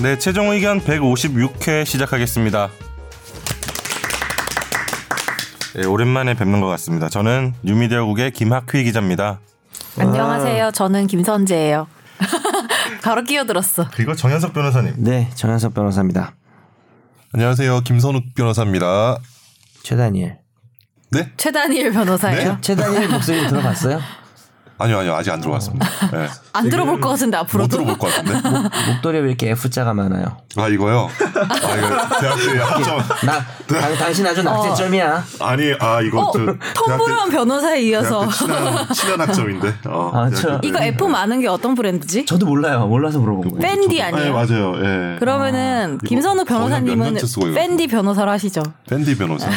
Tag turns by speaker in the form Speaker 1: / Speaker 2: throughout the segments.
Speaker 1: 네, 최종 의견 156회 시작하겠습니다. 네, 오랜만에 뵙는 것 같습니다. 저는 뉴미디어국의 김학휘 기자입니다.
Speaker 2: 아.
Speaker 3: 안녕하세요. 저는 김선재예요. 바로 끼어들었어.
Speaker 1: 그리고 정현석 변호사님.
Speaker 4: 네, 정현석 변호사입니다.
Speaker 2: 안녕하세요. 김선욱 변호사입니다.
Speaker 4: 최다니엘.
Speaker 2: 네?
Speaker 3: 최다니엘
Speaker 4: 네?
Speaker 3: 변호사예요.
Speaker 4: 최다니엘 목소리 들어봤어요?
Speaker 2: 아니요, 아니요. 아직 안 들어왔습니다. 네.
Speaker 3: 안 들어볼 것 같은데
Speaker 2: 못
Speaker 3: 앞으로도.
Speaker 2: 들어볼 것 같은데.
Speaker 4: 목도리에 왜 이렇게 F자가 많아요?
Speaker 2: 아, 이거요? 아, 이거 대학교에 학점.
Speaker 4: 나, 당, 당신 아주 낙제점이야.
Speaker 2: 아니, 아, 이거.
Speaker 3: 어,
Speaker 2: 저
Speaker 3: 톰브라운 변호사에 이어서
Speaker 2: 대학교 친한, 친한 학점인데. 어,
Speaker 4: 아,
Speaker 2: 대학교
Speaker 4: 저-
Speaker 2: 때.
Speaker 3: 이거 F 많은 게 어떤 브랜드지?
Speaker 4: 저도 몰라요. 몰라서 물어본 거예요.
Speaker 3: 밴디
Speaker 2: 네,
Speaker 3: 아니에요?
Speaker 2: 맞아요. 예.
Speaker 3: 그러면은
Speaker 2: 이거
Speaker 3: 김선우
Speaker 2: 거의 몇
Speaker 3: 변호사님은
Speaker 2: 년째 쓰고 이거.
Speaker 3: 밴디 변호사로 하시죠.
Speaker 2: 밴디 변호사.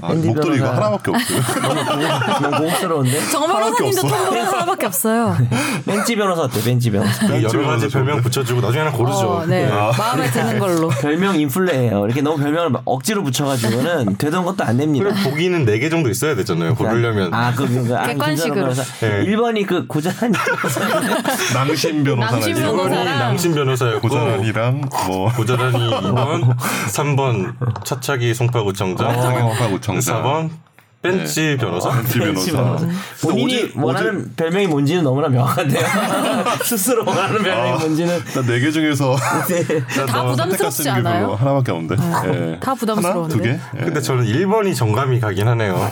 Speaker 2: 아,
Speaker 4: 밴디
Speaker 2: 목도리 이거
Speaker 4: 변호사.
Speaker 2: 하나밖에 없어요.
Speaker 4: 너무, 고- 너무 고급스러운데?
Speaker 3: 정
Speaker 2: 하나밖에 아,
Speaker 3: 변호사님도
Speaker 2: 없어.
Speaker 3: 톰브라운 하나밖에 없어요.
Speaker 4: 벤치 변호사 어때? 벤치 변호사.
Speaker 2: 네,
Speaker 1: 여러 가지 그 별명 붙여주고 나중에 하나 고르죠. 아,
Speaker 3: 어, 네.
Speaker 2: 아.
Speaker 3: 마음에 드는 걸로.
Speaker 4: 별명 인플레예요. 이렇게 너무 별명을 막 억지로 붙여가지고는 되던 것도 안 됩니다.
Speaker 1: 그리고 보기는 4개 정도 있어야 되잖아요.
Speaker 3: 그러니까.
Speaker 1: 고르려면. 네.
Speaker 4: 아, 그, 그, 그, 아,
Speaker 3: 객관식으로.
Speaker 4: 김선호 변호사. 1번이 그 고자한
Speaker 2: 낭심 변호사.
Speaker 3: 낭심 변호사.
Speaker 1: 이번이 남신 변호사였고
Speaker 2: 고전이랑 뭐.
Speaker 1: 고자란이 2번, 3번 차차기 송파구청장,
Speaker 2: 어, 송파구청장. 네. 어,
Speaker 1: 4번 벤치 변호사.
Speaker 2: 밴디 변호사.
Speaker 1: 음.
Speaker 4: 본인이
Speaker 2: 어제-
Speaker 4: 원하는 별명이 뭔지는 너무나 명확한데요. 스스로 원하는
Speaker 1: 아.
Speaker 4: 별명이 뭔지는.
Speaker 2: 나네개 중에서
Speaker 3: 다 부담스럽지 않아요?
Speaker 2: 하나밖에 없는데. 예.
Speaker 3: 다 부담스러운데.
Speaker 2: 하나? 두 개? 예.
Speaker 1: 근데 저는 1번이 정감이 가긴 하네요.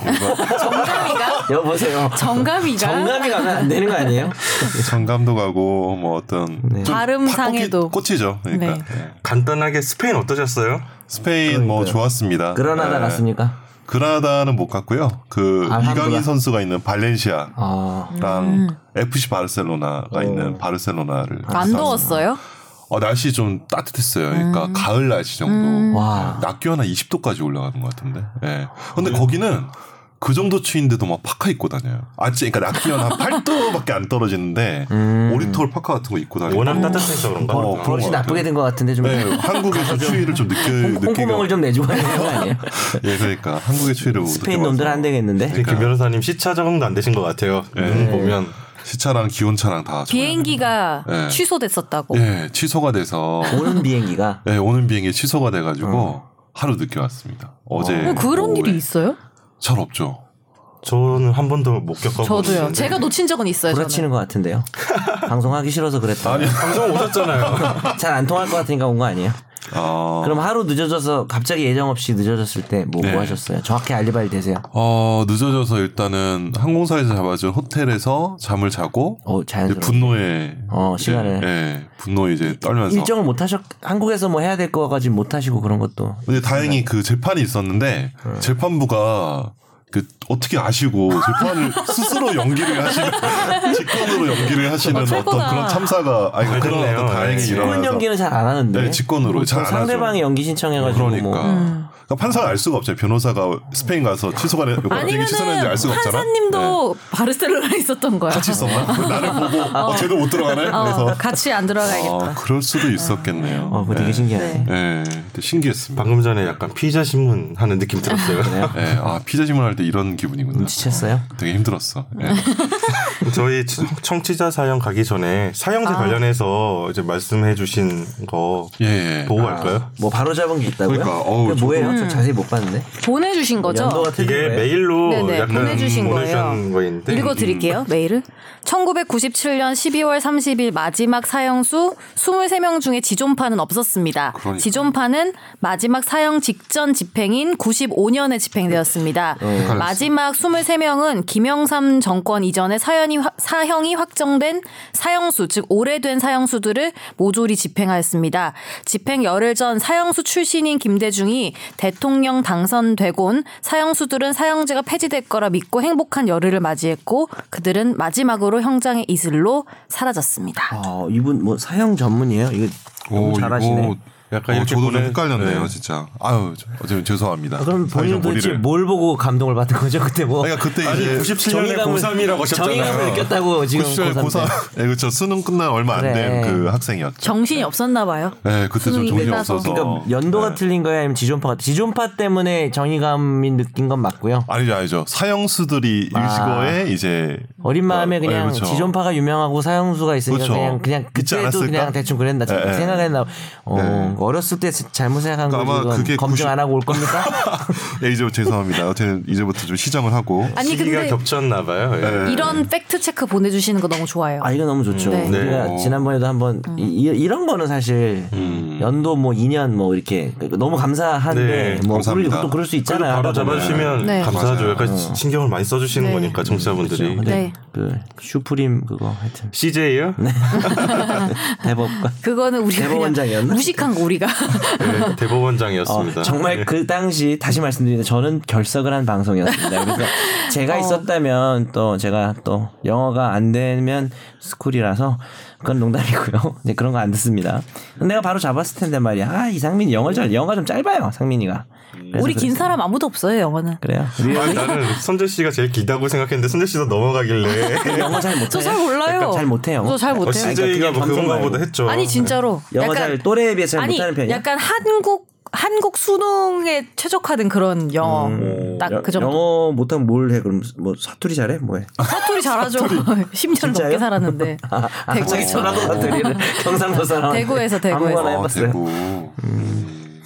Speaker 3: 정감이가?
Speaker 4: 여보세요.
Speaker 3: 정감이가?
Speaker 4: 정감이 가면 안 되는 거 아니에요?
Speaker 2: 정감도 가고 뭐 어떤
Speaker 4: 네.
Speaker 2: 좀
Speaker 3: 발음상에도.
Speaker 2: 팍 꽂히- 꽂히죠. 그러니까
Speaker 3: 네.
Speaker 2: 예.
Speaker 1: 간단하게 스페인 어떠셨어요?
Speaker 2: 스페인 뭐 좋았습니다.
Speaker 4: 그러나다 아,
Speaker 2: 예.
Speaker 4: 갔습니까?
Speaker 2: 그라나다는 못 갔고요. 그
Speaker 4: 알함브라.
Speaker 2: 이강인 선수가 있는 발렌시아랑
Speaker 4: 아,
Speaker 2: FC 바르셀로나가
Speaker 4: 어.
Speaker 2: 있는 바르셀로나를
Speaker 3: 음. 안 더웠어요?
Speaker 2: 어, 날씨 좀 따뜻했어요. 그러니까
Speaker 3: 음.
Speaker 2: 가을 날씨 정도.
Speaker 4: 와. 네.
Speaker 2: 낮 기온 한 20도까지 올라가는 것 같은데. 예. 근데 거기는 그 정도 추인데도 막 파카 입고 다녀요. 아침, 그러니까 낮 기온 한 8도밖에 안 떨어지는데
Speaker 4: 음.
Speaker 2: 오리털 파카 같은 거 입고 다니고.
Speaker 1: 워낙 따뜻해서 그런가?
Speaker 2: 아,
Speaker 1: 그러니까.
Speaker 2: 어, 그런
Speaker 4: 버릇이
Speaker 2: 것 같아요.
Speaker 4: 나쁘게 된 것 같은데 좀
Speaker 2: 네, 어, 한국에서 추위를 좀 느껴 느끼고.
Speaker 4: 콩구멍을 좀 내주고 하는 거 아니에요?
Speaker 2: 예, 그러니까 한국의 추위를
Speaker 4: 스페인
Speaker 2: 느껴봐서
Speaker 4: 놈들 은안 되겠는데.
Speaker 2: 네.
Speaker 1: 지금
Speaker 2: 그러니까.
Speaker 1: 김그 변호사님 시차 적응도 안 되신 것 같아요. 눈 보면
Speaker 2: 시차랑 기온차랑 다
Speaker 3: 비행기가
Speaker 2: 네.
Speaker 3: 취소됐었다고.
Speaker 2: 전혀- 예, 취소가 돼서
Speaker 4: 오는 비행기가
Speaker 2: 예, 오는 비행기 취소가 돼 가지고
Speaker 4: 어.
Speaker 2: 하루 늦게 왔습니다. 어제
Speaker 3: 어, 그런
Speaker 2: 오후에. 네.
Speaker 3: 일이 있어요?
Speaker 2: 잘 없죠.
Speaker 1: 저는 한 번도 못 겪어봤는데.
Speaker 3: 저도요. 제가 놓친 적은 있어요. 저는.
Speaker 4: 부러치는 것 같은데요. 방송하기 싫어서 그랬다.
Speaker 1: 방송 오셨잖아요.
Speaker 4: 잘 안 통할 것 같으니까 온 거 아니에요?
Speaker 2: 아,
Speaker 4: 그럼 하루 늦어져서 갑자기 예정 없이 늦어졌을 때 뭐 뭐
Speaker 2: 네.
Speaker 4: 하셨어요? 정확히 알리바이 되세요.
Speaker 2: 어, 늦어져서 일단은 항공사에서 잡아준 호텔에서 잠을 자고
Speaker 4: 어
Speaker 2: 이제
Speaker 4: 자연스러워.
Speaker 2: 분노에
Speaker 4: 어,
Speaker 2: 이제,
Speaker 4: 시간을.
Speaker 2: 예, 분노에 이제 떨면서
Speaker 4: 일정을 못 하셨 한국에서 뭐 해야 될 거까지 못 하시고 그런 것도
Speaker 2: 근데 다행히 그 재판이 있었는데 재판부가 그 어떻게 아시고 재판을 스스로 연기를 하시는 직권으로 연기를 하시는
Speaker 3: 아,
Speaker 2: 어떤
Speaker 3: 최고다.
Speaker 2: 그런 참사가 아니
Speaker 1: 잘
Speaker 2: 그런
Speaker 1: 됐네요.
Speaker 2: 어떤 다행히
Speaker 1: 네.
Speaker 4: 직권
Speaker 2: 일어나서
Speaker 4: 연기는 잘 안 하는데.
Speaker 2: 네, 직권으로 잘
Speaker 4: 보통
Speaker 2: 안 하죠.
Speaker 4: 상대방이 연기 신청해가지고
Speaker 2: 그러니까.
Speaker 4: 뭐
Speaker 2: 그러니까 판사가 알 수가 없잖아요. 변호사가 스페인 가서 취소가 되- 어떻게 취소했는지
Speaker 3: 아니면은
Speaker 2: 알 수가 없잖아. 네.
Speaker 3: 판사님도 바르셀로나에 있었던 거야.
Speaker 2: 같이 있었나? 나를 보고 어, 쟤도 못 들어가네.
Speaker 3: 어,
Speaker 2: 그래서
Speaker 3: 같이 안
Speaker 2: 아,
Speaker 3: 들어가야겠다.
Speaker 2: 그럴 수도 있었겠네요.
Speaker 3: 아.
Speaker 4: 어, 그거 되게 신기하네.
Speaker 2: 예, 근데 신기했습니다.
Speaker 1: 방금 전에 약간 피자 신문 하는 느낌 들었어요.
Speaker 2: 예, 아 피자 신문할 때 이런 기분이구나.
Speaker 4: 지쳤어요?
Speaker 2: 되게 힘들었어. 예.
Speaker 1: 저희 청- 청취자 사연 가기 전에
Speaker 3: 아.
Speaker 1: 사형제 관련해서 이제 말씀해주신 거
Speaker 2: 예, 예.
Speaker 1: 보고
Speaker 3: 아.
Speaker 1: 갈까요?
Speaker 4: 뭐 바로 잡은 게 있다고요?
Speaker 2: 그러니까, 어우,
Speaker 4: 그게 뭐예요? 저 자세히 못 봤는데.
Speaker 3: 보내주신 거죠?
Speaker 4: 연도가 틀린
Speaker 1: 이게
Speaker 4: 거예요?
Speaker 1: 메일로
Speaker 3: 네네
Speaker 1: 약간
Speaker 3: 보내주신
Speaker 1: 보내주신
Speaker 3: 거예요.
Speaker 1: 거인데
Speaker 3: 읽어드릴게요 메일을. 1997년 12월 30일 마지막 사형수 23명 중에 지존파는 없었습니다.
Speaker 2: 그러니까.
Speaker 3: 지존파는 마지막 사형 직전 집행인 95년에
Speaker 1: 어,
Speaker 3: 집행되었습니다.
Speaker 1: 네.
Speaker 3: 마지막 23명은 김영삼 정권 이전에 사연이 확- 사형이 확정된 사형수 즉 오래된 사형수들을 모조리 집행하였습니다. 집행 열흘 전 사형수 출신인 김대중이 대통령 당선되곤 사형수들은 사형제가 폐지될 거라 믿고 행복한 열흘을 맞이했고 그들은 마지막으로 형장의 이슬로 사라졌습니다.
Speaker 4: 아, 이분 뭐 사형 전문이에요? 이거
Speaker 2: 오,
Speaker 4: 너무 잘하시네. 어,
Speaker 2: 이거
Speaker 1: 약간 이렇게
Speaker 2: 저도 좀
Speaker 1: 보내-
Speaker 2: 헷갈렸네요,
Speaker 1: 네.
Speaker 2: 진짜. 예. 아유, 저, 어제 죄송합니다.
Speaker 4: 아, 그럼 본인
Speaker 2: 사회적
Speaker 4: 도대체 뭐
Speaker 2: 몰이를.
Speaker 4: 뭘 보고 감동을 받은 거죠 그때 뭐?
Speaker 2: 그러니까 그때
Speaker 1: 아니,
Speaker 2: 이제
Speaker 1: 97 년에 고3이라고 하셨잖아요.
Speaker 4: 정의감을 느꼈다고 지금
Speaker 2: 97
Speaker 4: 고3
Speaker 2: 고3 예, 그렇죠. 수능 끝날 얼마 안 된
Speaker 4: 그래.
Speaker 2: 그 학생이었죠.
Speaker 3: 정신이 없었나 봐요.
Speaker 2: 네, 그때 좀
Speaker 3: 수능이
Speaker 2: 정신이
Speaker 3: 끝나서.
Speaker 2: 없어서.
Speaker 4: 그러니까 연도가
Speaker 2: 네.
Speaker 4: 틀린 거야 아니면 지존파가 지존파 때문에 정의감이 느낀 건 맞고요.
Speaker 2: 아니죠, 아니죠. 사형수들이
Speaker 4: 아.
Speaker 2: 일시거에 이제
Speaker 4: 어린 마음에
Speaker 2: 네,
Speaker 4: 그냥
Speaker 2: 그렇죠.
Speaker 4: 지존파가 유명하고 사형수가 있으니까
Speaker 2: 그렇죠.
Speaker 4: 그냥 그냥
Speaker 2: 있지
Speaker 4: 그때도 그냥
Speaker 2: 않았을까?
Speaker 4: 대충 그랬나
Speaker 2: 네, 네.
Speaker 4: 생각했나 어, 어렸을 때 잘못 생각한 거
Speaker 2: 그러니까 아마
Speaker 4: 지금
Speaker 2: 그게
Speaker 4: 검증
Speaker 2: 90
Speaker 4: 안 하고 올 겁니까?
Speaker 2: 예, 이제 죄송합니다. 어쨌든 이제부터 좀 시정을 하고
Speaker 3: 아니
Speaker 1: 시기가
Speaker 3: 근데 네.
Speaker 1: 겹쳤나 봐요. 예.
Speaker 3: 이런 팩트 체크 보내주시는 거 너무 좋아요.
Speaker 4: 네. 아 이거 너무 좋죠.
Speaker 3: 네.
Speaker 4: 음.
Speaker 1: 네.
Speaker 4: 우리가
Speaker 2: 어.
Speaker 4: 지난번에도 한번 이, 이- 이런 거는 사실
Speaker 2: 음.
Speaker 4: 연도 뭐 2년 뭐 이렇게 그러니까 너무 감사한데
Speaker 1: 네,
Speaker 4: 뭐
Speaker 2: 감사합니다.
Speaker 4: 그럴- 또 그럴 수
Speaker 1: 그래도
Speaker 4: 있잖아요.
Speaker 1: 바로
Speaker 4: 하다 보면.
Speaker 1: 잡아주시면
Speaker 3: 네.
Speaker 1: 감사하죠. 약간 신경을 많이 써주시는
Speaker 3: 네.
Speaker 1: 거니까
Speaker 4: 그렇죠.
Speaker 1: 청취자분들이.
Speaker 4: 근데
Speaker 3: 네.
Speaker 4: 그 슈프림 그거 하여튼
Speaker 1: CJ요?
Speaker 4: 대법관
Speaker 3: 그거는 우리가 그냥
Speaker 4: 대법원장이었나?
Speaker 3: 무식한 거 우리가
Speaker 1: 네, 대법원장이었습니다.
Speaker 4: 어, 정말 그 당시 다시 말씀드리는데 저는 결석을 한 방송이었습니다. 그래서 제가
Speaker 3: 어.
Speaker 4: 있었다면 또 제가 또 영어가 안 되면 스쿨이라서 그건 농담이고요. 이제 그런 거 안 듣습니다. 내가 바로 잡았을 텐데 말이야. 아 이상민 영어 잘 영어가 좀 짧아요. 상민이가. 그래서
Speaker 3: 우리 긴
Speaker 4: 그랬어요.
Speaker 3: 사람 아무도 없어요 영어는.
Speaker 4: 그래요.
Speaker 1: 아니, 나는 선재 씨가 제일 길다고 생각했는데 선재 씨도
Speaker 3: 아,
Speaker 1: 넘어가길래
Speaker 4: 영어 잘 못해요.
Speaker 3: 저 잘 몰라요.
Speaker 4: 그러니까 잘 못해요.
Speaker 3: 저 잘
Speaker 1: 어,
Speaker 3: 못해요.
Speaker 4: 진짜-
Speaker 1: CJ가 뭐
Speaker 4: 그냥 방송
Speaker 1: 그건가
Speaker 4: 말고.
Speaker 1: 보다 했죠.
Speaker 3: 그러니까 아니 진짜로
Speaker 4: 네. 영어 잘 또래에 비해서 잘
Speaker 3: 아니
Speaker 4: 못하는 편이에요.
Speaker 3: 약간 한국 한국 수능에 최적화된 그런 영어 딱
Speaker 4: 여-
Speaker 3: 그 정도.
Speaker 4: 음. 영어 못하면 뭘 해 그럼 뭐 사투리 잘해 뭐해?
Speaker 3: 사투리 잘하죠. 10년
Speaker 4: 진짜요?
Speaker 3: 넘게 살았는데.
Speaker 4: 아, 아, 갑자기
Speaker 3: 대구에서.
Speaker 4: 전라도 사투리를 경상도 사람
Speaker 3: 대구에서, 대구에서.
Speaker 4: 아무거나
Speaker 2: 어,
Speaker 4: 해봤어요. 음.
Speaker 2: 되고 음.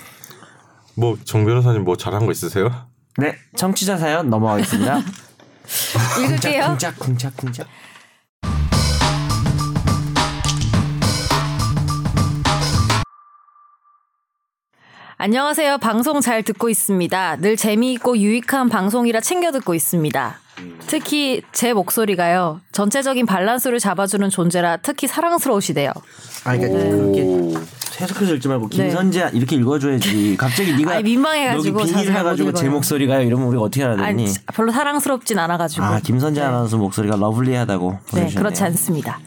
Speaker 1: 뭐정 변호사님 뭐 잘한 거 있으세요?
Speaker 4: 네, 청취자 사연 넘어가겠습니다.
Speaker 3: 읽을게요.
Speaker 4: 쿵짝 쿵짝 쿵짝.
Speaker 3: 안녕하세요. 방송 잘 듣고 있습니다. 늘 재미있고 유익한 방송이라 챙겨 듣고 있습니다. 특히 제 목소리가요. 전체적인 밸런스를 잡아주는 존재라 특히 사랑스러우시대요.
Speaker 4: 아, 그러니까
Speaker 3: 네.
Speaker 4: 그렇게 해석해서 읽지 말고 김선재 이렇게 읽어줘야지. 갑자기 네가
Speaker 3: 아이, 민망해가지고
Speaker 4: 너
Speaker 3: 자세히
Speaker 4: 비밀을
Speaker 3: 못
Speaker 4: 해가지고 제
Speaker 3: 읽어요.
Speaker 4: 목소리가요. 이러면 우리가 어떻게 알아야
Speaker 3: 아니,
Speaker 4: 되니?
Speaker 3: 별로 사랑스럽진 않아가지고.
Speaker 4: 아, 김선재 아나운서 목소리가 러블리하다고
Speaker 3: 네,
Speaker 4: 보내주셨네요.
Speaker 3: 그렇지 않습니다.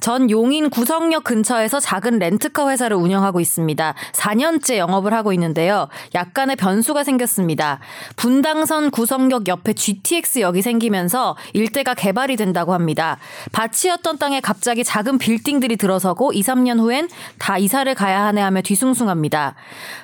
Speaker 3: 전 용인 구성역 근처에서 작은 렌트카 회사를 운영하고 있습니다. 4년째 영업을 하고 있는데요. 약간의 변수가 생겼습니다. 분당선 구성역 옆에 GTX역이 생기면서 일대가 개발이 된다고 합니다. 밭이었던 땅에 갑자기 작은 빌딩들이 들어서고 2, 3년 후엔 다 이사를 가야 하네 하며 뒤숭숭합니다.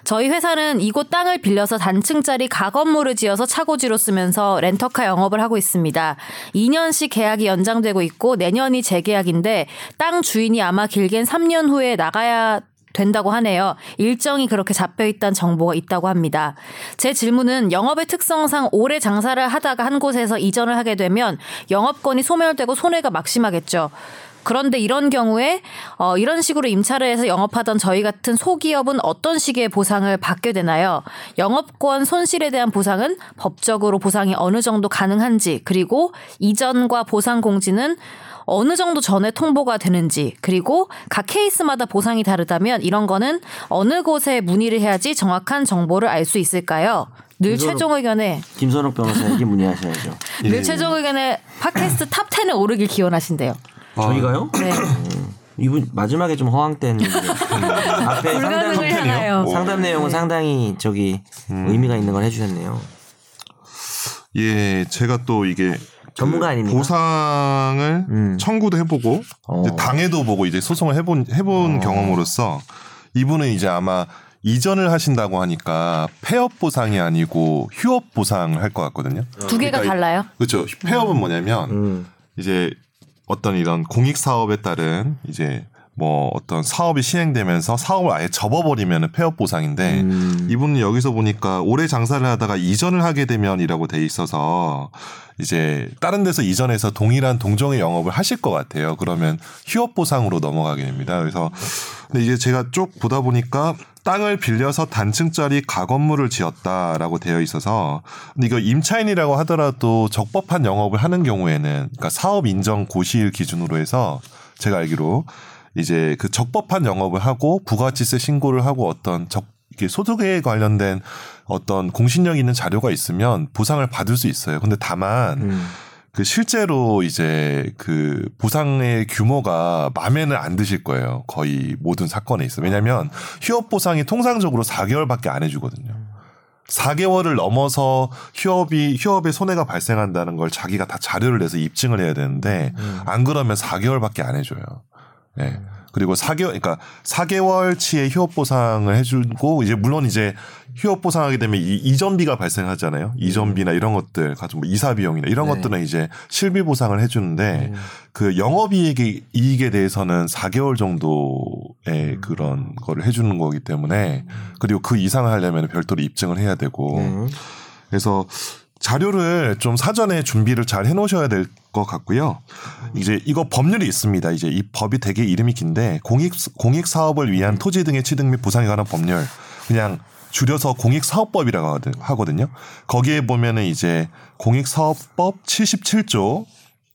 Speaker 3: 저희 회사는 이곳 땅을 빌려서 단층짜리 가건물을 지어서 차고지로 쓰면서 렌터카 영업을 하고 있습니다. 2년씩 계약이 연장되고 있고 내년이 재계약인데 땅 주인이 아마 길게는 3년 후에 나가야 된다고 하네요. 일정이 그렇게 잡혀 있다는 정보가 있다고 합니다. 제 질문은 영업의 특성상 오래 장사를 하다가 한 곳에서 이전을 하게 되면 영업권이 소멸되고 손해가 막심하겠죠. 그런데 이런 경우에 어, 이런 식으로 임차를 해서 영업하던 저희 같은 소기업은 어떤 식의 보상을 받게 되나요? 영업권 손실에 대한 보상은 법적으로 보상이 어느 정도 가능한지 그리고 이전과 보상 공지는 어느 정도 전에 통보가 되는지 그리고 각 케이스마다 보상이 다르다면 이런 거는 어느 곳에 문의를 해야지 정확한 정보를 알 수 있을까요? 늘
Speaker 4: 이거는- 예.
Speaker 3: 최종 의견에
Speaker 4: 김선욱 변호사에게 문의하셔야죠.
Speaker 3: 늘 최종 의견에 팟캐스트 탑 10에 오르길 기원하신대요.
Speaker 4: 아. 저희가요?
Speaker 3: 네.
Speaker 4: 이분 마지막에 좀 허황된 앞에
Speaker 3: 불가능을
Speaker 4: 상담,
Speaker 3: 향하여
Speaker 4: 상담
Speaker 3: 네.
Speaker 4: 내용은 상당히 저기 의미가 있는 걸 해주셨네요.
Speaker 2: 예, 제가 또 이게
Speaker 4: 전문가 아닙니까?
Speaker 2: 보상을 청구도 해보고
Speaker 4: 음. 어.
Speaker 2: 이제 당해도 보고 이제 소송을 해본 해본 경험으로서 이분은 이제 아마 이전을 하신다고 하니까 폐업 보상이 아니고 휴업 보상을 할 것 같거든요.
Speaker 3: 두 개가
Speaker 2: 그러니까
Speaker 3: 달라요.
Speaker 2: 그렇죠. 폐업은 뭐냐면 이제 어떤 이런 공익 사업에 따른 이제 뭐 어떤 사업이 시행되면서 사업을 아예 접어버리면 폐업 보상인데 이분은 여기서 보니까 오래 장사를 하다가 이전을 하게 되면이라고 돼 있어서 이제 다른 데서 이전해서 동일한 동종의 영업을 하실 것 같아요. 그러면 휴업 보상으로 넘어가게 됩니다. 그래서 근데 이제 제가 쭉 보다 보니까 땅을 빌려서 단층짜리 가건물을 지었다라고 되어 있어서 근데 이거 임차인이라고 하더라도 적법한 영업을 하는 경우에는 그러니까 사업 인정 고시일 기준으로 해서 제가 알기로 이제 그 적법한 영업을 하고 부가치세 신고를 하고 어떤 적 이게 소득에 관련된 어떤 공신력 있는 자료가 있으면 보상을 받을 수 있어요. 근데 다만 그 실제로 이제 그 보상의 규모가 마음에는 안 드실 거예요. 거의 모든 사건에 있어. 왜냐면 휴업 보상이 통상적으로 4개월밖에 안 해주거든요. 4개월을 넘어서 휴업이 휴업에 손해가 발생한다는 걸 자기가 다 자료를 내서 입증을 해야 되는데 안 그러면 4개월밖에 안 해줘요. 예. 그리고 4개월 그러니까 4개월치의 휴업 보상을 해주고 이제 물론 이제 휴업 보상하게 되면 이 이전비가 발생하잖아요. 이전비나 이런 것들 가지고 뭐 이사 비용이나 이런
Speaker 4: 네.
Speaker 2: 것들은 이제 실비 보상을 해주는데 그 영업이익에 이익에 대해서는 4개월 정도의 그런 거를 해주는 거기 때문에 그리고 그 이상을 하려면 별도로 입증을 해야
Speaker 4: 네.
Speaker 2: 되고
Speaker 4: 어,
Speaker 2: 그래서 자료를 좀 사전에 준비를 잘 해놓으셔야 될 것 같고요. 이제 이거 법률이 있습니다. 이제 이 법이 되게 이름이 긴데 공익 공익 사업을 위한 토지 등의 취득 및 보상에 관한 법률 그냥 줄여서 공익사업법이라고 하거든- 하거든요. 거기에 보면은 이제 공익사업법 77조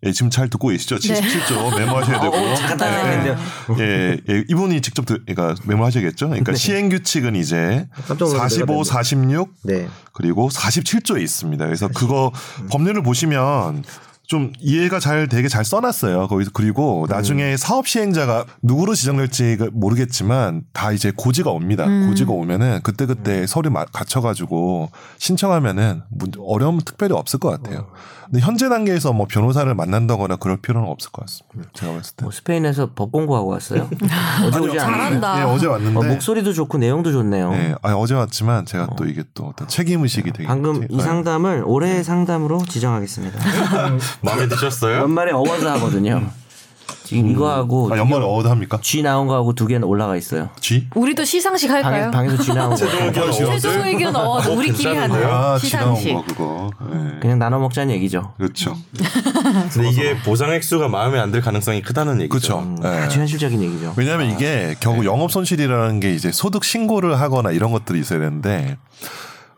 Speaker 2: 예, 지금 잘 듣고 계시죠?
Speaker 4: 네.
Speaker 2: 77조 메모하셔야 되고요.
Speaker 5: 잠깐 따라했는데요.
Speaker 4: 어.
Speaker 2: 예, 예, 이분이 직접 들, 그러니까 메모하셔야겠죠. 그러니까 시행 규칙은 이제
Speaker 4: 네. 깜짝 놀라서
Speaker 2: 45,
Speaker 4: 내가
Speaker 2: 46
Speaker 4: 네.
Speaker 2: 그리고 47조에 있습니다. 그래서 그거 법률을 보시면 좀 이해가 잘 되게 잘 써놨어요. 거기서 그리고 나중에 사업 시행자가 누구로 지정될지 모르겠지만 다 이제 고지가 옵니다. 고지가 오면은 그때 그때 서류 마- 갖춰가지고 신청하면은 문- 어려움은 특별히 없을 것 같아요. 근데 현재 단계에서 뭐 변호사를 만난다거나 그럴 필요는 없을 것 같습니다. 네. 제가 봤을 때.
Speaker 4: 뭐 스페인에서 법 공부하고 왔어요. 어제 오지 않았나요?
Speaker 3: 잘한다.
Speaker 2: 예, 어제 왔는데.
Speaker 4: 어, 목소리도 좋고 내용도 좋네요.
Speaker 2: 예, 아니, 어제 왔지만 제가 또 이게 또 어떤 책임 의식이 되게
Speaker 4: 방금
Speaker 2: 제-
Speaker 4: 이 상담을 올해 상담으로 지정하겠습니다.
Speaker 1: 마음에 드셨어요?
Speaker 5: 연말에 어워즈 하거든요.
Speaker 4: 지금 이거 하고
Speaker 2: 아, 연말 어워드 합니까?
Speaker 4: G 나온 거 하고 두 개는 올라가 있어요.
Speaker 2: G?
Speaker 3: 우리도 시상식
Speaker 4: 방에,
Speaker 3: 할까요?
Speaker 4: 방에서 G 나온 거.
Speaker 3: 최종 의견 어 우리끼리
Speaker 2: 아,
Speaker 3: 하는
Speaker 2: 지나온
Speaker 3: 시상식.
Speaker 2: 거 그거. 예.
Speaker 4: 그냥 나눠 먹자는 얘기죠.
Speaker 2: 그렇죠.
Speaker 1: 근데 이게 보상 액수가 마음에 안 들 가능성이 크다는 얘기죠.
Speaker 2: 그렇죠. 예.
Speaker 4: 아주 현실적인
Speaker 1: 그렇죠.
Speaker 4: 얘기죠.
Speaker 2: 왜냐하면
Speaker 1: 아, 네.
Speaker 2: 이게 결국 영업 손실이라는 게 이제 소득 신고를 하거나 이런 것들이 있어야 되는데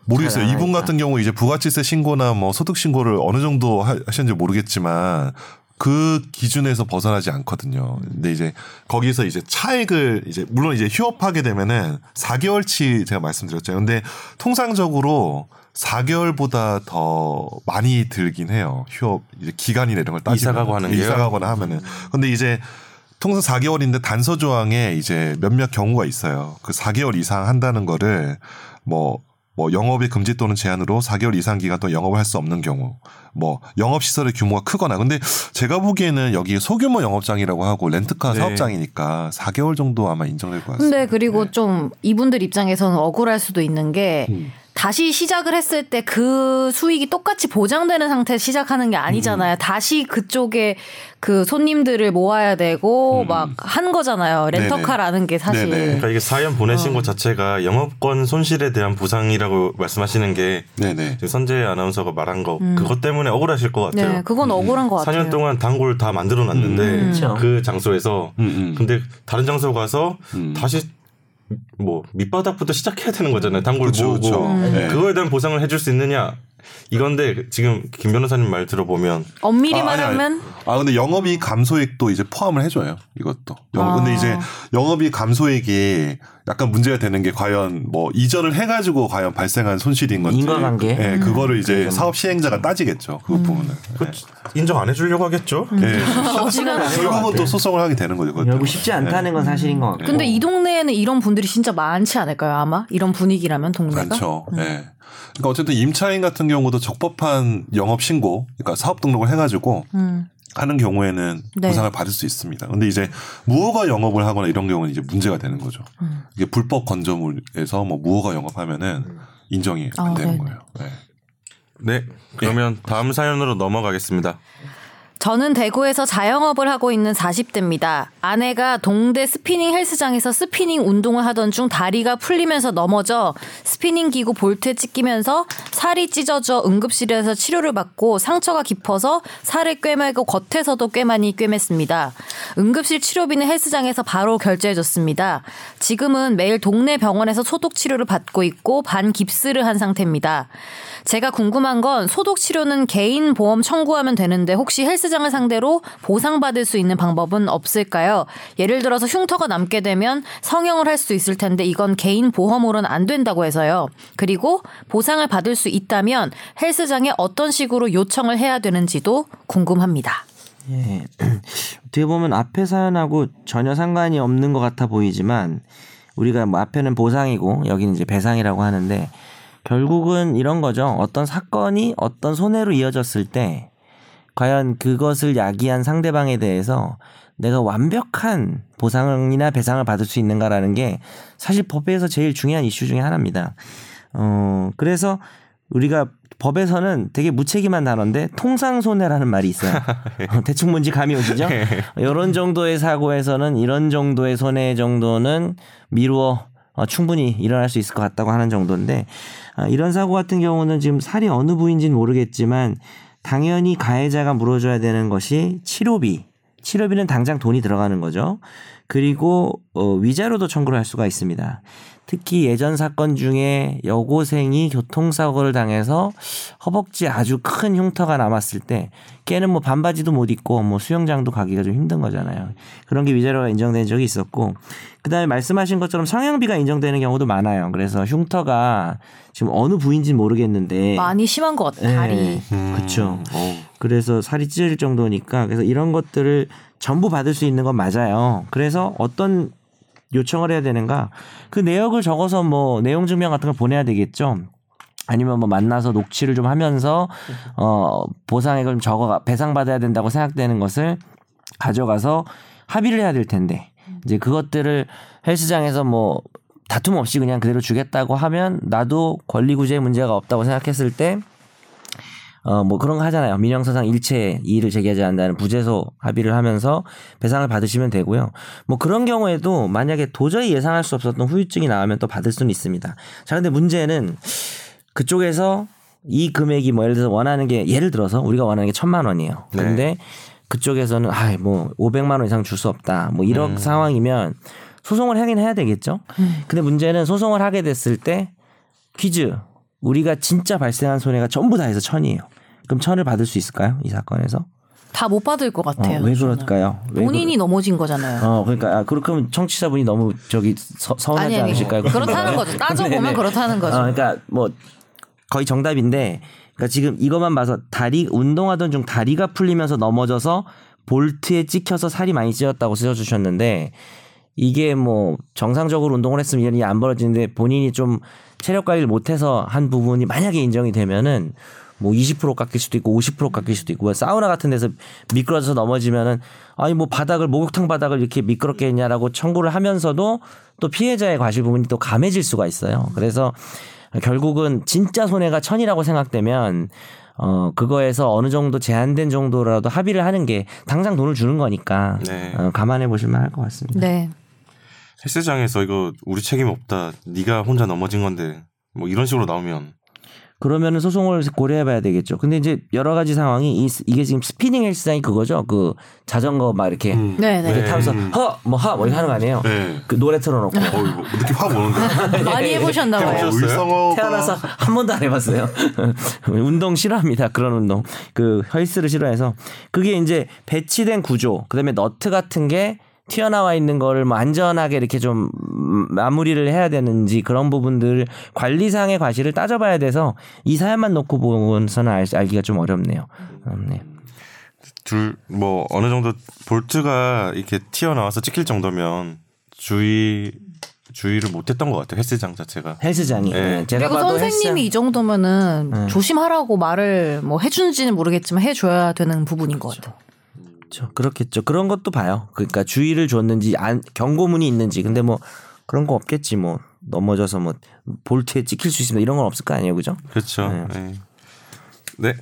Speaker 2: 모르겠어요.
Speaker 4: 잘
Speaker 2: 이분
Speaker 4: 알아야겠다.
Speaker 2: 같은 경우 이제 부가치세 신고나 뭐 소득 신고를 어느 정도 하- 하셨는지 모르겠지만 그 기준에서 벗어나지 않거든요. 근데 이제 거기서 이제 차액을 이제 물론 이제 휴업하게 되면은 4개월치 제가 말씀드렸잖아요. 근데 통상적으로 4개월보다 더 많이 들긴 해요. 휴업 이제 기간이나 이런 걸 따지면
Speaker 1: 이사 가고 하는 게요?
Speaker 2: 이사 가거나 하면은 근데 이제 통상 4개월인데 단서 조항에 이제 몇몇 경우가 있어요. 그 4개월 이상 한다는 거를 뭐, 뭐 영업의 금지 또는 제한으로 4개월 이상 기간 동안 영업을 할 수 없는 경우, 뭐 영업 시설의 규모가 크거나. 근데 제가 보기에는 여기 소규모 영업장이라고 하고 렌트카
Speaker 1: 네.
Speaker 2: 사업장이니까 4개월 정도 아마 인정될 것 같습니다.
Speaker 3: 근데 그리고 좀 이분들 입장에서는 억울할 수도 있는 게
Speaker 2: 음.
Speaker 3: 다시 시작을 했을 때 그 수익이 똑같이 보장되는 상태에서 시작하는 게 아니잖아요.
Speaker 2: 음.
Speaker 3: 다시 그쪽에 그 손님들을 모아야 되고 막 한 거잖아요. 렌터카라는 게 사실.
Speaker 2: 음. 네네.
Speaker 1: 그러니까 이게 사연
Speaker 3: 아.
Speaker 1: 보내신 것 자체가 영업권 손실에 대한 보상이라고 말씀하시는 게
Speaker 2: 네네.
Speaker 1: 지금 선재 아나운서가 말한 거 그것 때문에 억울하실 것 같아요.
Speaker 3: 음.
Speaker 2: 그렇죠.
Speaker 3: 네,
Speaker 2: 음.
Speaker 3: 그건 억울한 것 같아요. 음.
Speaker 1: 4년 동안 단골 다 만들어 놨는데
Speaker 4: 그렇죠.
Speaker 1: 그 장소에서
Speaker 2: 음, 음.
Speaker 1: 근데 다른 장소 가서
Speaker 2: 음.
Speaker 1: 다시 뭐 밑바닥부터 시작해야 되는 거잖아요. 단골
Speaker 2: 그쵸,
Speaker 1: 모으고
Speaker 2: 그쵸. 음. 네.
Speaker 1: 그거에 대한 보상을 해줄 수 있느냐 이건데 지금 김 변호사님 말 들어보면
Speaker 3: 엄밀히
Speaker 2: 아, 아니, 아니.
Speaker 3: 말하면
Speaker 2: 아 근데 영업이 감소액도 이제 포함을 해줘요 이것도 영업. 근데 이제 영업이 감소액이 약간 문제가 되는 게 과연 뭐 이전을 해가지고 과연 발생한 손실인 건지
Speaker 4: 인과관계?
Speaker 2: 예 그거를 이제 사업 시행자가 따지겠죠 그 부분은
Speaker 1: 그 인정 안 해주려고 하겠죠.
Speaker 3: 음.
Speaker 2: 예. 예.
Speaker 4: 쉽지는 않을 것
Speaker 2: 결국은
Speaker 4: 같아요.
Speaker 2: 또 소송을 하게 되는 거죠 그것도.
Speaker 4: 결국 쉽지 않다는 건 사실인 것 같고.
Speaker 3: 근데
Speaker 2: 어.
Speaker 3: 이 동네에는 이런 분들이 진짜 많지 않을까요? 아마 이런 분위기라면 동네가.
Speaker 2: 많죠. 예. 그러니까 어쨌든 임차인 같은 경우도 적법한 영업 신고, 그러니까 사업 등록을 해가지고
Speaker 3: 음.
Speaker 2: 하는 경우에는
Speaker 3: 네.
Speaker 2: 보상을 받을 수 있습니다. 근데 이제 무허가 영업을 하거나 이런 경우는 이제 문제가 되는 거죠.
Speaker 3: 음.
Speaker 2: 이게 불법 건조물에서 뭐 무허가 영업하면은 인정이 안
Speaker 3: 아, 네.
Speaker 2: 되는 거예요. 예.
Speaker 1: 네. 그러면 다음 사연으로 넘어가겠습니다.
Speaker 3: 저는 대구에서 자영업을 하고 있는 40대입니다. 아내가 동대 스피닝 헬스장에서 스피닝 운동을 하던 중 다리가 풀리면서 넘어져 스피닝 기구 볼트에 찢기면서 살이 찢어져 응급실에서 치료를 받고 상처가 깊어서 살을 꿰매고 겉에서도 꽤 많이 꿰맸습니다. 응급실 치료비는 헬스장에서 바로 결제해줬습니다. 지금은 매일 동네 병원에서 소독 치료를 받고 있고 반 깁스를 한 상태입니다. 제가 궁금한 건 소독 치료는 개인 보험 청구하면 되는데 혹시 헬스장 피해자를 상대로 보상받을 수 있는 방법은 없을까요? 예를 들어서 흉터가 남게 되면 성형을 할 수 있을 텐데 이건 개인 보험으로는 안 된다고 해서요. 그리고 보상을 받을 수 있다면 헬스장에 어떤 식으로 요청을 해야 되는지도 궁금합니다.
Speaker 4: 예. 어떻게 보면 앞에 사연하고 전혀 상관이 없는 것 같아 보이지만 우리가 뭐 앞에는 보상이고 여기는 이제 배상이라고 하는데 결국은 이런 거죠. 어떤 사건이 어떤 손해로 이어졌을 때 과연 그것을 야기한 상대방에 대해서 내가 완벽한 보상이나 배상을 받을 수 있는가라는 게 사실 법에서 제일 중요한 이슈 중에 하나입니다. 어, 그래서 우리가 법에서는 되게 무책임한 단어인데 통상 손해라는 말이 있어요. 어, 대충 뭔지 감이 오시죠? 이런 정도의 사고에서는 이런 정도의 손해 정도는 미루어 어, 충분히 일어날 수 있을 것 같다고 하는 정도인데 아, 이런 사고 같은 경우는 지금 살이 어느 부위인지는 모르겠지만 당연히 가해자가 물어줘야 되는 것이 치료비. 치료비는 당장 돈이 들어가는 거죠. 그리고 어, 위자료도 청구를 할 수가 있습니다. 특히 예전 사건 중에 여고생이 교통사고를 당해서 허벅지 아주 큰 흉터가 남았을 때 걔는 뭐 반바지도 못 입고 뭐 수영장도 가기가 좀 힘든 거잖아요. 그런 게 위자료가 인정된 적이 있었고 그다음에 말씀하신 것처럼 성형비가 인정되는 경우도 많아요. 그래서 흉터가 지금 어느 부인지 는 모르겠는데
Speaker 3: 많이 심한 것 같아요. 다리.
Speaker 4: 그렇죠. 그래서 살이 찢어질 정도니까 그래서 이런 것들을 전부 받을 수 있는 건 맞아요. 그래서 어떤 요청을 해야 되는가? 그 내역을 적어서 뭐 내용 증명 같은 걸 보내야 되겠죠. 아니면 뭐 만나서 녹취를 좀 하면서 어 보상액을 좀 적어 배상 받아야 된다고 생각되는 것을 가져가서 합의를 해야 될 텐데 이제 그것들을 헬스장에서 뭐 다툼 없이 그냥 그대로 주겠다고 하면 나도 권리 구제의 문제가 없다고 생각했을 때 어, 뭐 그런 거 하잖아요. 민형사상 일체 이의를 제기하지 않는다는 부재소 합의를 하면서 배상을 받으시면 되고요. 뭐 그런 경우에도 만약에 도저히 예상할 수 없었던 후유증이 나오면 또 받을 수는 있습니다. 자, 근데 문제는 그쪽에서 이 금액이 뭐 예를 들어서 원하는 게 예를 들어서 우리가 원하는 게 천만 원이에요. 근데 그쪽에서는 아, 뭐 500만 원 이상 줄 수 없다. 뭐 이런 상황이면 소송을 하긴 해야 되겠죠. 근데 문제는 소송을 하게 됐을 때 퀴즈. 우리가 진짜 발생한 손해가 전부 다 해서 천이에요. 그럼 천을 받을 수 있을까요? 이 사건에서?
Speaker 3: 다 못 받을 것
Speaker 4: 어,
Speaker 3: 같아요.
Speaker 4: 왜
Speaker 3: 저는.
Speaker 4: 그럴까요? 왜
Speaker 3: 본인이 넘어진 거잖아요.
Speaker 4: 그러... 어, 그러니까 아, 그렇다면 청취자분이 너무 저기 서, 서운하지
Speaker 3: 아니, 아니.
Speaker 4: 않으실까요?
Speaker 3: 그렇다는 거죠. 따져보면
Speaker 4: 네네.
Speaker 3: 그렇다는 거죠.
Speaker 4: 어, 그러니까 뭐 거의 정답인데 그러니까 지금 이것만 봐서 다리 운동하던 중 다리가 풀리면서 넘어져서 볼트에 찍혀서 살이 많이 찢었다고 쓰여 주셨는데 이게 뭐 정상적으로 운동을 했으면 이런 일이 안 벌어지는데 본인이 좀 체력 관리를 못해서 한 부분이 만약에 인정이 되면은 뭐 20% 깎일 수도 있고 50% 깎일 수도 있고 왜 사우나 같은 데서 미끄러져서 넘어지면은 아니 뭐 바닥을 목욕탕 바닥을 이렇게 미끄럽게 했냐라고 청구를 하면서도 또 피해자의 과실 부분이 또 감해질 수가 있어요. 그래서 결국은 진짜 손해가 천이라고 생각되면 어 그거에서 어느 정도 제한된 정도라도 합의를 하는 게 당장 돈을 주는 거니까
Speaker 1: 네.
Speaker 4: 어, 감안해 보실 만할 것 같습니다.
Speaker 3: 네.
Speaker 1: 헬스장에서 이거 우리 책임 없다. 네가 혼자 넘어진 건데 뭐 이런 식으로 나오면
Speaker 4: 그러면은 소송을 고려해봐야 되겠죠. 근데 이제 여러 가지 상황이 이, 이게 지금 스피닝 헬스장이 그거죠. 그 자전거 막 이렇게
Speaker 3: 네, 네.
Speaker 4: 이렇게 타면서
Speaker 1: 음.
Speaker 4: 허뭐허뭐 이렇게 하는 거 아니에요.
Speaker 1: 네.
Speaker 4: 그 노래 틀어놓고
Speaker 2: 어, 이거 느낌 확 오는데.
Speaker 3: 많이 해보셨나
Speaker 4: 네.
Speaker 3: 봐요.
Speaker 1: 해보셨어요?
Speaker 2: 울성어
Speaker 4: 태어나서 한 번도 안 해봤어요. 운동 싫어합니다. 그런 운동. 그 헬스를 싫어해서 그게 이제 배치된 구조, 그다음에 너트 같은 게 튀어나와 있는 거를 뭐 안전하게 이렇게 좀 음, 마무리를 해야 되는지 그런 부분들 관리상의 과실을 따져봐야 돼서 이 사연만 놓고 보고서는 알, 알기가 좀 어렵네요. 음, 네.
Speaker 1: 둘 뭐 어느 정도 볼트가 이렇게 튀어나와서 찍힐 정도면 주의 주의를 못했던 것 같아요. 헬스장 자체가.
Speaker 4: 헬스장이
Speaker 1: 네.
Speaker 4: 네, 제가
Speaker 3: 그리고
Speaker 4: 봐도 네.
Speaker 3: 선생님이 이
Speaker 4: 헬스장-
Speaker 3: 정도면은 조심하라고 말을 뭐 해주는지는 모르겠지만 해줘야 되는 부분인 것 같아요.
Speaker 4: 그렇죠. 그렇겠죠. 그런 것도 봐요. 그러니까 주의를 줬는지 안 경고문이 있는지. 근데 뭐 그런 거 없겠지 뭐 넘어져서 뭐 볼트에 찍힐 수 있습니다. 이런 건 없을 거 아니에요, 그죠?
Speaker 1: 그렇죠. 네. 네.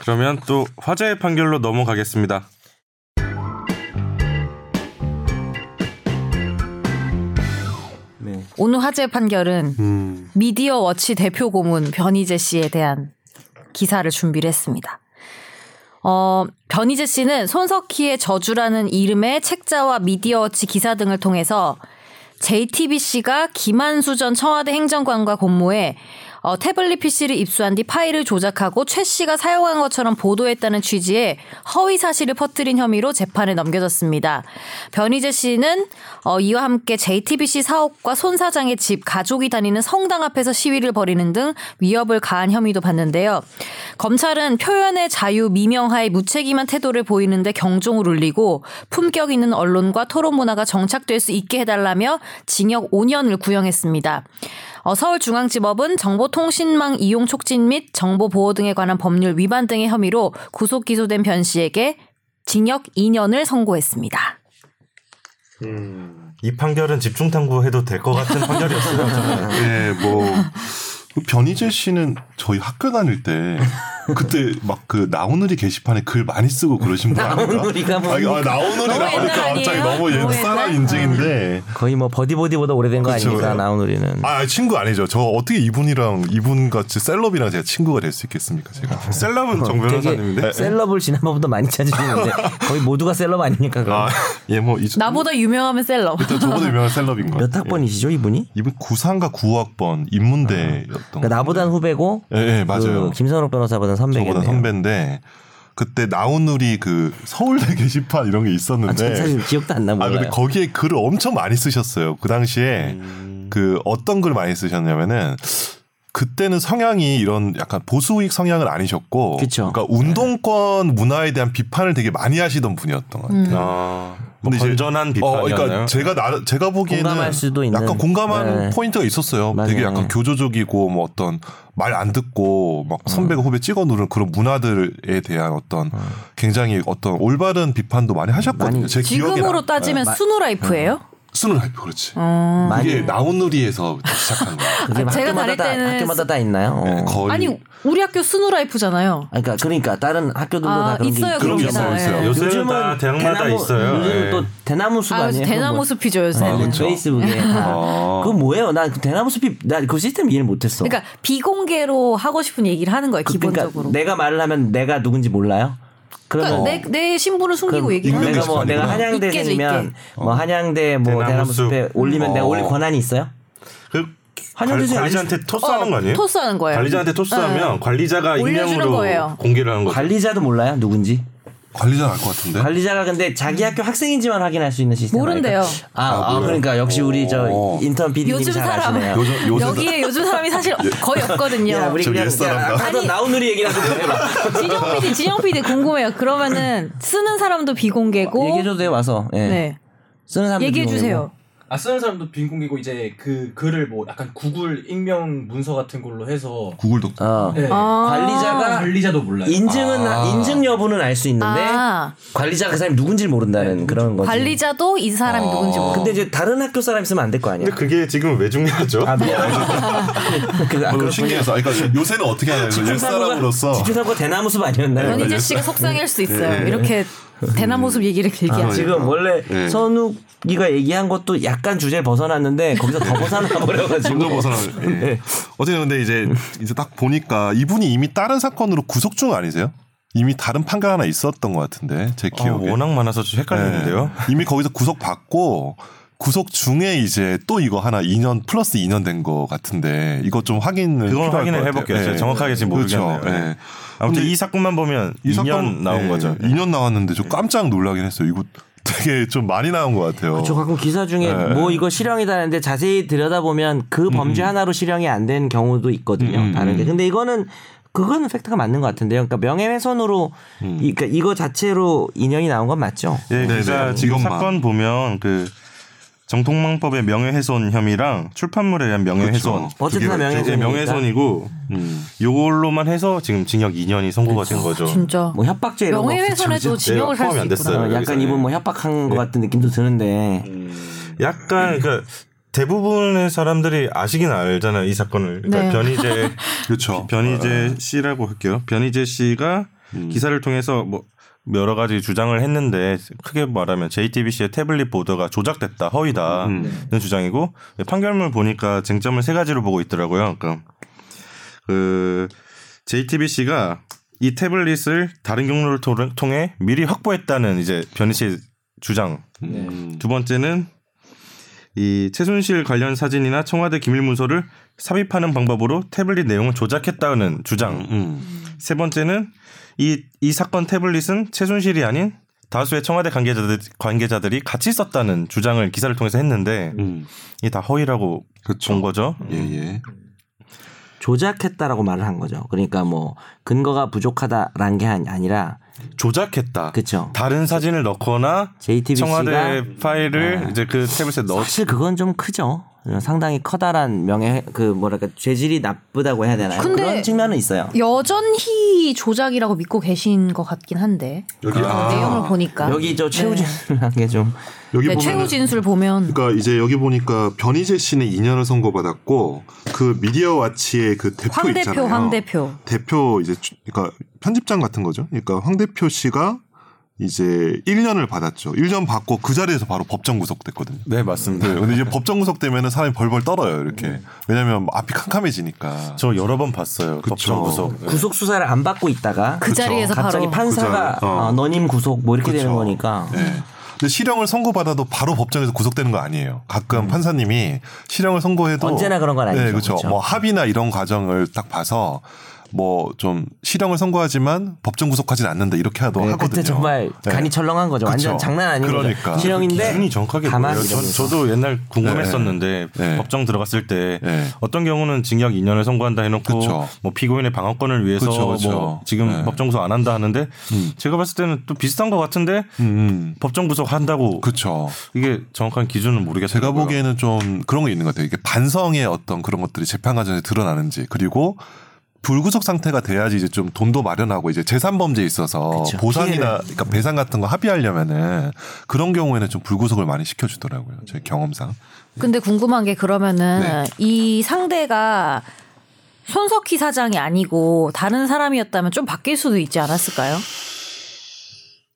Speaker 1: 그러면 또 화제의 판결로 넘어가겠습니다.
Speaker 3: 오늘 화제 판결은
Speaker 4: 음.
Speaker 3: 미디어 워치 대표 고문 변희재 씨에 대한 기사를 준비를 했습니다. 어, 변희재 씨는 손석희의 저주라는 이름의 책자와 미디어 워치 기사 등을 통해서 JTBC가 김한수 전 청와대 행정관과 공모해 어, 태블릿 PC를 입수한 뒤 파일을 조작하고 최 씨가 사용한 것처럼 보도했다는 취지의 허위 사실을 퍼뜨린 혐의로 재판에 넘겨졌습니다. 변희재 씨는 어, 이와 함께 JTBC 사업과 손 사장의 집 가족이 다니는 성당 앞에서 시위를 벌이는 등 위협을 가한 혐의도 받는데요. 검찰은 표현의 자유 미명하에 무책임한 태도를 보이는데 경종을 울리고 품격 있는 언론과 토론 문화가 정착될 수 있게 해달라며 징역 5년을 구형했습니다. 어, 서울중앙지법은 정보통신망 이용 촉진 및 정보보호 등에 관한 법률 위반 등의 혐의로 구속 기소된 변 씨에게 징역 2년을 선고했습니다.
Speaker 1: 이 판결은 집중 탐구해도 될 것 같은 판결이었어요. 저는.
Speaker 2: 예, 뭐. 그 변희재 씨는 저희 학교 다닐 때 그때 막 그 나오늘이 게시판에 글 많이 쓰고 그러신 분 아닌가?
Speaker 4: 나오늘이가
Speaker 2: 아니, 아, 나오늘이
Speaker 3: 너무
Speaker 2: 나오니까
Speaker 3: 옛날
Speaker 2: 갑자기
Speaker 3: 아니에요?
Speaker 2: 너무
Speaker 3: 너무
Speaker 2: 옛사람
Speaker 3: 옛날? 음.
Speaker 2: 인증인데
Speaker 4: 거의 뭐 버디보디보다 오래된 거
Speaker 2: 그쵸.
Speaker 4: 아닙니까 나훈우리는
Speaker 2: 아 친구 아니죠. 저 어떻게 이분이랑 이분 같이 셀럽이랑 제가 친구가 될 수 있겠습니까? 제가 아,
Speaker 1: 셀럽은
Speaker 2: 그
Speaker 1: 정 변호사님인데.
Speaker 4: 아, 되게 셀럽을 지난번보다 많이 찾으시는데 거의 모두가 셀럽 아닙니까 그거?
Speaker 2: 아예뭐
Speaker 3: 나보다 유명하면 셀럽.
Speaker 2: 일단 저보다 유명한 셀럽인 거예요.
Speaker 4: 몇 학번이시죠 이분이?
Speaker 2: 이분 93과 9학번 인문대였던
Speaker 4: 그러니까 나보단 후배고
Speaker 2: 예, 예, 맞아요.
Speaker 4: 그 김선욱 변호사보다 선배겠네요.
Speaker 2: 저보다 선배인데 그때 나온누리 그 서울대 게시판 이런 게
Speaker 4: 아,
Speaker 2: 있었는데
Speaker 4: 전 사실 기억도 안 나
Speaker 2: 아, 근데
Speaker 4: 몰라요.
Speaker 2: 거기에 글을 엄청 많이 쓰셨어요. 그 당시에
Speaker 4: 음.
Speaker 2: 그 어떤 글 많이 쓰셨냐면은 그때는 성향이 이런 약간 보수익 성향은 아니셨고,
Speaker 4: 그쵸. 네.
Speaker 2: 그러니까 운동권 문화에 대한 비판을 되게 많이 하시던 분이었던 것 같아요.
Speaker 3: 음.
Speaker 1: 아, 뭐
Speaker 2: 근데 이제-
Speaker 1: 건전한
Speaker 2: 어, 그러니까
Speaker 1: 비판이었나요?
Speaker 2: 제가 나 제가 보기에는
Speaker 4: 공감할 수도 있는.
Speaker 2: 약간 공감하는
Speaker 4: 네.
Speaker 2: 포인트가 있었어요.
Speaker 4: 맞아요. 네.
Speaker 2: 되게 약간 교조적이고 뭐 어떤 말 안 듣고
Speaker 4: 음.
Speaker 2: 막 선배가 후배 찍어 누르는 그런 문화들에 대한 어떤 굉장히 어떤 올바른 비판도 많이 네. 하셨거든요.
Speaker 4: 많이
Speaker 2: 제
Speaker 3: 지금으로
Speaker 2: 기억에
Speaker 3: 따지면 수노라이프예요?
Speaker 2: 수능 라이프 그렇지.
Speaker 4: 많이
Speaker 2: 이게 나온누리에서 시작한 거야.
Speaker 4: 그게
Speaker 3: 제가
Speaker 4: 학교마다
Speaker 3: 다닐
Speaker 4: 다,
Speaker 3: 때는
Speaker 4: 학교마다 다 있나요? 어.
Speaker 2: 네, 거의
Speaker 3: 아니 우리 학교 수노라이프잖아요.
Speaker 4: 아, 그러니까 그러니까 다른 학교들도
Speaker 3: 아,
Speaker 4: 다 그런
Speaker 3: 있어요,
Speaker 4: 게
Speaker 3: 그런
Speaker 4: 있-
Speaker 3: 게 있어요, 있어요.
Speaker 1: 요새는 다 대학마다
Speaker 4: 대나무-
Speaker 1: 있어요. 그렇죠.
Speaker 4: 요즘
Speaker 1: 예.
Speaker 4: 또 대나무 숲
Speaker 3: 아,
Speaker 4: 아니에요?
Speaker 3: 대나무 숲이죠
Speaker 4: 뭐,
Speaker 3: 요새는.
Speaker 4: 네, 페이스북에 다.
Speaker 1: 아.
Speaker 2: 어.
Speaker 4: 그건 뭐예요? 난그 대나무 숲이 나 그 시스템 이해를 못했어.
Speaker 3: 그러니까 비공개로 하고 싶은 얘기를 하는 거예요
Speaker 4: 그- 그러니까
Speaker 3: 기본적으로.
Speaker 4: 내가 말을 하면 내가 누군지 몰라요? 그러면
Speaker 3: 그러니까 내, 내 신분을 숨기고
Speaker 4: 그럼
Speaker 3: 얘기하는 어.
Speaker 2: 익명
Speaker 4: 내가 뭐
Speaker 2: 게시판이구나.
Speaker 4: 내가
Speaker 3: 있게.
Speaker 4: 한양대생이면 뭐 한양대 뭐
Speaker 1: 어. 대나무
Speaker 4: 대나무 숲에
Speaker 1: 숲.
Speaker 4: 올리면 내가
Speaker 1: 어.
Speaker 4: 올릴 권한이 있어요?
Speaker 1: 그
Speaker 4: 한현준 씨
Speaker 1: 관- 관리자한테 토스하는
Speaker 3: 어,
Speaker 1: 거 아니에요?
Speaker 3: 토스하는 거예요. 네.
Speaker 1: 관리자한테 토스하면 관리자가
Speaker 3: 올려주는
Speaker 1: 익명으로
Speaker 3: 거예요.
Speaker 1: 공개를 하는 거죠. 네?
Speaker 4: 관리자도 몰라요 누군지?
Speaker 2: 관리자는 알 것 같은데.
Speaker 4: 관리자가 근데 자기 학교 학생인지만 확인할 수 있는 시스템
Speaker 3: 모른대요.
Speaker 4: 아닐까? 아, 아, 그러니까 역시 우리 저
Speaker 1: 어.
Speaker 4: 인턴 PD님
Speaker 3: 요즘
Speaker 4: 잘
Speaker 3: 사람.
Speaker 4: 아시네요.
Speaker 2: 요즘 요새
Speaker 3: 여기에 요즘 사람이 사실 거의 없거든요.
Speaker 4: 예. 야 우리 그
Speaker 2: 저
Speaker 4: 그냥
Speaker 2: 옛사람다.
Speaker 4: 하던
Speaker 3: 아니.
Speaker 4: 나오누리 얘기나 좀 해봐.
Speaker 3: 진영 PD, 진영 PD 궁금해요. 그러면은 쓰는 사람도 비공개고
Speaker 4: 얘기해줘도 돼요 와서. 예.
Speaker 3: 어? 네.
Speaker 4: 쓰는 사람
Speaker 3: 얘기해 주세요.
Speaker 6: 아 쓰는 사람도 빈공개고 이제 그 글을 뭐 약간 구글 익명 문서 같은 걸로 해서
Speaker 2: 구글 독.
Speaker 4: 어.
Speaker 6: 네.
Speaker 4: 관리자가
Speaker 6: 관리자도 몰라요.
Speaker 4: 인증은 인증 여부는 알 수 있는데
Speaker 3: 아, 네.
Speaker 4: 관리자가 그 사람이 누군지 를 모른다는 그런 거지.
Speaker 3: 관리자도 이 사람이
Speaker 4: 아.
Speaker 3: 누군지 모르.
Speaker 4: 근데 이제 다른 학교 사람 있으면 안 될 거 아니야.
Speaker 1: 근데 그게 지금 왜 중요하죠?
Speaker 4: 아, 미안. 그, 아,
Speaker 2: 어,
Speaker 4: 그렇군요.
Speaker 2: 신기해서. 아, 그러니까 요새는 어떻게 하냐면 옛 사람으로서
Speaker 4: 집중사고가 대나무 숲 아니었나요?
Speaker 3: 변희재 씨가 속상할 해수 있어요. 이렇게 대나무숲 얘기를 길게 하죠.
Speaker 4: 네. 아, 지금 원래
Speaker 2: 예.
Speaker 4: 선욱이가 얘기한 것도 약간 주제를 벗어났는데 거기서 더 벗어나 버려가지고
Speaker 2: 좀더 벗어나. 예. 어쨌든 근데 이제 이제 딱 보니까 이분이 이미 다른 사건으로 구속 중 아니세요? 이미 다른 판결 하나 있었던 것 같은데 제
Speaker 1: 아,
Speaker 2: 기억에.
Speaker 1: 워낙 많아서 좀 헷갈리는데요.
Speaker 2: 네. 이미 거기서 구속 받고 구속 중에 이제 또 이거 하나 2년 플러스 2년 된 거 같은데 이거 좀 확인을
Speaker 1: 그건
Speaker 2: 필요할
Speaker 1: 확인을
Speaker 2: 것 같아요. 네.
Speaker 1: 해볼게요. 제가 정확하게 지금 모르겠네요.
Speaker 2: 그렇죠. 예.
Speaker 1: 네. 아무튼
Speaker 2: 근데
Speaker 1: 이 사건만 네. 보면
Speaker 2: 이
Speaker 1: 2년
Speaker 2: 사건-
Speaker 1: 나온
Speaker 2: 예,
Speaker 1: 거죠.
Speaker 2: 2년 나왔는데 저 깜짝 놀라긴 했어요. 이거 되게 좀 많이 나온 것 같아요.
Speaker 4: 저 가끔 기사 중에
Speaker 2: 네.
Speaker 4: 뭐 이거 실형이다는데 자세히 들여다보면 그
Speaker 1: 음.
Speaker 4: 범죄 하나로 실형이 안 된 경우도 있거든요. 다른 게. 근데 이거는 그거는 팩트가 맞는 것 같은데요. 그러니까 명예훼손으로
Speaker 1: 음.
Speaker 4: 이, 그러니까 이거 자체로 인연이 나온 건 맞죠?
Speaker 1: 예,
Speaker 2: 네네.
Speaker 1: 기자 지금
Speaker 2: 이것만.
Speaker 1: 사건 보면 그 정통망법의 명예훼손 혐의랑 출판물에 대한 명예훼손.
Speaker 2: 그렇죠.
Speaker 4: 어쨌든 다
Speaker 2: 그게
Speaker 1: 이제
Speaker 4: 명예훼손.
Speaker 1: 명예훼손이고 요걸로만 해서 지금 징역 2년이 선고가 된
Speaker 3: 그렇죠.
Speaker 1: 거죠.
Speaker 3: 진짜
Speaker 4: 뭐 협박죄 이런 거 없었죠.
Speaker 3: 명예훼손에도
Speaker 1: 네,
Speaker 3: 징역을
Speaker 1: 음.
Speaker 3: 살 수
Speaker 1: 포함이 안
Speaker 4: 어,
Speaker 1: 됐어요.
Speaker 3: 있구나.
Speaker 4: 약간
Speaker 1: 여기서는.
Speaker 4: 이분 뭐 협박한 것 같은 느낌도 드는데
Speaker 1: 약간 그러니까 대부분의 사람들이 아시긴 알잖아요 이 사건을. 그러니까
Speaker 3: 네.
Speaker 1: 변희재
Speaker 2: 그렇죠.
Speaker 1: 변희재 씨라고 할게요. 변희재 씨가
Speaker 2: 음.
Speaker 1: 기사를 통해서 뭐 여러 가지 주장을 했는데 크게 말하면 JTBC의 태블릿 보도가 조작됐다, 허위다는
Speaker 2: 음.
Speaker 1: 주장이고 판결문 보니까 쟁점을 세 가지로 보고 있더라고요. 그러니까 그 JTBC가 이 태블릿을 다른 경로를 토- 통해
Speaker 2: 음.
Speaker 3: 네.
Speaker 1: 미리 확보했다는 이제 변희 씨의 주장. 두 번째는 이 최순실 관련 사진이나 청와대 기밀 문서를 삽입하는 방법으로 태블릿 내용을 조작했다는 주장.
Speaker 2: 음.
Speaker 1: 세 번째는 이, 이 사건 태블릿은 최순실이 아닌 다수의 청와대 관계자들, 관계자들이 같이 썼다는 주장을 기사를 통해서 했는데
Speaker 2: 음.
Speaker 1: 이게 다 허위라고 본 거죠.
Speaker 2: 예, 예.
Speaker 4: 조작했다라고 말을 한 거죠. 그러니까 뭐 근거가 부족하다라는 게 아니- 아니라
Speaker 1: 조작했다.
Speaker 4: 그쵸.
Speaker 1: 다른 사진을 넣거나
Speaker 4: JTBC가
Speaker 1: 청와대 파일을 이제 그 태블릿에 넣었
Speaker 4: 사실 그건 좀 크죠. 상당히 커다란 명예 그 뭐랄까 죄질이 나쁘다고 해야 되나요?
Speaker 3: 근데-
Speaker 4: 그런 측면은 있어요.
Speaker 3: 여전히 조작이라고 믿고 계신 것 같긴 한데 그
Speaker 2: 여기 아,
Speaker 3: 내용을 보니까
Speaker 4: 여기 저 최우진이라는 게좀
Speaker 2: 여기
Speaker 3: 네,
Speaker 2: 보면은-
Speaker 3: 최후 진술 보면
Speaker 2: 그러니까 이제 여기 보니까 변희재 씨는 2년을 선고받았고 그 미디어 와치의 그 대표
Speaker 3: 황 대표
Speaker 2: 있잖아요.
Speaker 3: 황 대표
Speaker 2: 대표 이제 주- 그러니까 편집장 같은 거죠. 그러니까 황 대표 씨가 이제 1년을 받았죠. 1년 받고 그 자리에서 바로 법정 구속됐거든요.
Speaker 1: 네 맞습니다.
Speaker 2: 네, 근데 이제 법정 구속되면은 사람이 벌벌 떨어요 이렇게. 왜냐면 앞이 캄캄해지니까.
Speaker 1: 저 여러 번 봤어요.
Speaker 2: 그쵸.
Speaker 1: 법정
Speaker 2: 네.
Speaker 1: 구속. 네.
Speaker 4: 구속 수사를 안 받고 있다가
Speaker 3: 그 자리에서
Speaker 4: 갑자기
Speaker 3: 바로
Speaker 4: 판사가
Speaker 2: 그죠. 어.
Speaker 4: 어, 너님 구속 뭐 이렇게 되는
Speaker 2: 그쵸.
Speaker 4: 거니까
Speaker 2: 네. 근데 실형을 선고받아도 바로 법정에서 구속되는 거 아니에요.
Speaker 1: 음.
Speaker 2: 가끔 판사님이 실형을 선고해도
Speaker 4: 언제나 그런 건 아니죠.
Speaker 2: 네, 그렇죠.
Speaker 4: 그쵸.
Speaker 2: 뭐 합의나 이런 과정을 딱 봐서 뭐 좀 실형을 선고하지만 법정 구속하진 않는다 이렇게 하도
Speaker 4: 네,
Speaker 2: 뭐 하거든요.
Speaker 4: 그때 정말
Speaker 2: 네.
Speaker 4: 간이 철렁한 거죠. 완전
Speaker 2: 그쵸.
Speaker 4: 장난 아닌
Speaker 2: 그러니까.
Speaker 4: 거죠. 실형인데
Speaker 1: 기준이 정확하게
Speaker 4: 가만히
Speaker 1: 뭐예요? 저,
Speaker 4: 있으면서.
Speaker 1: 저도 옛날 궁금했었는데
Speaker 2: 네.
Speaker 1: 법정 들어갔을 때
Speaker 2: 네.
Speaker 1: 어떤 경우는 징역 2년을 선고한다 해놓고
Speaker 2: 그쵸.
Speaker 1: 뭐 피고인의 방어권을 위해서
Speaker 2: 그쵸, 그쵸.
Speaker 1: 뭐 지금
Speaker 2: 네.
Speaker 1: 법정 구속 안 한다 하는데 제가 봤을 때는 또 비슷한 것 같은데
Speaker 2: 음,
Speaker 1: 법정 구속 한다고
Speaker 2: 그렇죠.
Speaker 1: 이게 정확한 기준은 모르겠어요.
Speaker 2: 그러니까 제가 보기에는 좀 그런 게 있는 것 같아요. 이게 반성의 어떤 그런 것들이 재판 과정에 드러나는지 그리고 불구속 상태가 돼야지 이제 좀 돈도 마련하고 이제 재산 범죄에 있어서
Speaker 4: 그쵸.
Speaker 2: 보상이나 그러니까 배상 같은 거 합의하려면은 그런 경우에는 좀 불구속을 많이 시켜주더라고요. 제 경험상.
Speaker 3: 근데 궁금한 게 그러면은
Speaker 2: 네.
Speaker 3: 이 상대가 손석희 사장이 아니고 다른 사람이었다면 좀 바뀔 수도 있지 않았을까요?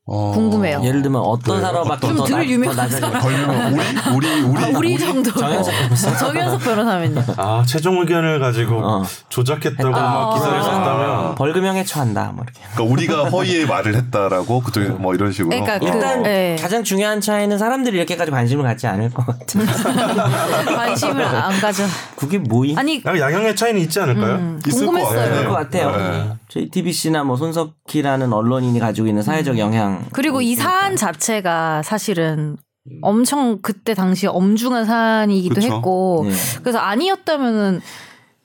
Speaker 2: 어.
Speaker 3: 궁금해요.
Speaker 4: 예를 들면 어떤
Speaker 2: 네,
Speaker 4: 사람밖에
Speaker 3: 어떤- 좀덜 유명한 사람.
Speaker 2: 걸면 우리 우리 우리
Speaker 3: 아, 우리 정도
Speaker 4: 정현석 변호사.
Speaker 3: 정현석 변호사면요.
Speaker 1: 아 최종 의견을 가지고
Speaker 4: 어.
Speaker 1: 조작했다고 막 기사를 썼다면
Speaker 4: 아. 벌금형에 처한다 뭐 이렇게.
Speaker 2: 그러니까 우리가 허위의 말을 했다라고 그쪽에 뭐 이런 식으로.
Speaker 3: 그러니까 그-
Speaker 4: 일단
Speaker 3: 네.
Speaker 4: 가장 중요한 차이는 사람들이 이렇게까지 관심을 갖지 않을 것 같아.
Speaker 3: 관심을 안 가져.
Speaker 4: 그게 뭐이?
Speaker 3: 아니
Speaker 1: 약간 양형의 차이는 있지 않을까요?
Speaker 4: 음,
Speaker 2: 있을 것
Speaker 3: 궁금했어요.
Speaker 4: 그럴 것 같아요. 저희 TBC나 뭐 손석희라는 언론인이 가지고 있는 사회적 영향.
Speaker 3: 그리고 이
Speaker 4: 그러니까.
Speaker 3: 사안 자체가 사실은 엄청 그때 당시 엄중한 사안이기도
Speaker 2: 그쵸.
Speaker 3: 했고
Speaker 4: 네.
Speaker 3: 그래서 아니었다면은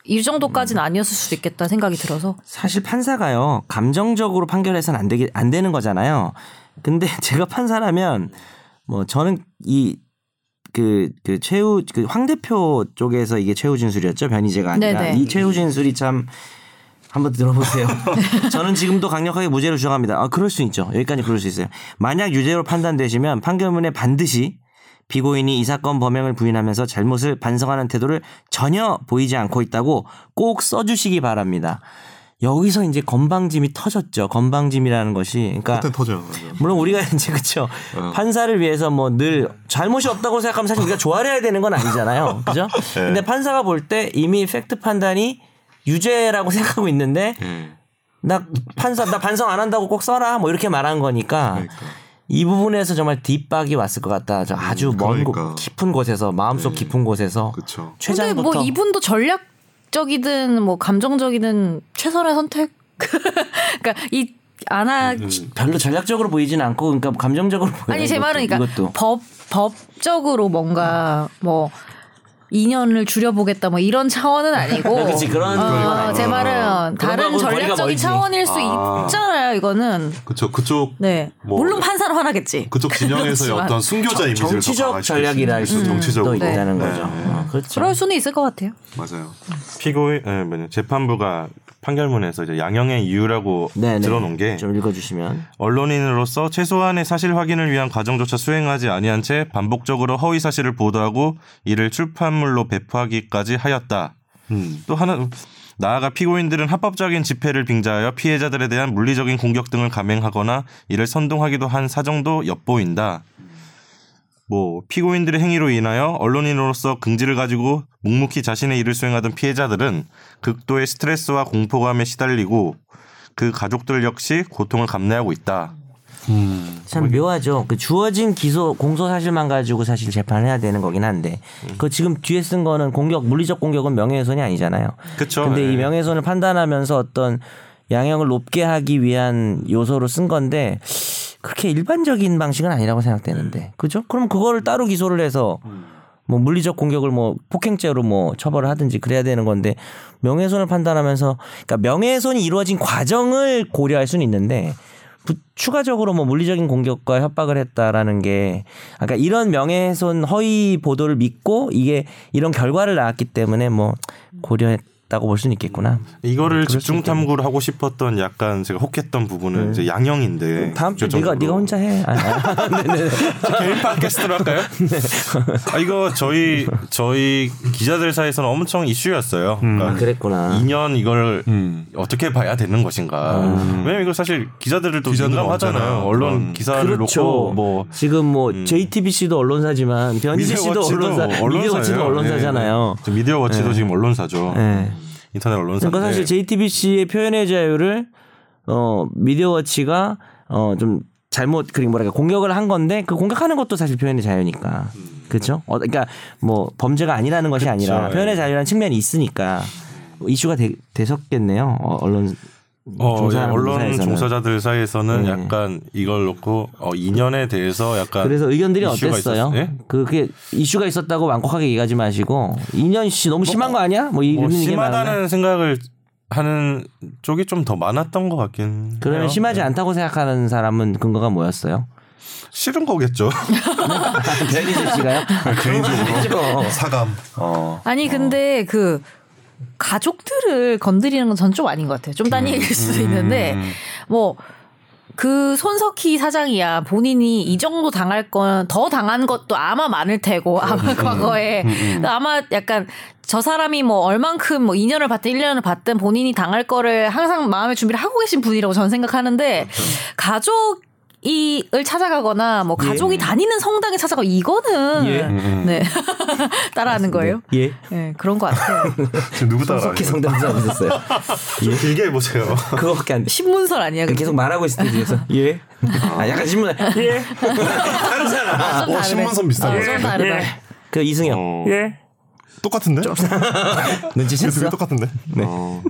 Speaker 3: 이
Speaker 4: 음.
Speaker 3: 정도까지는 아니었을 수도 있겠다 생각이 들어서
Speaker 4: 사실 판사가요 감정적으로 판결해서는 안 되기 안 되는 거잖아요. 근데 제가 판사라면 뭐 저는 이 그 그 최우 그 황 대표 쪽에서 이게 최우 진술이었죠 변희재가 아니라
Speaker 3: 네네.
Speaker 4: 이 최우 진술이 참 한번 들어보세요. 저는 지금도 강력하게 무죄를 주장합니다. 아 그럴 수 있죠. 여기까지 그럴 수 있어요. 만약 유죄로 판단되시면 판결문에 반드시 피고인이 이 사건 범행을 부인하면서 잘못을 반성하는 태도를 전혀 보이지 않고 있다고 꼭 써주시기 바랍니다. 여기서 이제 건방짐이 터졌죠. 건방짐이라는 것이 그러니까
Speaker 2: 그때 터져요.
Speaker 4: 물론 우리가 이제 그쵸
Speaker 2: 어.
Speaker 4: 판사를 위해서 뭐 늘 잘못이 없다고 생각하면 사실 우리가 조아려야 되는 건 아니잖아요 그죠
Speaker 2: 네.
Speaker 4: 근데 판사가 볼 때 이미 팩트 판단이 유죄라고 생각하고 있는데
Speaker 2: 음. 네.
Speaker 4: 나 판사 나 반성 안 한다고 꼭 써라 뭐 이렇게 말한 거니까
Speaker 2: 그러니까.
Speaker 4: 이 부분에서 정말 뒷박이 왔을 것 같다 저 아주 먼 곳,
Speaker 2: 음, 그러니까. 네.
Speaker 4: 깊은 곳에서 마음속 깊은 곳에서
Speaker 2: 그렇죠.
Speaker 3: 근데
Speaker 4: 최장부터
Speaker 3: 뭐 이분도 전략적이든 뭐 감정적이든 최선의 선택 그러니까 이 안 하
Speaker 4: 음, 별로 전략적으로 보이진 않고 그러니까 감정적으로 보이는
Speaker 3: 아니 제
Speaker 4: 것도-
Speaker 3: 말은 그러니까
Speaker 4: 이것도
Speaker 3: 법 법적으로 뭔가 뭐 인연을 줄여보겠다 뭐 이런 차원은 아니고
Speaker 4: 그치, 그런 건
Speaker 3: 어,
Speaker 4: 아니고.
Speaker 3: 제 말은
Speaker 4: 그런
Speaker 3: 다른
Speaker 4: 거하고는 거리가
Speaker 3: 전략적인
Speaker 4: 멀지.
Speaker 3: 차원일 수 있잖아요 이거는
Speaker 2: 그렇죠. 그쪽
Speaker 3: 네
Speaker 2: 뭐-
Speaker 3: 물론 판사는 화나겠지
Speaker 2: 그쪽 진영에서의
Speaker 3: 그렇지만
Speaker 2: 어떤 숨겨자 이미지를 더
Speaker 4: 정치적
Speaker 2: 강화시킬
Speaker 4: 전략이라 할
Speaker 2: 수 있는 음.
Speaker 4: 수도
Speaker 2: 정치적으로
Speaker 3: 음.
Speaker 4: 있다는
Speaker 2: 네.
Speaker 4: 거죠. 어, 그렇죠.
Speaker 3: 그럴 수는 있을 것 같아요
Speaker 2: 맞아요.
Speaker 1: 피고인 에, 뭐냐, 재판부가 판결문에서 이제 양형의 이유라고
Speaker 4: 네네.
Speaker 1: 들어놓은 게
Speaker 4: 좀 읽어주시면
Speaker 1: 언론인으로서 최소한의 사실 확인을 위한 과정조차 수행하지 아니한 채 반복적으로 허위 사실을 보도하고 이를 출판물로 배포하기까지 하였다.
Speaker 2: 음.
Speaker 1: 또 하나 나아가 피고인들은 합법적인 집회를 빙자하여 피해자들에 대한 물리적인 공격 등을 감행하거나 이를 선동하기도 한 사정도 엿보인다. 뭐 피고인들의 행위로 인하여 언론인으로서 긍지를 가지고 묵묵히 자신의 일을 수행하던 피해자들은 극도의 스트레스와 공포감에 시달리고 그 가족들 역시 고통을 감내하고 있다.
Speaker 4: 참 묘하죠. 그 주어진 기소 공소 사실만 가지고 사실 재판해야 을 되는 거긴 한데
Speaker 1: 음.
Speaker 4: 그 지금 뒤에 쓴 거는 공격 물리적 공격은 명예훼손이 아니잖아요.
Speaker 1: 그쵸.
Speaker 4: 근데
Speaker 1: 예.
Speaker 4: 이 명예훼손을 판단하면서 어떤 양형을 높게 하기 위한 요소로 쓴 건데 그렇게 일반적인 방식은 아니라고
Speaker 1: 음.
Speaker 4: 생각되는데 그죠? 그럼 그거를 따로 기소를 해서 뭐 물리적 공격을 뭐 폭행죄로 뭐 처벌을 하든지 그래야 되는 건데 명예훼손을 판단하면서 그러니까 명예훼손이 이루어진 과정을 고려할 수는 있는데 부- 추가적으로 뭐 물리적인 공격과 협박을 했다라는 게 아까 이런 명예훼손 허위 보도를 믿고 이게 이런 결과를 낳았기 때문에 뭐 고려했다고 볼 수는 있겠구나. 음,
Speaker 1: 이거를 집중 탐구를 하고 싶었던 약간 제가 혹했던 부분은 이제 양형인데
Speaker 4: 네. 다음 주에 네가
Speaker 1: 결정적으로.
Speaker 4: 네가 혼자 해. 아, 아.
Speaker 1: 개인 팟캐스트로 할까요? 아, 이거 저희 저희 기자들 사이에서는 엄청 이슈였어요. 그러니까
Speaker 4: 음. 아, 그랬구나.
Speaker 1: 2년 이걸
Speaker 2: 음.
Speaker 1: 어떻게 봐야 되는 것인가.
Speaker 4: 아.
Speaker 1: 왜냐면 이거 사실 기자들도
Speaker 2: 기자들
Speaker 1: 민감하잖아요.
Speaker 2: 많잖아요.
Speaker 1: 언론
Speaker 2: 음.
Speaker 1: 기사를 놓고 뭐
Speaker 4: 그렇죠. 지금 뭐 JTBC도 언론사지만 변희재 씨도
Speaker 1: 미디어워치도
Speaker 4: 언론사,
Speaker 1: 언론사예요.
Speaker 4: 미디어워치도 언론사잖아요.
Speaker 1: 예, 예. 미디어 워치도 지금 언론사죠.
Speaker 4: 예.
Speaker 1: 인터넷 언론사.
Speaker 4: 그러니까 사실 JTBC의 표현의 자유를 어 미디어워치가 어 좀 잘못 그리고 뭐랄까 공격을 한 건데 그 공격하는 것도 사실 표현의 자유니까 그렇죠? 어, 그러니까 뭐 범죄가 아니라는 것이 아니라
Speaker 1: 음. 예.
Speaker 4: 표현의 자유라는 측면이 있었으니까 이슈가 되, 되셨겠네요. 어, 언론
Speaker 1: 어, 예,
Speaker 4: 종사하는
Speaker 1: 언론
Speaker 4: 분사에서는.
Speaker 1: 종사자들 사이에서는
Speaker 4: 예.
Speaker 1: 약간 이걸 놓고 어, 인연에 대해서 약간
Speaker 4: 그래서 의견들이
Speaker 1: 아, 이슈가
Speaker 4: 어땠어요?
Speaker 1: 있었- 예?
Speaker 4: 그 그게 이슈가 있었다고 완곡하게 얘기하지 마시고 인연 씨 너무 심한 거 아니야? 뭐 이런
Speaker 1: 뭐
Speaker 4: 얘기 많아.
Speaker 1: 심하다는 생각을 하는 쪽이 좀 더 많았던 것 같긴.
Speaker 4: 그러면
Speaker 1: 해요. 네.
Speaker 4: 심하지 않다고 생각하는 사람은 근거가 뭐였어요?
Speaker 2: 싫은 거겠죠.
Speaker 1: 아, 네.
Speaker 4: 변희재 씨가요?
Speaker 1: 그-
Speaker 2: 개인적으로 사감.
Speaker 3: 아니 근데 그 가족들을 건드리는 건 전 좀 아닌 것 같아요. 좀 딴 얘기일 수도 있는데 뭐 그 손석희 사장이야 본인이 이 정도 당할 건 더 당한 것도 아마 많을 테고 아마 과거에 아마 약간 저 사람이 뭐 얼만큼 뭐 2년을 받든 1년을 받든 본인이 당할 거를 항상 마음의 준비를 하고 계신 분이라고 저는 생각하는데 가족 이을 찾아가거나 뭐 가족이 다니는 성당에 찾아가 이거는 네 따라하는 거예요.
Speaker 4: 예.
Speaker 3: 네, 그런 것 같아요.
Speaker 2: 지금 누구 따라?
Speaker 4: 속히 성대모사 하셨어요.
Speaker 2: 좀 길게 해보세요.
Speaker 4: 그거밖에 안 돼.
Speaker 3: 신문설 아니야, 그게.
Speaker 4: 계속 말하고 있을 때 뒤에서 예. 아, 약간 신문 예.
Speaker 3: 아, 좀
Speaker 2: 어,
Speaker 3: 다르네.
Speaker 2: 신문선 비슷하네.
Speaker 3: 어, 좀 다르다.
Speaker 4: 그 이승엽
Speaker 2: 어,
Speaker 4: 예.
Speaker 2: 똑같은데?
Speaker 4: 눈치챘어?
Speaker 2: 되게 똑같은데?
Speaker 1: 어,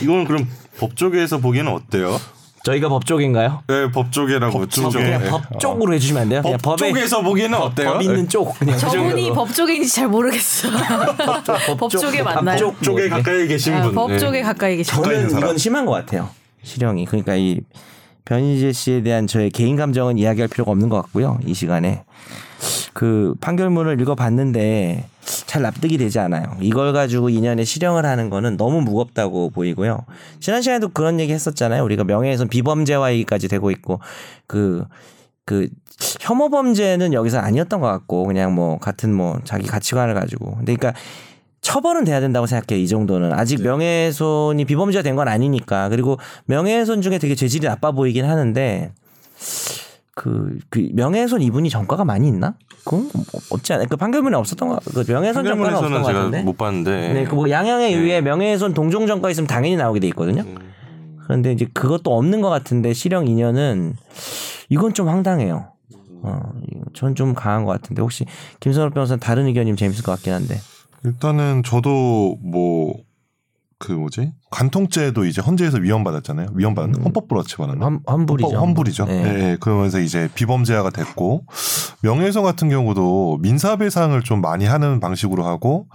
Speaker 1: 이건 그럼 법조계에서 보기에는 어때요?
Speaker 4: 저희가 법쪽인가요?
Speaker 1: 네, 법조계라고 예.
Speaker 4: 아,
Speaker 1: 쪽에.
Speaker 4: 그냥 법쪽으로 해주시면 안 돼요? 그냥 법에
Speaker 1: 법조계에서 보기에는 어때요? 예.
Speaker 4: 법 있는 쪽 그냥 그
Speaker 3: 저분이
Speaker 4: 정도로.
Speaker 3: 법조계인지 잘 모르겠어. 법조계 맞나요?
Speaker 4: 법쪽 네.
Speaker 1: 쪽에 가까이 계신
Speaker 3: 아,
Speaker 1: 분.
Speaker 3: 법조계 가까이 계신 분.
Speaker 2: 있는
Speaker 4: 저는
Speaker 2: 사람.
Speaker 4: 이건 심한 것 같아요. 실형이 그러니까 이 변희재 씨에 대한 저의 개인 감정은 이야기할 필요가 없는 것 같고요. 이 시간에 그 판결문을 읽어봤는데 잘 납득이 되지 않아요. 이걸 가지고 2년의 실형을 하는 거는 너무 무겁다고 보이고요. 지난 시간에도 그런 얘기 했었잖아요. 우리가 명예훼손 비범죄화 얘기까지 되고 있고 그. 그 혐오 범죄는 여기서 아니었던 것 같고 그냥 뭐 같은 뭐 자기 가치관을 가지고 근데 그러니까 처벌은 돼야 된다고 생각해요. 이 정도는 아직
Speaker 1: 네.
Speaker 4: 명예훼손이 비범죄가 된 건 아니니까 그리고 명예훼손 중에 되게 재질이 나빠 보이긴 하는데 그, 그 명예훼손 이분이 전과가 많이 있나? 그건 없지 않아요. 그 판결문에 없었던 거, 그 명예훼손 전과는 없었던
Speaker 1: 판결문에서는
Speaker 4: 것
Speaker 1: 제가
Speaker 4: 같은데.
Speaker 1: 못 봤는데.
Speaker 4: 네, 그 뭐 양형에 의해 명예훼손 동종 전과 있으면 당연히 나오게 돼 있거든요.
Speaker 1: 음.
Speaker 4: 그런데 이제 그것도 없는 것 같은데 실형 2년은 이건 좀 황당해요. 어, 전 좀 강한 것 같은데 혹시 김선호 변호사 는 다른 의견이면 재밌을 것 같긴 한데.
Speaker 2: 일단은 저도 뭐 그 뭐지 관통죄도 이제 헌재에서 위헌받았잖아요. 위헌받은 헌법 불어치받았나?
Speaker 4: 환- 환불이죠.
Speaker 2: 음. 헌법- 헌불이죠.
Speaker 4: 예.
Speaker 2: 예. 예. 그러면서 이제 비범죄화가 됐고 명예훼손 같은 경우도 민사배상을 좀 많이 하는 방식으로 하고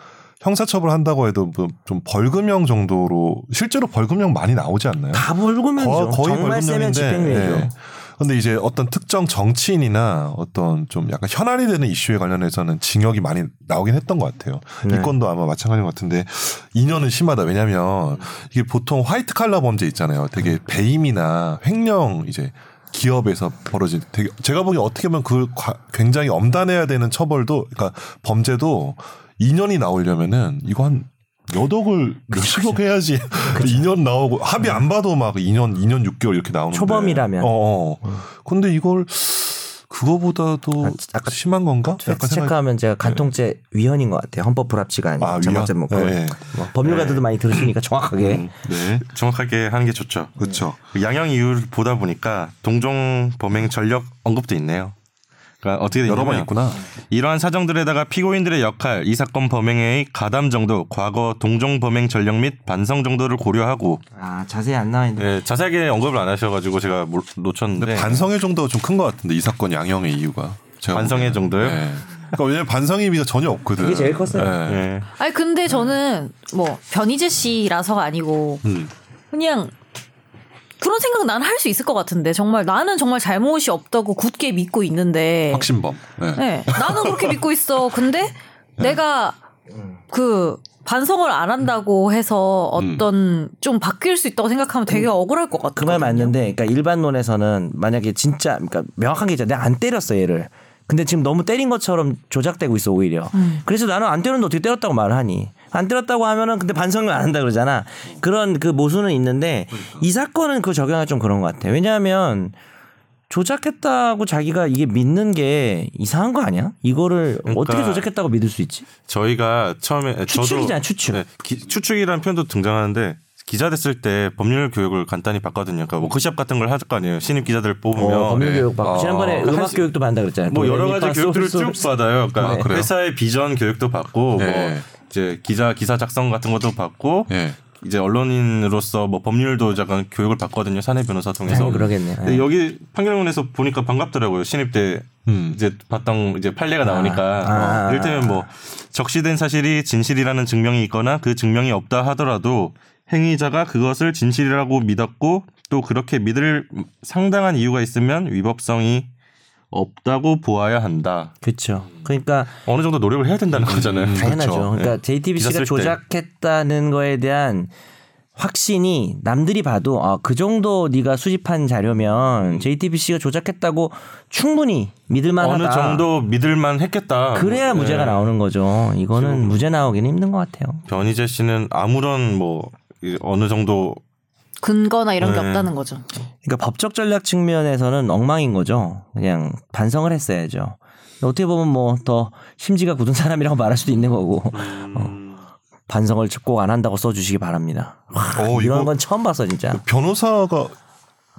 Speaker 2: 형사처벌한다고 해도 뭐좀 벌금형 정도로 실제로 벌금형 많이 나오지 않나요?
Speaker 4: 다 벌금형이죠.
Speaker 2: 거- 거의 뭐
Speaker 4: 정말 세면
Speaker 2: 벌금형인데.
Speaker 4: 집행유예죠.
Speaker 2: 예. 근데 이제 어떤 특정 정치인이나 어떤 좀 약간 현안이 되는 이슈에 관련해서는 징역이 많이 나오긴 했던 것 같아요.
Speaker 4: 네.
Speaker 2: 이 건도 아마 마찬가지인 것 같은데 2년은 심하다.
Speaker 4: 음.
Speaker 2: 왜냐하면 이게 보통 화이트 칼라 범죄 있잖아요. 되게 배임이나 횡령 이제 기업에서 벌어진 되게 제가 보기에 어떻게 보면 그 과- 굉장히 엄단해야 되는 처벌도 그러니까 범죄도 2년이 나오려면은 이거 한 몇억을 몇십억 해야지 2년 나오고 합의
Speaker 4: 음.
Speaker 2: 안 봐도 막 2년 2년 6개월 이렇게 나오는데
Speaker 4: 초범이라면.
Speaker 2: 어, 어. 근데 이걸 그거보다도
Speaker 4: 음. 아, 진- 아까
Speaker 2: 심한 건가?
Speaker 4: 팩트 체크하면 제가 간통죄 위헌인 것 같아요. 헌법 불합치가 아니고
Speaker 2: 아,
Speaker 4: 잘못
Speaker 2: 위헌.
Speaker 4: 잘못 그
Speaker 2: 네.
Speaker 4: 뭐 법률 가들도 많이 들으시니까 정확하게
Speaker 2: 네.
Speaker 1: 정확하게 하는 게 좋죠.
Speaker 2: 그렇죠.
Speaker 1: 그 양형 이유를 보다 보니까 동종 범행 전력 언급도 있네요. 그러니까
Speaker 4: 음.
Speaker 1: 어떻게
Speaker 2: 여러 번
Speaker 1: 되냐면
Speaker 2: 있구나.
Speaker 1: 이러한 사정들에다가 피고인들의 역할, 이 사건 범행의 가담 정도, 과거 동종 범행 전력 및 반성 정도를 고려하고
Speaker 7: 아 자세히 안 나와 있는데
Speaker 1: 예, 자세하게 언급을 안 하셔가지고 제가 몰-
Speaker 2: 근데
Speaker 1: 놓쳤는데
Speaker 2: 반성의 정도가 좀 큰 것 같은데 이 사건 양형의 이유가. 제가
Speaker 1: 반성의
Speaker 2: 보기에는.
Speaker 1: 정도요?
Speaker 2: 네. 그러니까 왜냐면 반성의 의미가 전혀 없거든.
Speaker 8: 그게 제일 컸어요.
Speaker 2: 네.
Speaker 1: 예.
Speaker 3: 아니 근데 저는 뭐 변희재 씨라서가 아니고
Speaker 2: 음.
Speaker 3: 그냥 그런 생각 난 할 수 있을 것 같은데 정말 나는 정말 잘못이 없다고 굳게 믿고 있는데
Speaker 2: 확신범. 네.
Speaker 3: 네, 나는 그렇게 믿고 있어. 근데 내가 그 반성을 안 한다고 해서 어떤
Speaker 2: 음.
Speaker 3: 좀 바뀔 수 있다고 생각하면 되게 억울할 것 같아요.
Speaker 4: 그 말 맞는데 그러니까 일반론에서는 만약에 진짜 그러니까 명확한 게 있잖아. 내가 안 때렸어 얘를. 근데 지금 너무 때린 것처럼 조작되고 있어 오히려. 그래서 나는 안 때렸는데 어떻게 때렸다고 말을 하니? 안 때렸다고 하면은 근데 반성을 안 한다 그러잖아. 그런 그 모순은 있는데 이 사건은 그 적용이 좀 그런 것 같아. 왜냐하면 조작했다고 자기가 이게 믿는 게 이상한 거 아니야? 이거를 어떻게
Speaker 1: 그러니까
Speaker 4: 조작했다고 믿을 수 있지?
Speaker 1: 저희가 처음에
Speaker 4: 추측이잖아,
Speaker 1: 저도-
Speaker 4: 추측.
Speaker 1: 네, 기- 추측이라는 표현도 등장하는데 기자 됐을 때 법률 교육을 간단히 받거든요. 그러니까 워크숍 같은 걸 할 거 아니에요. 신입 기자들 뽑으면
Speaker 4: 어, 그 법률 교육 받고
Speaker 1: 아,
Speaker 4: 지난번에
Speaker 1: 한
Speaker 4: 음악
Speaker 1: 시-
Speaker 4: 교육도 받는다 그랬잖아요.
Speaker 1: 뭐 여러 가지
Speaker 4: 레미파,
Speaker 1: 교육들을
Speaker 4: 솔, 솔,
Speaker 1: 쭉 받아요.
Speaker 2: 아,
Speaker 1: 그러니까
Speaker 2: 그래요?
Speaker 1: 회사의 비전 교육도 받고
Speaker 2: 네.
Speaker 1: 뭐 이제 기자 기사 작성 같은 것도 받고
Speaker 2: 네.
Speaker 1: 이제 언론인으로서 뭐 법률도 약간 교육을 받거든요. 사내 변호사 통해서.
Speaker 4: 아, 그러겠네.
Speaker 1: 근데 여기 판결문에서 보니까 반갑더라고요. 신입 때
Speaker 2: 음.
Speaker 1: 이제 봤던 이제 판례가 나오니까
Speaker 4: 아.
Speaker 1: 어, 이를테면 뭐 적시된 사실이 진실이라는 증명이 있거나 그 증명이 없다 하더라도 행위자가 그것을 진실이라고 믿었고 또 그렇게 믿을 상당한 이유가 있으면 위법성이 없다고 보아야 한다.
Speaker 4: 그렇죠. 그러니까
Speaker 1: 어느 정도 노력을 해야 된다는 거잖아요.
Speaker 4: 음, 당연하죠.
Speaker 1: 그렇죠.
Speaker 4: 그러니까
Speaker 1: 예. 기사
Speaker 4: JTBC가
Speaker 1: 쓸 때.
Speaker 4: 조작했다는 거에 대한 확신이 남들이 봐도 아, 그 정도 네가 수집한 자료면 JTBC가 조작했다고 충분히 믿을 만하다.
Speaker 1: 예. 어느 정도 믿을만 했겠다.
Speaker 4: 그래야
Speaker 1: 뭐,
Speaker 4: 무죄가
Speaker 1: 예.
Speaker 4: 나오는 거죠. 이거는 무죄 나오기는 힘든 것 같아요.
Speaker 1: 변희재 씨는 아무런 뭐 이- 어느 정도
Speaker 3: 근거나 이런 게
Speaker 1: 네.
Speaker 3: 없다는 거죠.
Speaker 4: 그러니까 법적 전략 측면에서는 엉망인 거죠. 그냥 반성을 했어야죠. 어떻게 보면 뭐 더 심지가 굳은 사람이라고 말할 수도 있는 거고 어, 반성을 꼭 안 한다고 써주시기 바랍니다.
Speaker 2: 어,
Speaker 4: 아, 이런
Speaker 2: 이거
Speaker 4: 건 처음 봤어 그 진짜.
Speaker 2: 변호사가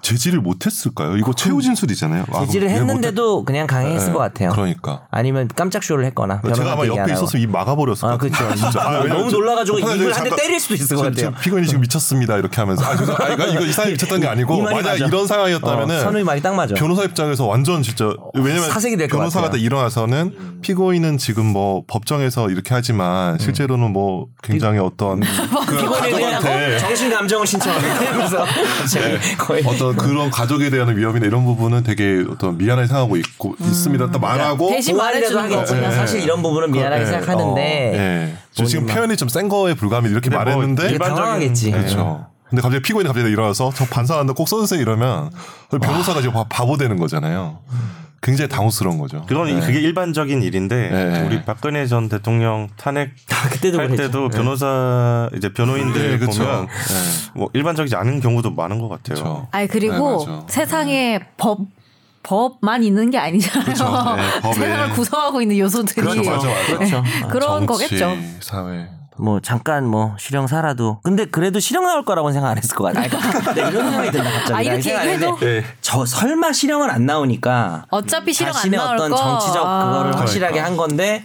Speaker 2: 제지를 못했을까요? 이거 최후 진술이잖아요. 아,
Speaker 4: 제지를
Speaker 2: 왜
Speaker 4: 했는데도 그냥 강행했을
Speaker 2: 네,
Speaker 4: 것 같아요.
Speaker 2: 그러니까.
Speaker 4: 아니면 깜짝 쇼를 했거나.
Speaker 2: 제가 아마
Speaker 4: 변호사한테 얘기
Speaker 2: 옆에
Speaker 4: 안 하고.
Speaker 2: 있었으면 입 막아버렸을
Speaker 4: 아
Speaker 2: 것 같아요.
Speaker 4: 그렇죠.
Speaker 2: 진짜. 아, 왜냐면
Speaker 4: 너무
Speaker 2: 저-
Speaker 4: 놀라가지고
Speaker 2: 저는
Speaker 4: 입을
Speaker 2: 저기
Speaker 4: 한 대
Speaker 2: 잠깐-
Speaker 4: 때릴 수도 있을 것
Speaker 2: 지금-
Speaker 4: 같아요.
Speaker 2: 지금 피고인이 지금 미쳤습니다 이렇게 하면서 아, 죄송- 아, 이거, 이거 이 사람이 미쳤던 게
Speaker 4: 이
Speaker 2: 아니고
Speaker 4: 말이
Speaker 2: 만약
Speaker 4: 맞아.
Speaker 2: 이런 상황이었다면은
Speaker 4: 어, 선우의 말이 딱 맞아.
Speaker 2: 변호사 입장에서 완전 진짜 왜냐면
Speaker 4: 어, 사색이 될것
Speaker 2: 변호사가 다
Speaker 4: 같아요. 음.
Speaker 2: 일어나서는 피고인은 지금 뭐 법정에서 이렇게 하지만 실제로는 뭐
Speaker 4: 음.
Speaker 2: 굉장히 어떤 그
Speaker 4: 피곤해 그냥
Speaker 2: 가족한테 네.
Speaker 4: 어, 정신 감정을 신청하는데 그래서 거의
Speaker 2: 어떤 그런 가족에 대한 위협이나 이런 부분은 되게 어떤 미안하게 생각하고 있고
Speaker 4: 음.
Speaker 2: 있습니다. 딱 말하고
Speaker 3: 대신
Speaker 4: 동안이라도
Speaker 3: 말해주는 거지.
Speaker 4: 하겠지만
Speaker 2: 예, 예.
Speaker 4: 사실 이런 부분은 미안하게
Speaker 2: 예,
Speaker 4: 생각하는데
Speaker 2: 어, 예. 저 지금 표현이 좀 센 거에 불과하면 이렇게
Speaker 1: 근데 뭐
Speaker 2: 말했는데
Speaker 4: 네. 이게
Speaker 1: 일반적인- 네.
Speaker 4: 당황하겠지.
Speaker 2: 그렇죠. 근데 갑자기 피고인이 갑자기 일어나서 저 반성한다 꼭 써주세요 이러면 그 변호사가 지금 바- 바보 되는 거잖아요.
Speaker 4: 음.
Speaker 2: 굉장히 당혹스러운 거죠.
Speaker 1: 그건
Speaker 4: 네.
Speaker 1: 이- 그게 일반적인 일인데
Speaker 2: 네.
Speaker 1: 우리 박근혜 전 대통령 탄핵
Speaker 4: 그때도
Speaker 1: 할
Speaker 4: 그랬죠. 네.
Speaker 1: 때도 변호사 이제 변호인들
Speaker 2: 네, 그쵸.
Speaker 1: 보면
Speaker 2: 네.
Speaker 1: 뭐 일반적이지 않은 경우도 많은 것 같아요.
Speaker 2: 그렇죠.
Speaker 3: 아니 그리고
Speaker 2: 네, 맞아.
Speaker 3: 세상에 법 법만 있는 게 아니잖아요.
Speaker 2: 그렇죠. 네, 법에.
Speaker 3: 세상을 구성하고 있는 요소들이
Speaker 2: 그렇죠.
Speaker 3: 런
Speaker 2: 정치,
Speaker 3: 거겠죠. 음.
Speaker 2: 사회.
Speaker 7: 뭐 잠깐 뭐 실형 살아도
Speaker 4: 근데 그래도 실형 나올 거라고는 생각 안 했을 것 같아요. 네, 이런 생각이 든다 갑자기.
Speaker 3: 아, 이렇게
Speaker 4: 생각이
Speaker 3: 얘기해도?
Speaker 4: 드는데
Speaker 2: 네.
Speaker 4: 저 설마 실형은 안 나오니까
Speaker 3: 어차피 실형 안
Speaker 4: 자신의
Speaker 3: 나올
Speaker 4: 어떤
Speaker 3: 거.
Speaker 4: 정치적 그거를
Speaker 2: 그러니까.
Speaker 3: 아,
Speaker 4: 확실하게 한 건데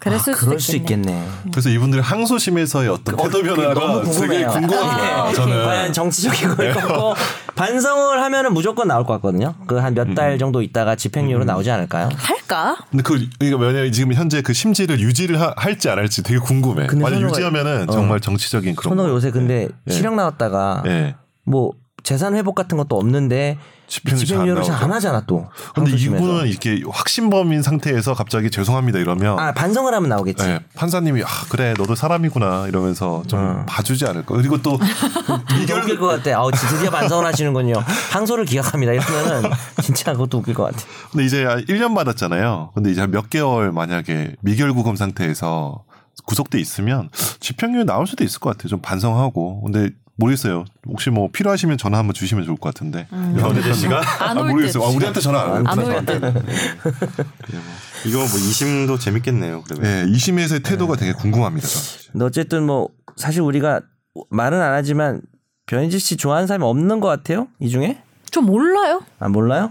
Speaker 3: 그랬을
Speaker 4: 아, 그럴
Speaker 3: 수도
Speaker 4: 수
Speaker 3: 있겠네.
Speaker 4: 있겠네. 뭐
Speaker 2: 그래서 이분들이 항소심에서의 어떤 태도 변화가
Speaker 4: 너무
Speaker 2: 되게
Speaker 4: 궁금해요. 네.
Speaker 3: 아,
Speaker 2: 궁금합니다.
Speaker 3: 네.
Speaker 2: 저는 네.
Speaker 4: 과연 정치적인 걸 꺾고 반성을 하면은 무조건 나올 것 같거든요. 그 한 몇
Speaker 2: 음.
Speaker 4: 달 정도 있다가 집행유예로 나오지 않을까요?
Speaker 3: 할까?
Speaker 2: 근데 그 그러니까 왜냐면 지금 현재 그 심지를 유지를 하- 할지 안 할지 되게 궁금해.
Speaker 4: 근데
Speaker 2: 만약
Speaker 4: 선호가-
Speaker 2: 유지하면은 정말 정치적인 그런.
Speaker 4: 손호
Speaker 2: 거.
Speaker 4: 요새 근데
Speaker 2: 네.
Speaker 4: 실형 나왔다가
Speaker 2: 예.
Speaker 4: 뭐 재산 회복 같은 것도 없는데
Speaker 2: 집행유예 잘안
Speaker 4: 집행유예를 잘 안
Speaker 2: 나오죠.
Speaker 4: 하잖아 또.
Speaker 2: 근데
Speaker 4: 항소심에서.
Speaker 2: 이분은 이렇게 확신범인 상태에서 갑자기 죄송합니다 이러면
Speaker 4: 아 반성을 하면 나오겠지.
Speaker 2: 예, 판사님이 아 그래 너도 사람이구나 이러면서 좀
Speaker 4: 음.
Speaker 2: 봐주지 않을까 그리고 또
Speaker 4: 진짜
Speaker 2: 미결
Speaker 4: 웃길 것 같아. 아우 진- 드디어 반성을 하시는군요. 항소를 기각합니다. 이러면은 진짜 그것도 웃길 것 같아.
Speaker 2: 근데 이제 1년 받았잖아요 근데 이제 몇 개월 만약에 미결구금 상태에서 구속돼 있으면 집행유예 나올 수도 있을 것 같아요 좀 반성하고 근데 모르겠어요. 혹시 뭐 필요하시면 전화 한번 주시면 좋을 것 같은데.
Speaker 1: 변희재 씨가
Speaker 3: 음. 안
Speaker 2: 아,
Speaker 3: 올
Speaker 2: 모르겠어요. 아, 우리한테 전화 안
Speaker 3: 안
Speaker 2: 해요.
Speaker 3: 올 듯.
Speaker 4: 그렇죠.
Speaker 1: 이거 뭐 이심도 재밌겠네요. 그러면
Speaker 2: 네, 이심에서의 태도가 되게 궁금합니다. 저는.
Speaker 4: 근데 어쨌든 뭐 사실 우리가 말은 안 하지만 변희재 씨 좋아하는 사람이 없는 것 같아요 이 중에
Speaker 3: 저 몰라요.
Speaker 4: 아 몰라요?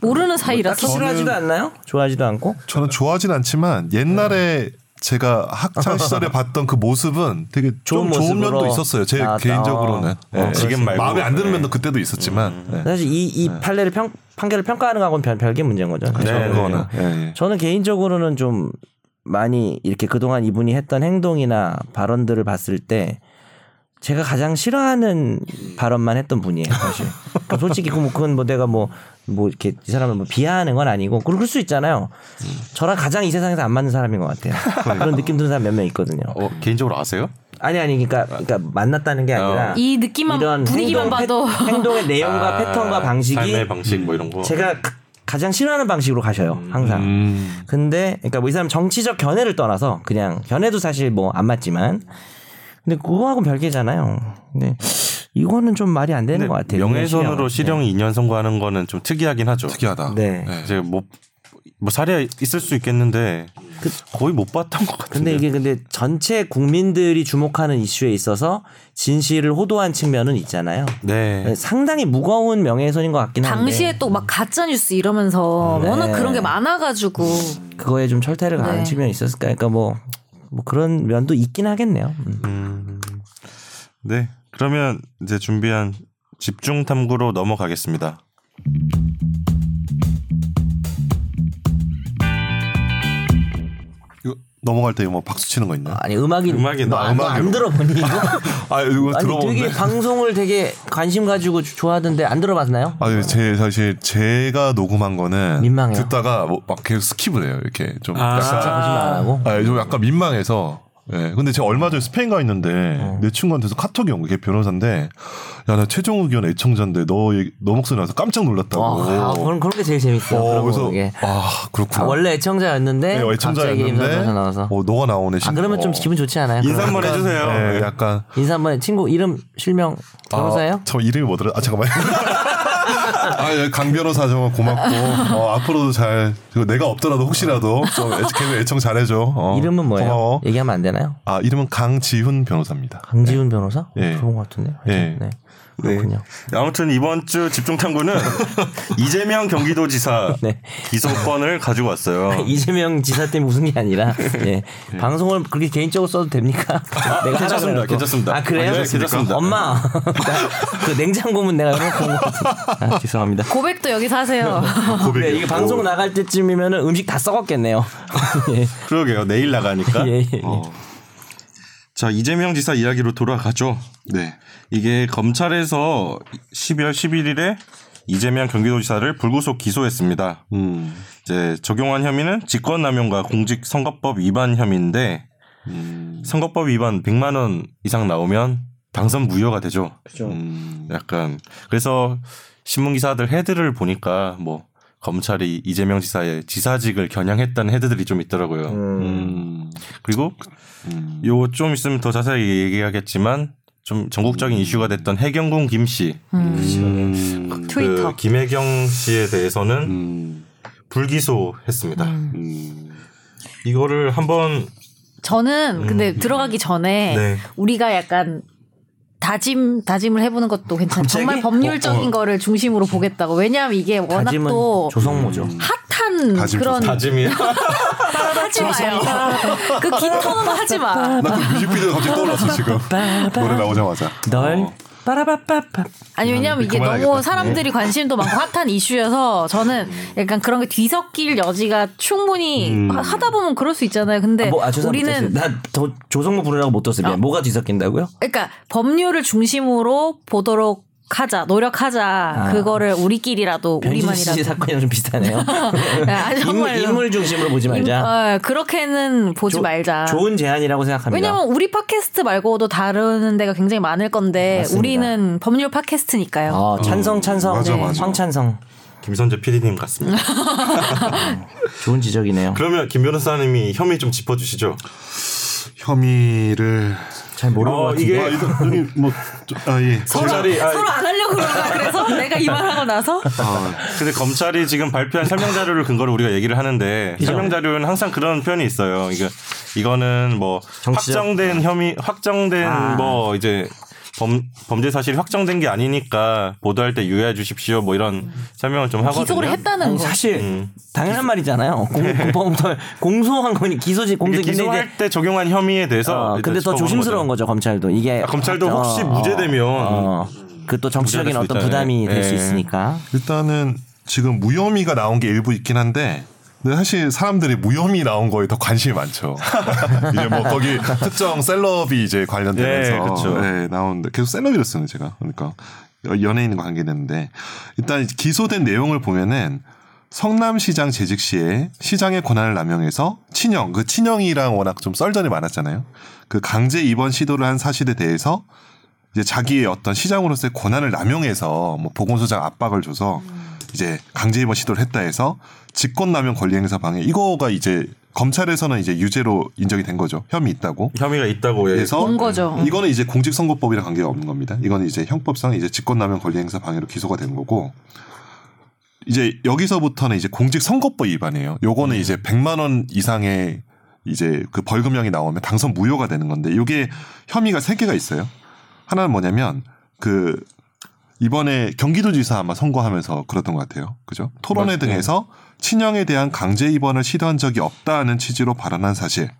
Speaker 3: 모르는 사이라서.
Speaker 4: 딱히 싫어하지도 않나요? 좋아하지도 않고
Speaker 2: 저는 좋아하진 않지만 옛날에 제가 학창 시절에 봤던 그 모습은 되게
Speaker 4: 좋은
Speaker 2: 좀 좋은
Speaker 4: 모습으로
Speaker 2: 면도 있었어요. 제
Speaker 4: 나왔다.
Speaker 2: 개인적으로는 예.
Speaker 1: 어,
Speaker 4: 네,
Speaker 1: 지금 말고.
Speaker 2: 마음에 안 드는
Speaker 1: 네.
Speaker 2: 면도 그때도 있었지만 예.
Speaker 4: 사실 이, 이 판례를 평, 판결을 평가하는 거하고는 별, 별개 문제인 거죠. 그렇죠.
Speaker 1: 네,
Speaker 2: 그거는 예, 예.
Speaker 4: 저는 개인적으로는 좀 많이 이렇게 그동안 이분이 했던 행동이나 발언들을 봤을 때 제가 가장 싫어하는 발언만 했던 분이에요, 사실. 그러니까 솔직히 그뭐 그건 뭐 내가 뭐, 뭐 이렇게 이 사람을 뭐 비하하는 건 아니고 그럴 수 있잖아요. 저랑 가장 이 세상에서 안 맞는 사람인 것 같아요. 그런 느낌 드는 사람 몇 명 있거든요.
Speaker 1: 어, 개인적으로 아세요?
Speaker 4: 아니 아니 그러니까 그러니까 만났다는 게 아니라
Speaker 3: 어. 이 느낌만 분위기만
Speaker 4: 행동 패-
Speaker 3: 봐도
Speaker 4: 행동의 내용과
Speaker 1: 아,
Speaker 4: 패턴과 방식이
Speaker 1: 삶의 방식 뭐 음. 이런 거.
Speaker 4: 제가 가- 가장 싫어하는 방식으로 가셔요 항상. 근데 그러니까 뭐 이 사람 정치적 견해를 떠나서 그냥 견해도 사실 뭐 안 맞지만 근데 그거하고는 별개잖아요. 근데 이거는 좀 말이 안 되는
Speaker 1: 근데
Speaker 4: 것 같아요. 네.
Speaker 1: 명예훼손으로
Speaker 4: 그냥 실형.
Speaker 1: 실형 2년 선고하는 거는 좀 특이하긴 하죠.
Speaker 2: 특이하다.
Speaker 4: 네.
Speaker 2: 예.
Speaker 1: 이제 뭐, 뭐 사례 있을 수 있겠는데 거의 못 봤던 것 같은데.
Speaker 4: 그 근데 이게 근데 전체 국민들이 주목하는 이슈에 있어서 진실을 호도한 측면은 있잖아요.
Speaker 1: 네.
Speaker 4: 상당히 무거운 명예훼손인 것 같긴 한데
Speaker 3: 당시에 또 막 가짜 뉴스 이러면서 워낙 그런 게 많아가지고
Speaker 4: 그거에 좀 철퇴를 가는
Speaker 3: 네.
Speaker 4: 측면이 있었을까. 그러니까 뭐, 뭐 그런 면도 있긴 하겠네요. 음.
Speaker 1: 네. 그러면 이제 준비한 집중 탐구로 넘어가겠습니다.
Speaker 2: 이거 넘어갈 때 뭐 박수 치는 거 있나?
Speaker 4: 아니 음악이
Speaker 1: 음악이
Speaker 4: 너
Speaker 1: 나-
Speaker 4: 안- 너안
Speaker 2: 음악이-
Speaker 4: 들어보니 이거?
Speaker 2: 아 이거
Speaker 4: 아니
Speaker 2: 들어보는데.
Speaker 4: 되게 방송을 되게 관심 가지고 주- 좋아하던데 안 들어봤나요?
Speaker 2: 아니 제 사실 제가 녹음한 거는
Speaker 4: 민망해요.
Speaker 2: 듣다가 뭐 막 계속 스킵을 해요. 이렇게 좀
Speaker 1: 아.
Speaker 2: 약간
Speaker 4: 거짓말 안 하고.
Speaker 2: 아, 좀 약간 민망해서. 예. 근데 제가 얼마 전에 스페인 가 있는데
Speaker 4: 어.
Speaker 2: 내 친구한테서 카톡이 온 게 변호사인데 야 나 최종 의견 애청자인데 너 얘기- 너 목소리 나서 깜짝 놀랐다고.
Speaker 4: 와, 아, 그런 그런 게 제일 재밌어요.
Speaker 2: 어,
Speaker 4: 그런
Speaker 2: 그래서
Speaker 4: 게.
Speaker 2: 아
Speaker 4: 아,
Speaker 2: 그렇구나.
Speaker 4: 원래 애청자였는데
Speaker 2: 네,
Speaker 4: 갑자기
Speaker 2: 애청자였는데
Speaker 4: 임산부에서 나와서.
Speaker 2: 어, 너가 나오네.
Speaker 4: 아 그러면 좀 기분 좋지 않아요?
Speaker 1: 인사
Speaker 4: 그러면?
Speaker 1: 한번 해주세요.
Speaker 2: 예, 약간
Speaker 4: 인사 한번 해. 친구 이름 실명 변호사예요?
Speaker 2: 아, 저 이름이 뭐더라? 아 잠깐만. 아, 예, 강 변호사 정말 고맙고 어, 앞으로도 잘 그리고 내가 없더라도 혹시라도 좀 애, 계속 애청 잘해줘. 어,
Speaker 4: 이름은 뭐예요?
Speaker 2: 고마워.
Speaker 4: 얘기하면 안 되나요?
Speaker 2: 아 이름은 강지훈 변호사입니다.
Speaker 4: 강지훈 변호사?
Speaker 2: 예.
Speaker 4: 그런 것 같은데.
Speaker 2: 예.
Speaker 4: 네. 그렇군요.
Speaker 1: 아무튼 이번 주 집중 탐구는 이재명 경기도지사
Speaker 4: 네.
Speaker 1: 기소권을 가지고 왔어요.
Speaker 4: 이재명 지사 때문에 웃은 게 아니라 예. 방송을 그렇게 개인적으로 써도 됩니까? 내가 하라
Speaker 1: 괜찮습니다.
Speaker 4: 그래놓고.
Speaker 1: 괜찮습니다.
Speaker 4: 아 그래요?
Speaker 1: 아, 네, 괜찮습니다.
Speaker 4: 엄마 나- 그 냉장고문 내가 이런 거본것 같아. 아, 죄송합니다.
Speaker 3: 고백도 여기서 하세요.
Speaker 4: 네, 이게 방송 나갈 때쯤이면 음식 다 썩었겠네요. 예.
Speaker 1: 그러게요. 내일 나가니까.
Speaker 4: 예, 예.
Speaker 1: 어. 자 이재명 지사 이야기로 돌아가죠.
Speaker 2: 네.
Speaker 1: 이게 검찰에서 12월 11일에 이재명 경기도지사를 불구속 기소했습니다.
Speaker 2: 음.
Speaker 1: 이제 적용한 혐의는 직권남용과 공직선거법 위반 혐의인데
Speaker 2: 음.
Speaker 1: 선거법 위반 100만 원 이상 나오면 당선 무효가 되죠.
Speaker 9: 그렇죠.
Speaker 2: 음.
Speaker 1: 약간 그래서 신문 기사들 헤드를 보니까 뭐 검찰이 이재명 지사의 지사직을 겨냥했다는 헤드들이 좀 있더라고요.
Speaker 2: 음.
Speaker 1: 그리고
Speaker 2: 음.
Speaker 1: 요 좀 있으면 더 자세히 얘기하겠지만 좀 전국적인 이슈가 됐던 해경군 김씨
Speaker 2: 음.
Speaker 1: 그
Speaker 3: 트위터.
Speaker 1: 김혜경 씨에 대해서는
Speaker 2: 음.
Speaker 1: 불기소했습니다.
Speaker 2: 음.
Speaker 1: 이거를 한번
Speaker 3: 저는 근데 들어가기 전에
Speaker 1: 네.
Speaker 3: 우리가 약간 다짐 다짐을 해보는 것도 괜찮아요. 정말 법률적인 거를 중심으로 보겠다고. 왜냐하면 이게 워낙
Speaker 4: 다짐은
Speaker 3: 또
Speaker 4: 예.
Speaker 3: 음.
Speaker 4: 조성모죠.
Speaker 3: 핫한
Speaker 2: 다짐
Speaker 3: 그런
Speaker 1: 다짐이
Speaker 3: 하지 마요. 그 깃터는 거 하지 마.
Speaker 2: 나 그 뮤직비디오 갑자기 떠올랐어 지금 노래 나오자마자.
Speaker 4: 널 빠라바빠빠.
Speaker 3: 아니 왜냐면 이게
Speaker 2: 그만하겠다.
Speaker 3: 너무 사람들이
Speaker 2: 네.
Speaker 3: 관심도 많고 핫한 이슈여서 저는
Speaker 4: 음.
Speaker 3: 약간 그런 게 뒤섞일 여지가 충분히
Speaker 2: 음.
Speaker 3: 하- 하다 보면 그럴 수 있잖아요. 근데
Speaker 4: 뭐, 아, 죄송합니다.
Speaker 3: 우리는
Speaker 4: 나더 조성모 부르라고 못 떴어요. 미안. 뭐가 뒤섞인다고요?
Speaker 3: 그러니까 법률을 중심으로 보도록 하자 노력하자 그거를 우리끼리라도
Speaker 4: 아. 변진 씨
Speaker 3: 우리만이라도
Speaker 4: 사건이랑 좀 비슷하네요.
Speaker 3: 아, 정말로.
Speaker 4: 인물, 인물 중심으로 보지
Speaker 3: 임-
Speaker 4: 말자.
Speaker 3: 어, 그렇게는 보지
Speaker 4: 조-
Speaker 3: 말자.
Speaker 4: 좋은 제안이라고 생각합니다.
Speaker 3: 왜냐면 우리 팟캐스트 말고도 다루는 데가 굉장히 많을 건데
Speaker 4: 맞습니다.
Speaker 3: 우리는 법률 팟캐스트니까요.
Speaker 4: 아,
Speaker 1: 어.
Speaker 4: 찬성 찬성.
Speaker 2: 맞아, 맞아.
Speaker 4: 황찬성.
Speaker 1: 김선재 PD님 같습니다.
Speaker 9: 음.
Speaker 4: 좋은 지적이네요.
Speaker 1: 그러면 김 변호사님이 혐의 좀 짚어주시죠.
Speaker 2: 혐의를
Speaker 9: 잘 모르는
Speaker 1: 어,
Speaker 9: 것 같은데.
Speaker 2: 아, 이거 여기 뭐아예
Speaker 1: 검찰이 아,
Speaker 3: 서로 안 하려고 그러나 그래서 내가 이 말하고 나서
Speaker 1: 근데 검찰이 지금 발표한 설명 자료를 근거로 우리가 얘기를 하는데 설명 자료는 항상 그런 표현이 있어요. 이거 이거는 뭐 확정된 혐의 확정된 뭐 이제 범, 범죄 사실이 확정된 게 아니니까 보도할 때 유의해 주십시오. 뭐 이런 설명을 좀 하거든요.
Speaker 3: 기소를 했다는
Speaker 4: 아니,
Speaker 3: 거.
Speaker 4: 어, 사실
Speaker 1: 음. 네.
Speaker 4: 당연한 말이잖아요. 공범을 공소한 거니 기소지
Speaker 1: 이게
Speaker 4: 공소
Speaker 1: 기소할 때 적용한 혐의에 대해서
Speaker 4: 어,
Speaker 1: 이제
Speaker 4: 근데 더
Speaker 1: 짚어보는
Speaker 4: 조심스러운
Speaker 1: 거죠.
Speaker 4: 거죠 검찰도 이게 어,
Speaker 1: 아, 검찰도 혹시 무죄되면
Speaker 4: 그 또 정치적인
Speaker 1: 무죄될 수
Speaker 4: 어떤
Speaker 1: 있잖아요.
Speaker 4: 부담이 될 수
Speaker 1: 예.
Speaker 4: 있으니까
Speaker 2: 일단은 지금 무혐의가 나온 게 일부 있긴 한데 근데 사실 사람들이 무혐의 나온 거에 더 관심이 많죠. 이제 뭐 거기 특정 셀럽이 이제 관련되면서
Speaker 1: 예, 그쵸.
Speaker 2: 예, 나오는데 계속 셀럽이라 쓰는 제가 그러니까 여- 연예인과 관계됐는데 일단 기소된 내용을 보면은 성남시장 재직 시에 시장의 권한을 남용해서 친형 그 친형이랑 워낙 좀 썰전이 많았잖아요. 그 강제 입원 시도를 한 사실에 대해서 이제 자기의 어떤 시장으로서의 권한을 남용해서 뭐 보건소장 압박을 줘서 이제 강제 입원 시도를 했다 해서 직권남용 권리행사 방해 이거가 이제 검찰에서는 이제 유죄로 인정이 된 거죠 혐의 있다고
Speaker 1: 혐의가 있다고 해서
Speaker 2: 그래서
Speaker 3: 본 거죠.
Speaker 2: 어? 음. 이거는 이제 공직선거법이랑 관계가 없는 겁니다 이거는 이제 형법상 이제 직권남용 권리행사 방해로 기소가 된 거고 이제 여기서부터는 이제 공직선거법 위반이에요 요거는 이제 100만 원 이상의 이제 그 벌금형이 나오면 당선 무효가 되는 건데 요게 혐의가 세개가 있어요 하나는 뭐냐면 그 이번에 경기도지사 아마 선거하면서 그랬던 것 같아요. 그죠? 토론회 등에서 친형에 대한 강제 입원을 시도한 적이 없다는 취지로 발언한 사실.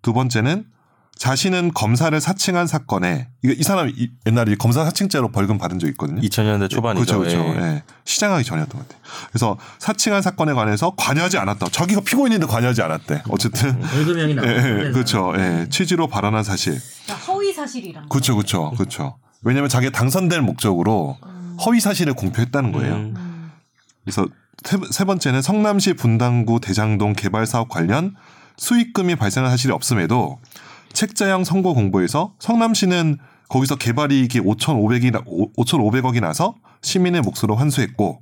Speaker 2: 두 번째는 자신은 검사를 사칭한 사건에 이거 이 사람이 이- 옛날에 이 검사 사칭죄로 벌금 받은 적 있거든요.
Speaker 1: 2000년대 초반이죠.
Speaker 2: 그렇죠, 그렇죠.
Speaker 1: 예.
Speaker 2: 예. 시장하기 전이었던 것 같아요. 그래서 사칭한 사건에 관해서 관여하지 않았다. 자기가 피고인인데 관여하지 않았대.
Speaker 1: 음,
Speaker 2: 어쨌든
Speaker 10: 월급형이
Speaker 2: 예,
Speaker 10: 나왔어요.
Speaker 2: 예, 그렇죠. 예,
Speaker 1: 네.
Speaker 2: 취지로 발언한 사실.
Speaker 3: 그러니까 허위 사실이랑.
Speaker 2: 그렇죠, 그렇죠, 그렇죠. 왜냐하면 자기 가 당선될 목적으로 허위 사실을 공표했다는 거예요. 그래서 세, 세 번째는 성남시 분당구 대장동 개발 사업 관련 수익금이 발생한 사실이 없음에도 책자형 선거 공보에서 성남시는 거기서 개발이익이 5,500이 5,500억이 나서 시민의 몫으로 환수했고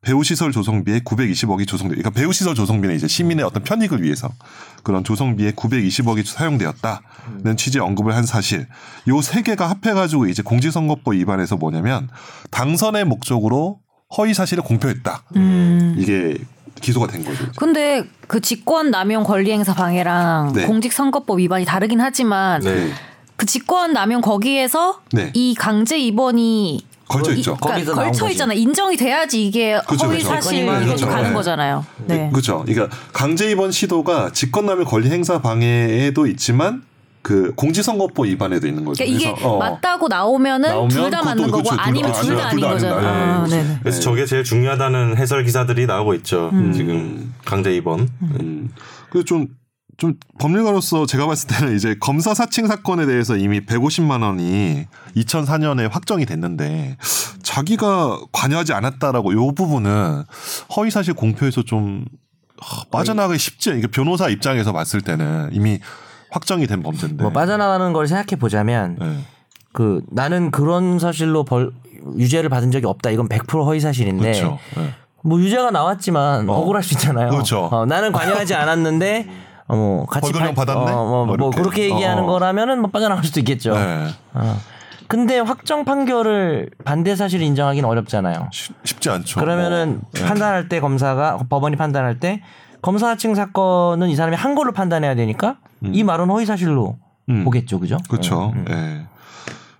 Speaker 2: 배우 시설 조성비에 920억이 조성돼. 그러니까 배우 시설 조성비는 이제 시민의 어떤 편익을 위해서 그런 조성비에 920억이 사용되었다는 취지 의 언급을 한 사실. 요 세 개가 합해가지고 이제 공직선거법 위반에서 뭐냐면 당선의 목적으로 허위 사실을 공표했다. 이게 기소가 된 거죠.
Speaker 3: 근데 그 직권 남용 권리행사 방해랑
Speaker 2: 네.
Speaker 3: 공직선거법 위반이 다르긴 하지만
Speaker 2: 네.
Speaker 3: 그 직권 남용 거기에서
Speaker 2: 네.
Speaker 3: 이 강제 입원이
Speaker 2: 걸쳐 있죠.
Speaker 3: 그러니까 걸쳐 있잖아. 인정이 돼야지 이게
Speaker 2: 그쵸,
Speaker 3: 허위
Speaker 2: 그쵸.
Speaker 3: 사실
Speaker 2: 직권이면
Speaker 3: 이게
Speaker 2: 그쵸.
Speaker 3: 가는
Speaker 2: 네.
Speaker 3: 거잖아요. 네.
Speaker 2: 그렇죠. 그러니까 강제 입원 시도가 직권남용 권리 행사 방해에도 있지만 그 공직선거법 위반에도 있는 거죠.
Speaker 3: 그러니까 이게
Speaker 2: 그래서, 어.
Speaker 3: 맞다고 나오면은
Speaker 2: 나오면
Speaker 3: 둘 다 맞는
Speaker 2: 그것도
Speaker 3: 거고
Speaker 2: 그쵸, 둘 다-
Speaker 3: 아니면
Speaker 2: 아,
Speaker 3: 둘 다
Speaker 2: 아,
Speaker 3: 아닌
Speaker 2: 둘다
Speaker 3: 거잖아요.
Speaker 2: 아닙니다.
Speaker 3: 아,
Speaker 2: 예.
Speaker 3: 네네.
Speaker 1: 그래서 저게 제일 중요하다는 해설 기사들이 나오고 있죠. 지금 강제 입원.
Speaker 2: 음. 그래서 좀, 좀 법률가로서 제가 봤을 때는 이제 검사 사칭 사건에 대해서 이미 150만 원이 2004년에 확정이 됐는데 자기가 관여하지 않았다라고 요 부분은 허위 사실 공표에서 좀 하, 빠져나가기 쉽지 않- 이게 변호사 입장에서 봤을 때는 이미 확정이 된 범죄인데.
Speaker 1: 네.
Speaker 9: 뭐 빠져나가는 걸 생각해 보자면
Speaker 2: 네.
Speaker 9: 그 나는 그런 사실로 벌 유죄를 받은 적이 없다. 이건 100% 허위 사실인데
Speaker 2: 그렇죠. 네.
Speaker 9: 뭐 유죄가 나왔지만 억울할 수 있잖아요.
Speaker 2: 어. 그렇죠.
Speaker 9: 어, 나는 관여하지 않았는데 어, 뭐 같이
Speaker 2: 벌금형
Speaker 9: 발-
Speaker 2: 받았네?
Speaker 9: 어, 뭐,
Speaker 2: 뭐
Speaker 9: 뭐
Speaker 2: 이렇게.
Speaker 9: 그렇게 얘기하는
Speaker 2: 어.
Speaker 9: 거라면은 뭐 빠져나갈 수도 있겠죠.
Speaker 2: 네.
Speaker 9: 어. 근데 확정 판결을 반대 사실 인정하기는 어렵잖아요.
Speaker 2: 쉽- 쉽지 않죠.
Speaker 9: 그러면은
Speaker 2: 뭐. 그렇죠. 네.
Speaker 9: 판단할 때 검사가 법원이 판단할 때 검사 하층 사건은 이 사람이 한 걸로 판단해야 되니까 이 말은 허위 사실로
Speaker 2: 음.
Speaker 9: 보겠죠, 그죠?
Speaker 2: 그렇죠.
Speaker 9: 음,
Speaker 2: 예.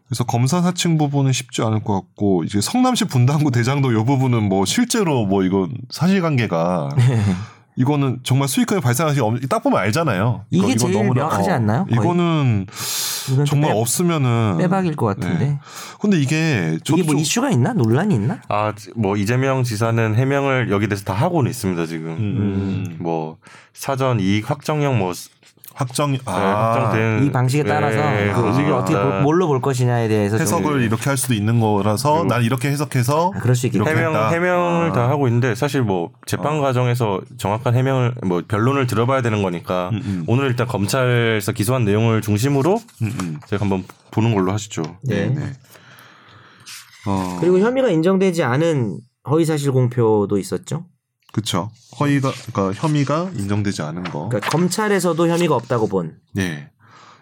Speaker 2: 그래서 검사 사칭 부분은 쉽지 않을 것 같고 이제 성남시 분당구 대장도 요 부분은 뭐 실제로 뭐 이건 사실관계가
Speaker 9: 네.
Speaker 2: 이거는 정말 수익금이 발생하시 딱 보면 알잖아요.
Speaker 9: 이게
Speaker 2: 이거 어.
Speaker 9: 제일 명확하지 않나요? 거의?
Speaker 2: 이거는
Speaker 9: 이건 좀
Speaker 2: 정말
Speaker 9: 빼-
Speaker 2: 없으면은
Speaker 9: 빼박일 것 같은데
Speaker 2: 네. 근데 이게 저도
Speaker 9: 이게 뭐
Speaker 2: 좀-
Speaker 9: 이슈가 있나 논란이 있나?
Speaker 1: 아, 뭐 이재명 지사는 해명을 여기 대해서 다 하고는 있습니다 지금.
Speaker 2: 음.
Speaker 1: 뭐 사전 이익 확정형 뭐
Speaker 2: 확정
Speaker 1: 네,
Speaker 2: 아
Speaker 1: 확정된
Speaker 9: 이 방식에 따라서
Speaker 1: 예,
Speaker 9: 그 이걸
Speaker 1: 방식이었다.
Speaker 9: 어떻게 볼- 뭘로 볼 것이냐에 대해서 좀
Speaker 2: 해석을 이렇게 할 수도 있는 거라서 난 이렇게 해석해서
Speaker 9: 아, 그럴 수 있겠다.
Speaker 2: 이렇게
Speaker 1: 해명
Speaker 2: 했다.
Speaker 1: 해명을
Speaker 2: 아.
Speaker 1: 다 하고 있는데 사실 뭐 재판 과정에서 정확한 해명을 뭐 변론을 들어봐야 되는 거니까 오늘 일단 검찰에서 기소한 내용을 중심으로
Speaker 2: 음,
Speaker 1: 제가 한번 보는 걸로 하시죠.
Speaker 9: 네.
Speaker 2: 네. 어,
Speaker 9: 그리고 혐의가 인정되지 않은 허위 사실 공표도 있었죠.
Speaker 2: 그렇죠. 허위가 그러니까 혐의가 인정되지 않은 거.
Speaker 9: 그러니까 검찰에서도 혐의가 없다고 본.
Speaker 2: 네.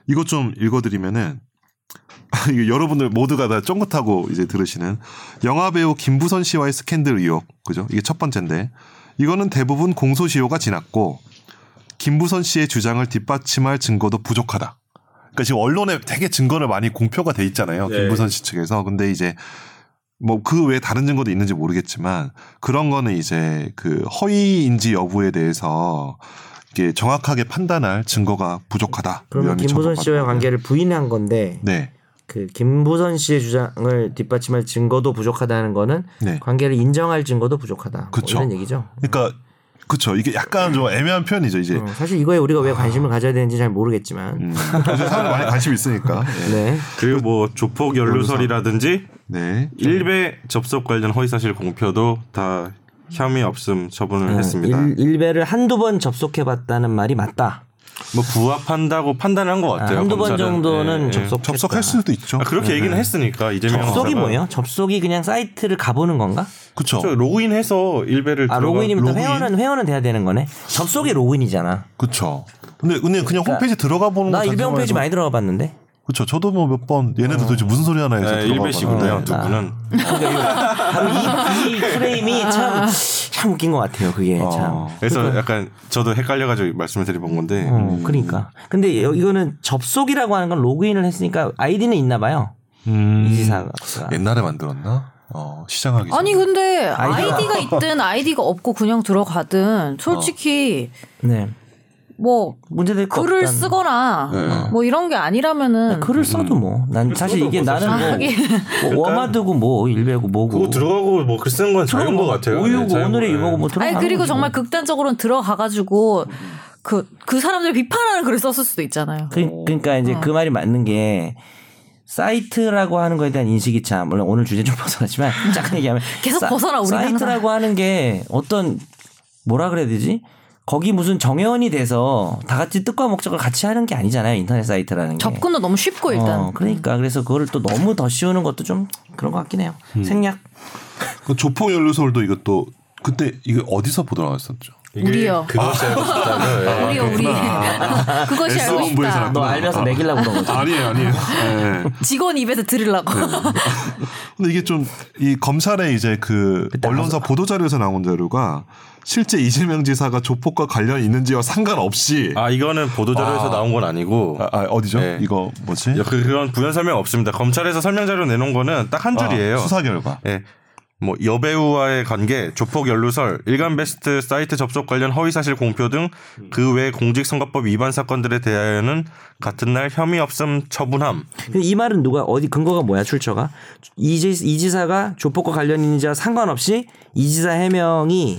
Speaker 2: 이것 좀 읽어드리면은 아, 이게 여러분들 모두가 다 쫑긋하고 이제 들으시는 영화 배우 김부선 씨와의 스캔들 의혹 그죠? 이게 첫 번째인데 이거는 대부분 공소시효가 지났고 김부선 씨의 주장을 뒷받침할 증거도 부족하다. 그러니까 지금 언론에 되게 증거를 많이 공표가 돼 있잖아요.
Speaker 6: 네.
Speaker 2: 김부선 씨 측에서 근데 이제 뭐 그 외에 다른 증거도 있는지 모르겠지만 그런 거는 이제 그 허위인지 여부에 대해서 이게 정확하게 판단할 증거가 부족하다.
Speaker 4: 음, 그러면
Speaker 2: 위헌이
Speaker 4: 김부선 씨와의
Speaker 2: 처벌받는다.
Speaker 4: 관계를 부인한 건데
Speaker 2: 네.
Speaker 4: 그 김부선 씨의 주장을 뒷받침할 증거도 부족하다는 거는
Speaker 2: 네.
Speaker 4: 관계를 인정할 증거도 부족하다. 뭐
Speaker 2: 그쵸.
Speaker 4: 이런 얘기죠.
Speaker 2: 그러니까 그쵸 이게 약간 좀 애매한 표현이죠 이제
Speaker 4: 어, 사실 이거에 우리가 왜 관심을 가져야 되는지 잘 모르겠지만.
Speaker 2: 네. 음. 요즘 사람들 많이 관심 있으니까 네.
Speaker 4: 네.
Speaker 1: 그리고 뭐 조폭 연루설이라든지
Speaker 2: 네.
Speaker 1: 일베 접속 관련 허위사실 공표도 다 혐의 없음 처분을
Speaker 9: 네,
Speaker 1: 했습니다.
Speaker 4: 일, 일배를 한두 번 접속해봤다는 말이 맞다.
Speaker 1: 뭐 부합한다고 판단한 것 같아요.
Speaker 4: 한두 번
Speaker 1: 검찰은.
Speaker 4: 정도는
Speaker 1: 예, 예.
Speaker 4: 접속. 음.
Speaker 2: 접속할 수도 있죠.
Speaker 1: 아, 그렇게 얘기는 했으니까 이재명
Speaker 4: 접속이
Speaker 1: 검사가.
Speaker 4: 뭐예요? 접속이 그냥 사이트를 가보는 건가?
Speaker 2: 그쵸.
Speaker 1: 저 로그인해서 일베를
Speaker 4: 아
Speaker 1: 들어가-
Speaker 4: 로그인이면 또
Speaker 2: 로그인?
Speaker 4: 회원은 회원은 돼야 되는 거네. 접속이 로그인이잖아.
Speaker 2: 그쵸. 근데 근데 그냥 홈페이지 들어가 보는
Speaker 4: 그러니까 나
Speaker 2: 거
Speaker 4: 일병
Speaker 2: 자체만
Speaker 4: 페이지 어.
Speaker 2: 해도-
Speaker 4: 많이 들어가봤는데.
Speaker 2: 그쵸. 저도 뭐 몇 번 얘네들 도대체 무슨 소리 하나 해서
Speaker 1: 네,
Speaker 2: 들어가
Speaker 1: 일베시군요.
Speaker 2: 봤는데.
Speaker 1: 두 분은
Speaker 4: 바로 이, 이 프레임이 참, 참 웃긴 것 같아요. 그게
Speaker 2: 어.
Speaker 4: 참.
Speaker 1: 그래서 약간 저도 헷갈려가지고 말씀을 드려본 건데 음.
Speaker 4: 어, 그러니까. 근데 여- 이거는 접속이라고 하는 건 로그인을 했으니까 아이디는 있나 봐요. 이지사가.
Speaker 2: 옛날에 만들었나? 어 시장하기. 전에.
Speaker 3: 아니 근데
Speaker 4: 아이디가-
Speaker 3: 아이디가 있든 아이디가 없고 그냥 들어가든 솔직히
Speaker 4: 네.
Speaker 3: 뭐
Speaker 4: 문제될 거 네.
Speaker 3: 글을
Speaker 4: 없다는
Speaker 3: 쓰거나 뭐 이런 게 아니라면은
Speaker 4: 글을 써도 뭐. 난 사실 이게 나는
Speaker 3: 아,
Speaker 4: 뭐,
Speaker 3: 하긴
Speaker 4: 뭐 워마드고 뭐 일베고 뭐고.
Speaker 1: 그거 들어가고 뭐 글 쓰는 건 자유인 것 같아요. 네,
Speaker 4: 오유고
Speaker 1: 자유인
Speaker 4: 오늘의
Speaker 1: 거예요.
Speaker 4: 유머고 뭐 들어가.
Speaker 3: 아니 그리고 정말 극단적으로는 들어가가지고 그 그 사람들 비판하는 글을 썼을 수도 있잖아요.
Speaker 4: 그, 그러니까 이제
Speaker 3: 어.
Speaker 4: 그 말이 맞는 게 사이트라고 하는 거에 대한 인식이 참 물론 오늘 주제 좀 벗어났지만 잠깐 얘기하면
Speaker 3: 음. 계속 벗어나, 우리는
Speaker 4: 사이트라고 하는 게 어떤 뭐라 그래야 되지? 거기 무슨 정연이 돼서 다 같이 뜻과 목적을 같이 하는 게 아니잖아요 인터넷 사이트라는 게.
Speaker 3: 접근도 너무 쉽고 일단
Speaker 4: 어, 그러니까 그래서 그거를 또 너무 더 씌우는 것도 좀 그런 것 같긴 해요. 생략.
Speaker 2: 그 조폭 연루설도 이것도 그때 이게 어디서 보도나왔었죠?
Speaker 1: 이게
Speaker 3: 우리요.
Speaker 1: 그것이 알고 싶다는
Speaker 4: 아,
Speaker 1: 예.
Speaker 3: 우리 우리 그것이 알고 싶다.
Speaker 4: 너 알면서 매기려고 그런 거죠.
Speaker 2: 아니에요, 아니에요. 예.
Speaker 3: 직원 입에서 들으려고.
Speaker 4: 네.
Speaker 2: 근데 이게 좀 이 검찰의 이제 그 언론사 보도 자료에서 나온 자료가 실제 이재명 지사가 조폭과 관련 있는지와 상관없이 아,
Speaker 1: 아 이거는 보도자료에서
Speaker 2: 아.
Speaker 1: 나온 건 아니고
Speaker 2: 아, 어디죠?
Speaker 1: 네.
Speaker 2: 이거 뭐지?
Speaker 1: 그- 그런 부연 설명 없습니다. 검찰에서 설명 자료 내놓은 거는 딱 한
Speaker 2: 아,
Speaker 1: 줄이에요.
Speaker 2: 수사 결과.
Speaker 1: 예. 뭐 여배우와의 관계, 조폭 연루설, 일간 베스트 사이트 접속 관련 허위 사실 공표 등 그 외 공직선거법 위반 사건들에 대하여는 같은 날 혐의 없음 처분함.
Speaker 4: 근데 이 말은 누가 어디 근거가 뭐야 출처가 이지 이지사가 조폭과 관련 있는지와 상관없이 이지사 해명이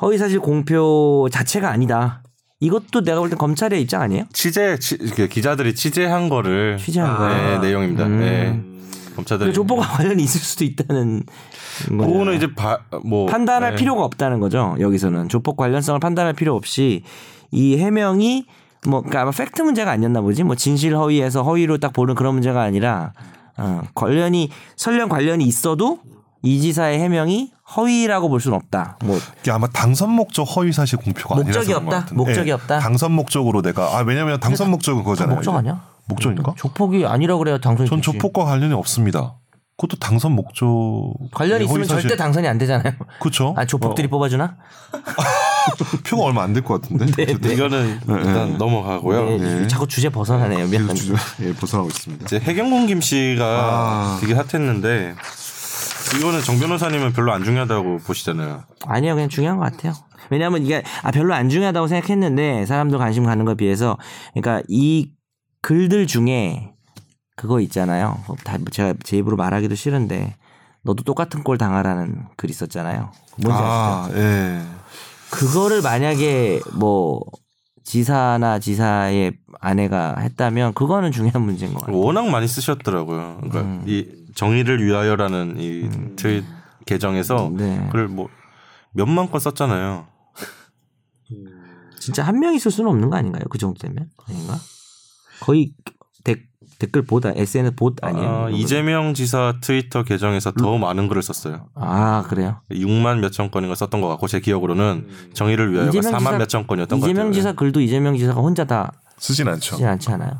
Speaker 4: 허위사실 공표 자체가 아니다. 이것도 내가 볼 땐 검찰의 입장 아니에요?
Speaker 1: 취재 취- 이렇게 기자들이 취재한 거를
Speaker 4: 취재한
Speaker 1: 네,
Speaker 4: 거예요.
Speaker 1: 내용입니다.
Speaker 4: 음.
Speaker 1: 네. 검찰들
Speaker 4: 그러니까 조폭과 관련이 있을 수도 있다는 거잖아요.
Speaker 1: 그거는 이제 바, 뭐
Speaker 4: 판단할
Speaker 1: 네.
Speaker 4: 필요가 없다는 거죠. 여기서는 조폭 관련성을 판단할 필요 없이 이 해명이 뭐 그러니까 아마 팩트 문제가 아니었나 보지. 뭐 진실 허위에서 허위로 딱 보는 그런 문제가 아니라 어, 관련이 설령 관련이 있어도 이 지사의 해명이 허위라고 볼 수는 없다. 뭐
Speaker 2: 이게 아마 당선 목적 허위 사실 공표가 아니라서
Speaker 4: 목적이
Speaker 2: 그런 것
Speaker 4: 없다?
Speaker 2: 같은데.
Speaker 4: 목적이
Speaker 2: 예,
Speaker 4: 없다? 그러니까
Speaker 2: 당선 목적으로 내가 아 왜냐면 당선 목적은 그거잖아요.
Speaker 4: 목적
Speaker 2: 이게.
Speaker 4: 아니야?
Speaker 2: 목적인가?
Speaker 4: 조폭이 아니라 그래야 당선이
Speaker 2: 전
Speaker 4: 되지.
Speaker 2: 조폭과 관련이 없습니다. 그것도 당선 목적
Speaker 4: 관련이 있으면 절대 당선이 안 되잖아요.
Speaker 2: 그렇죠.
Speaker 4: 아 조폭들이 뽑아주나?
Speaker 2: 표가 얼마 안 될 것 같은데. 어쨌든.
Speaker 1: 이거는 일단 넘어가고요.
Speaker 4: 네, 자꾸 주제 벗어나네요. 미안.
Speaker 2: 예, 보상하고 있습니다.
Speaker 1: 이제 해경군 김 씨가
Speaker 2: 아.
Speaker 1: 되게 핫했는데 이거는 정 변호사님은 별로 안 중요하다고 보시잖아요.
Speaker 4: 아니요, 그냥 중요한 것 같아요. 왜냐하면 이게 아 별로 안 중요하다고 생각했는데 사람들 관심 가는 거에 비해서 그러니까 이 글들 중에 그거 있잖아요. 뭐 다 제가 제 입으로 말하기도 싫은데 너도 똑같은 꼴 당하라는 글 있었잖아요. 뭔지 아시죠?
Speaker 2: 아, 예.
Speaker 4: 그거를 만약에 뭐 지사나 지사의 아내가 했다면 그거는 중요한 문제인 것 같아요.
Speaker 1: 워낙 많이 쓰셨더라고요. 그러니까
Speaker 4: 음.
Speaker 1: 이 정의를 위하여라는 이 트윗 계정에서
Speaker 4: 네.
Speaker 1: 그걸 뭐 몇만 건 썼잖아요.
Speaker 4: 진짜 한 명 있을 수는 없는 거 아닌가요? 그 정도 되면 아닌가? 거의 댓, 댓글 보다 SNS 봇 아니에요? 음.
Speaker 1: 아, 이재명 지사 트위터 계정에서 더 많은 글을 썼어요.
Speaker 4: 아 그래요?
Speaker 1: 6만 몇천 건인가 썼던 것 같고 제 기억으로는 정의를 위하여가
Speaker 4: 이재명
Speaker 1: 4만
Speaker 4: 지사-
Speaker 1: 몇천 건이었던 것 같아요. 예.
Speaker 4: 이재명 지사 글도 이재명 지사가 혼자 다
Speaker 2: 쓰진 않죠.
Speaker 4: 쓰지 않지 않아요?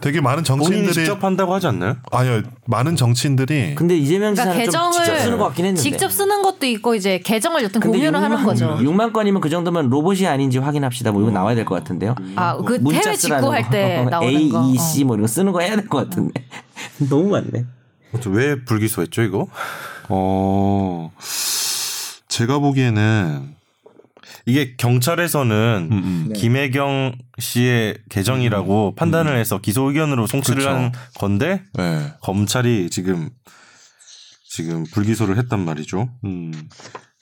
Speaker 2: 되게 많은
Speaker 1: 본인이
Speaker 2: 정치인들이
Speaker 1: 직접 한다고 하지 않나요?
Speaker 2: 아니요 많은 정치인들이
Speaker 4: 근데 이재명 지사는
Speaker 3: 그러니까
Speaker 4: 좀 직접 쓰는 것 같긴
Speaker 3: 계정을
Speaker 4: 했는데.
Speaker 3: 직접 쓰는 것도 있고 이제 계정을 여튼
Speaker 4: 근데
Speaker 3: 공유를 하는
Speaker 4: 6만
Speaker 3: 거죠.
Speaker 4: 6만 건이면 그 정도면 로봇이 아닌지 확인합시다. 뭐 이거 나와야 될 것 같은데요.
Speaker 3: 아 그
Speaker 4: 음, 문자
Speaker 3: 해외
Speaker 4: 쓰라는
Speaker 3: 직구할
Speaker 4: 거.
Speaker 3: 때 나오는
Speaker 4: A,
Speaker 3: 거.
Speaker 4: E,
Speaker 3: 어.
Speaker 4: C 뭐 이런 거 쓰는 거 해야 될 것 같은데. 너무 많네.
Speaker 1: 아무튼 왜 불기소했죠 이거?
Speaker 2: 어 제가 보기에는
Speaker 1: 이게 경찰에서는
Speaker 4: 음.
Speaker 1: 김혜경 씨의 계정이라고 판단을 해서 기소 의견으로 송치를
Speaker 4: 그렇죠.
Speaker 1: 한
Speaker 2: 그쵸.
Speaker 1: 건데
Speaker 2: 네.
Speaker 1: 검찰이 지금 지금 불기소를 했단 말이죠.
Speaker 2: 음.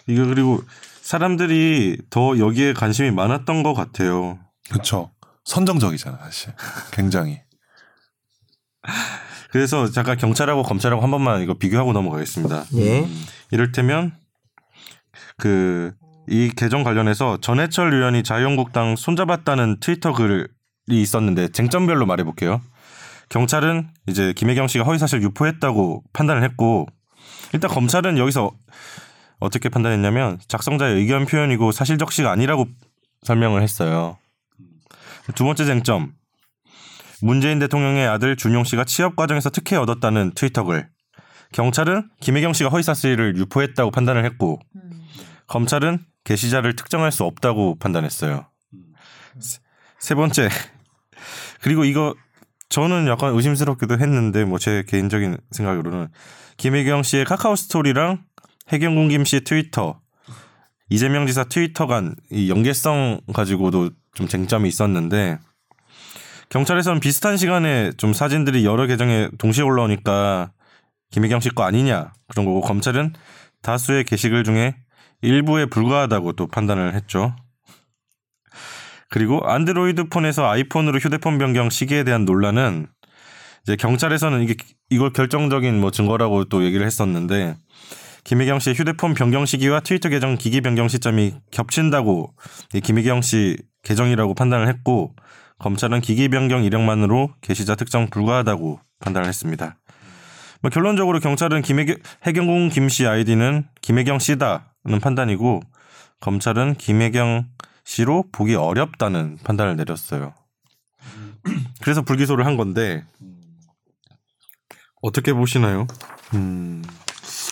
Speaker 1: 이거 그리고 사람들이 더 여기에 관심이 많았던 것 같아요.
Speaker 2: 그렇죠. 선정적이잖아 사실. 굉장히.
Speaker 1: 그래서 잠깐 경찰하고 검찰하고 한 번만 이거 비교하고 넘어가겠습니다.
Speaker 4: 예.
Speaker 1: 이를테면 그 이 계정 관련해서 전해철 의원이 자유한국당 손잡았다는 트위터 글이 있었는데 쟁점별로 말해볼게요. 경찰은 이제 김혜경 씨가 허위사실 유포했다고 판단을 했고 일단 검찰은 여기서 어떻게 판단했냐면 작성자의 의견 표현이고 사실적시가 아니라고 설명을 했어요. 두 번째 쟁점 문재인 대통령의 아들 준용 씨가 취업 과정에서 특혜 얻었다는 트위터 글 경찰은 김혜경 씨가 허위사실을 유포했다고 판단을 했고 검찰은 게시자를 특정할 수 없다고 판단했어요. 세- 세 번째 그리고 이거 저는 약간 의심스럽기도 했는데 뭐 제 개인적인 생각으로는 김혜경 씨의 카카오 스토리랑 해경군 김 씨의 트위터 이재명 지사 트위터 간 이 연계성 가지고도 좀 쟁점이 있었는데 경찰에서는 비슷한 시간에 좀 사진들이 여러 계정에 동시에 올라오니까 김혜경 씨 거 아니냐 그런 거고 검찰은 다수의 게시글 중에 일부에 불과하다고 또 판단을 했죠. 그리고 안드로이드 폰에서 아이폰으로 휴대폰 변경 시기에 대한 논란은 이제 경찰에서는 이게 이걸 결정적인 뭐 증거라고 또 얘기를 했었는데 김혜경 씨의 휴대폰 변경 시기와 트위터 계정 기기 변경 시점이 겹친다고 이 김혜경 씨 계정이라고 판단을 했고 검찰은 기기 변경 이력만으로 게시자 특정 불가하다고 판단을 했습니다. 뭐 결론적으로 경찰은 김혜경, 해경군 김 씨 아이디는 김혜경 씨다는 판단이고 검찰은 김혜경 씨로 보기 어렵다는 판단을 내렸어요. 그래서 불기소를 한 건데 어떻게 보시나요?
Speaker 2: 음.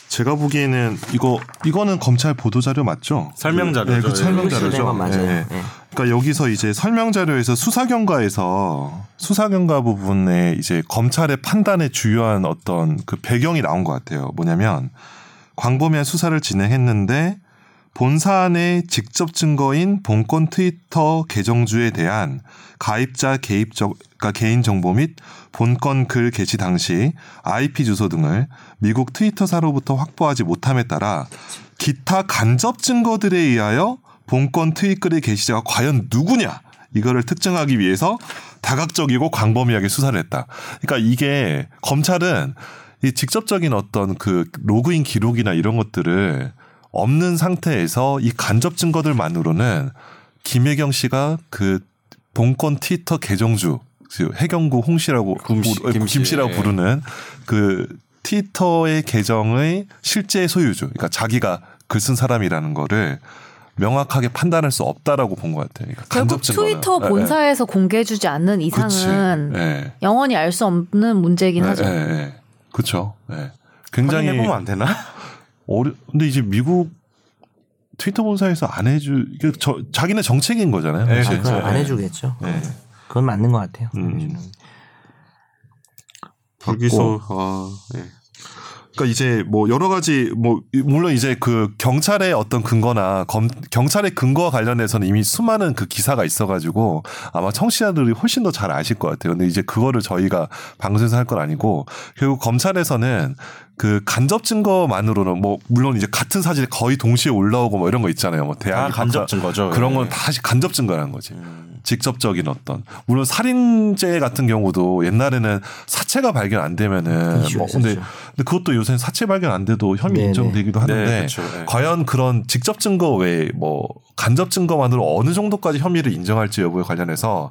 Speaker 2: 제가 보기에는 이거 이거는 검찰 보도 자료 맞죠?
Speaker 1: 설명 자료죠.
Speaker 2: 네, 그
Speaker 1: 예.
Speaker 2: 설명
Speaker 4: 실시된
Speaker 2: 자료죠.
Speaker 4: 건 맞아요.
Speaker 2: 예.
Speaker 4: 예.
Speaker 2: 그러니까 여기서 이제 설명 자료에서 수사 경과에서 수사 경과 부분에 이제 검찰의 판단에 주요한 어떤 그 배경이 나온 것 같아요. 뭐냐면 광범위한 수사를 진행했는데 본 사안의 직접 증거인 본건 트위터 계정주에 대한 가입자 개입적 그러니까 개인 정보 및 본건 글 게시 당시 IP 주소 등을 미국 트위터사로부터 확보하지 못함에 따라 기타 간접 증거들에 의하여 본건 트윗 글의 게시자가 과연 누구냐 이거를 특정하기 위해서 다각적이고 광범위하게 수사를 했다. 그러니까 이게 검찰은 이 직접적인 어떤 그 로그인 기록이나 이런 것들을 없는 상태에서 이 간접 증거들만으로는 김혜경 씨가 그 본건 트위터 계정주 그 해경구 홍 씨라고
Speaker 1: 씨,
Speaker 2: 부르-
Speaker 1: 그
Speaker 2: 그
Speaker 1: 김 씨.
Speaker 2: 김 씨라고
Speaker 1: 예.
Speaker 2: 부르는 그 트위터의 계정의 실제 소유주, 그러니까 자기가 글 쓴 사람이라는 거를 명확하게 판단할 수 없다라고 본 것 같아요. 그러니까
Speaker 3: 결국
Speaker 2: 간접 증거나.
Speaker 3: 트위터
Speaker 4: 네,
Speaker 2: 예, 예.
Speaker 3: 본사에서 공개해주지 않는 이상은
Speaker 2: 그치. 예.
Speaker 3: 영원히 알 수 없는
Speaker 4: 네,
Speaker 3: 문제이긴 하죠.
Speaker 2: 그렇죠. 굉장히
Speaker 1: 확인해보면 안 되나?
Speaker 2: 어려. 근데 이제 미국 트위터 본사에서 안 해주. 이게 저 자기네 정책인 거잖아요.
Speaker 1: 예,
Speaker 2: 사실.
Speaker 4: 아, 그건 안
Speaker 2: 예.
Speaker 4: 해주겠죠. 그건 맞는 것 같아요.
Speaker 2: 음.
Speaker 1: 불기소. 아, 예.
Speaker 2: 그러니까 이제 뭐 여러 가지 뭐 이- 물론 이제 그 경찰의 어떤 근거나 검, 경찰의 근거와 관련해서는 이미 수많은 그 기사가 있어가지고 아마 청취자들이 훨씬 더 잘 아실 것 같아요. 근데 이제 그거를 저희가 방송에서 할 건 아니고 결국 검찰에서는 그 간접 증거만으로는 뭐 물론 이제 같은 사진이 거의 동시에 올라오고 뭐 이런 거 있잖아요. 뭐 대학
Speaker 1: 아, 간접 증거죠.
Speaker 2: 그런 건
Speaker 1: 예.
Speaker 2: 다시 간접 증거라는 거지.
Speaker 1: 음.
Speaker 2: 직접적인 어떤 물론 살인죄 같은 경우도 옛날에는 사체가 발견 안
Speaker 4: 음,
Speaker 2: 되면은 뭐
Speaker 4: 이슈였었죠.
Speaker 2: 근데, 근데 그것도 요새는 사체 발견 안 돼도 혐의
Speaker 4: 네네.
Speaker 2: 인정되기도 하는데
Speaker 1: 네, 그쵸, 네.
Speaker 2: 과연 그런 직접
Speaker 1: 음.
Speaker 2: 증거 외에 뭐 간접 증거만으로 어느 정도까지 혐의를 인정할지 여부에 관련해서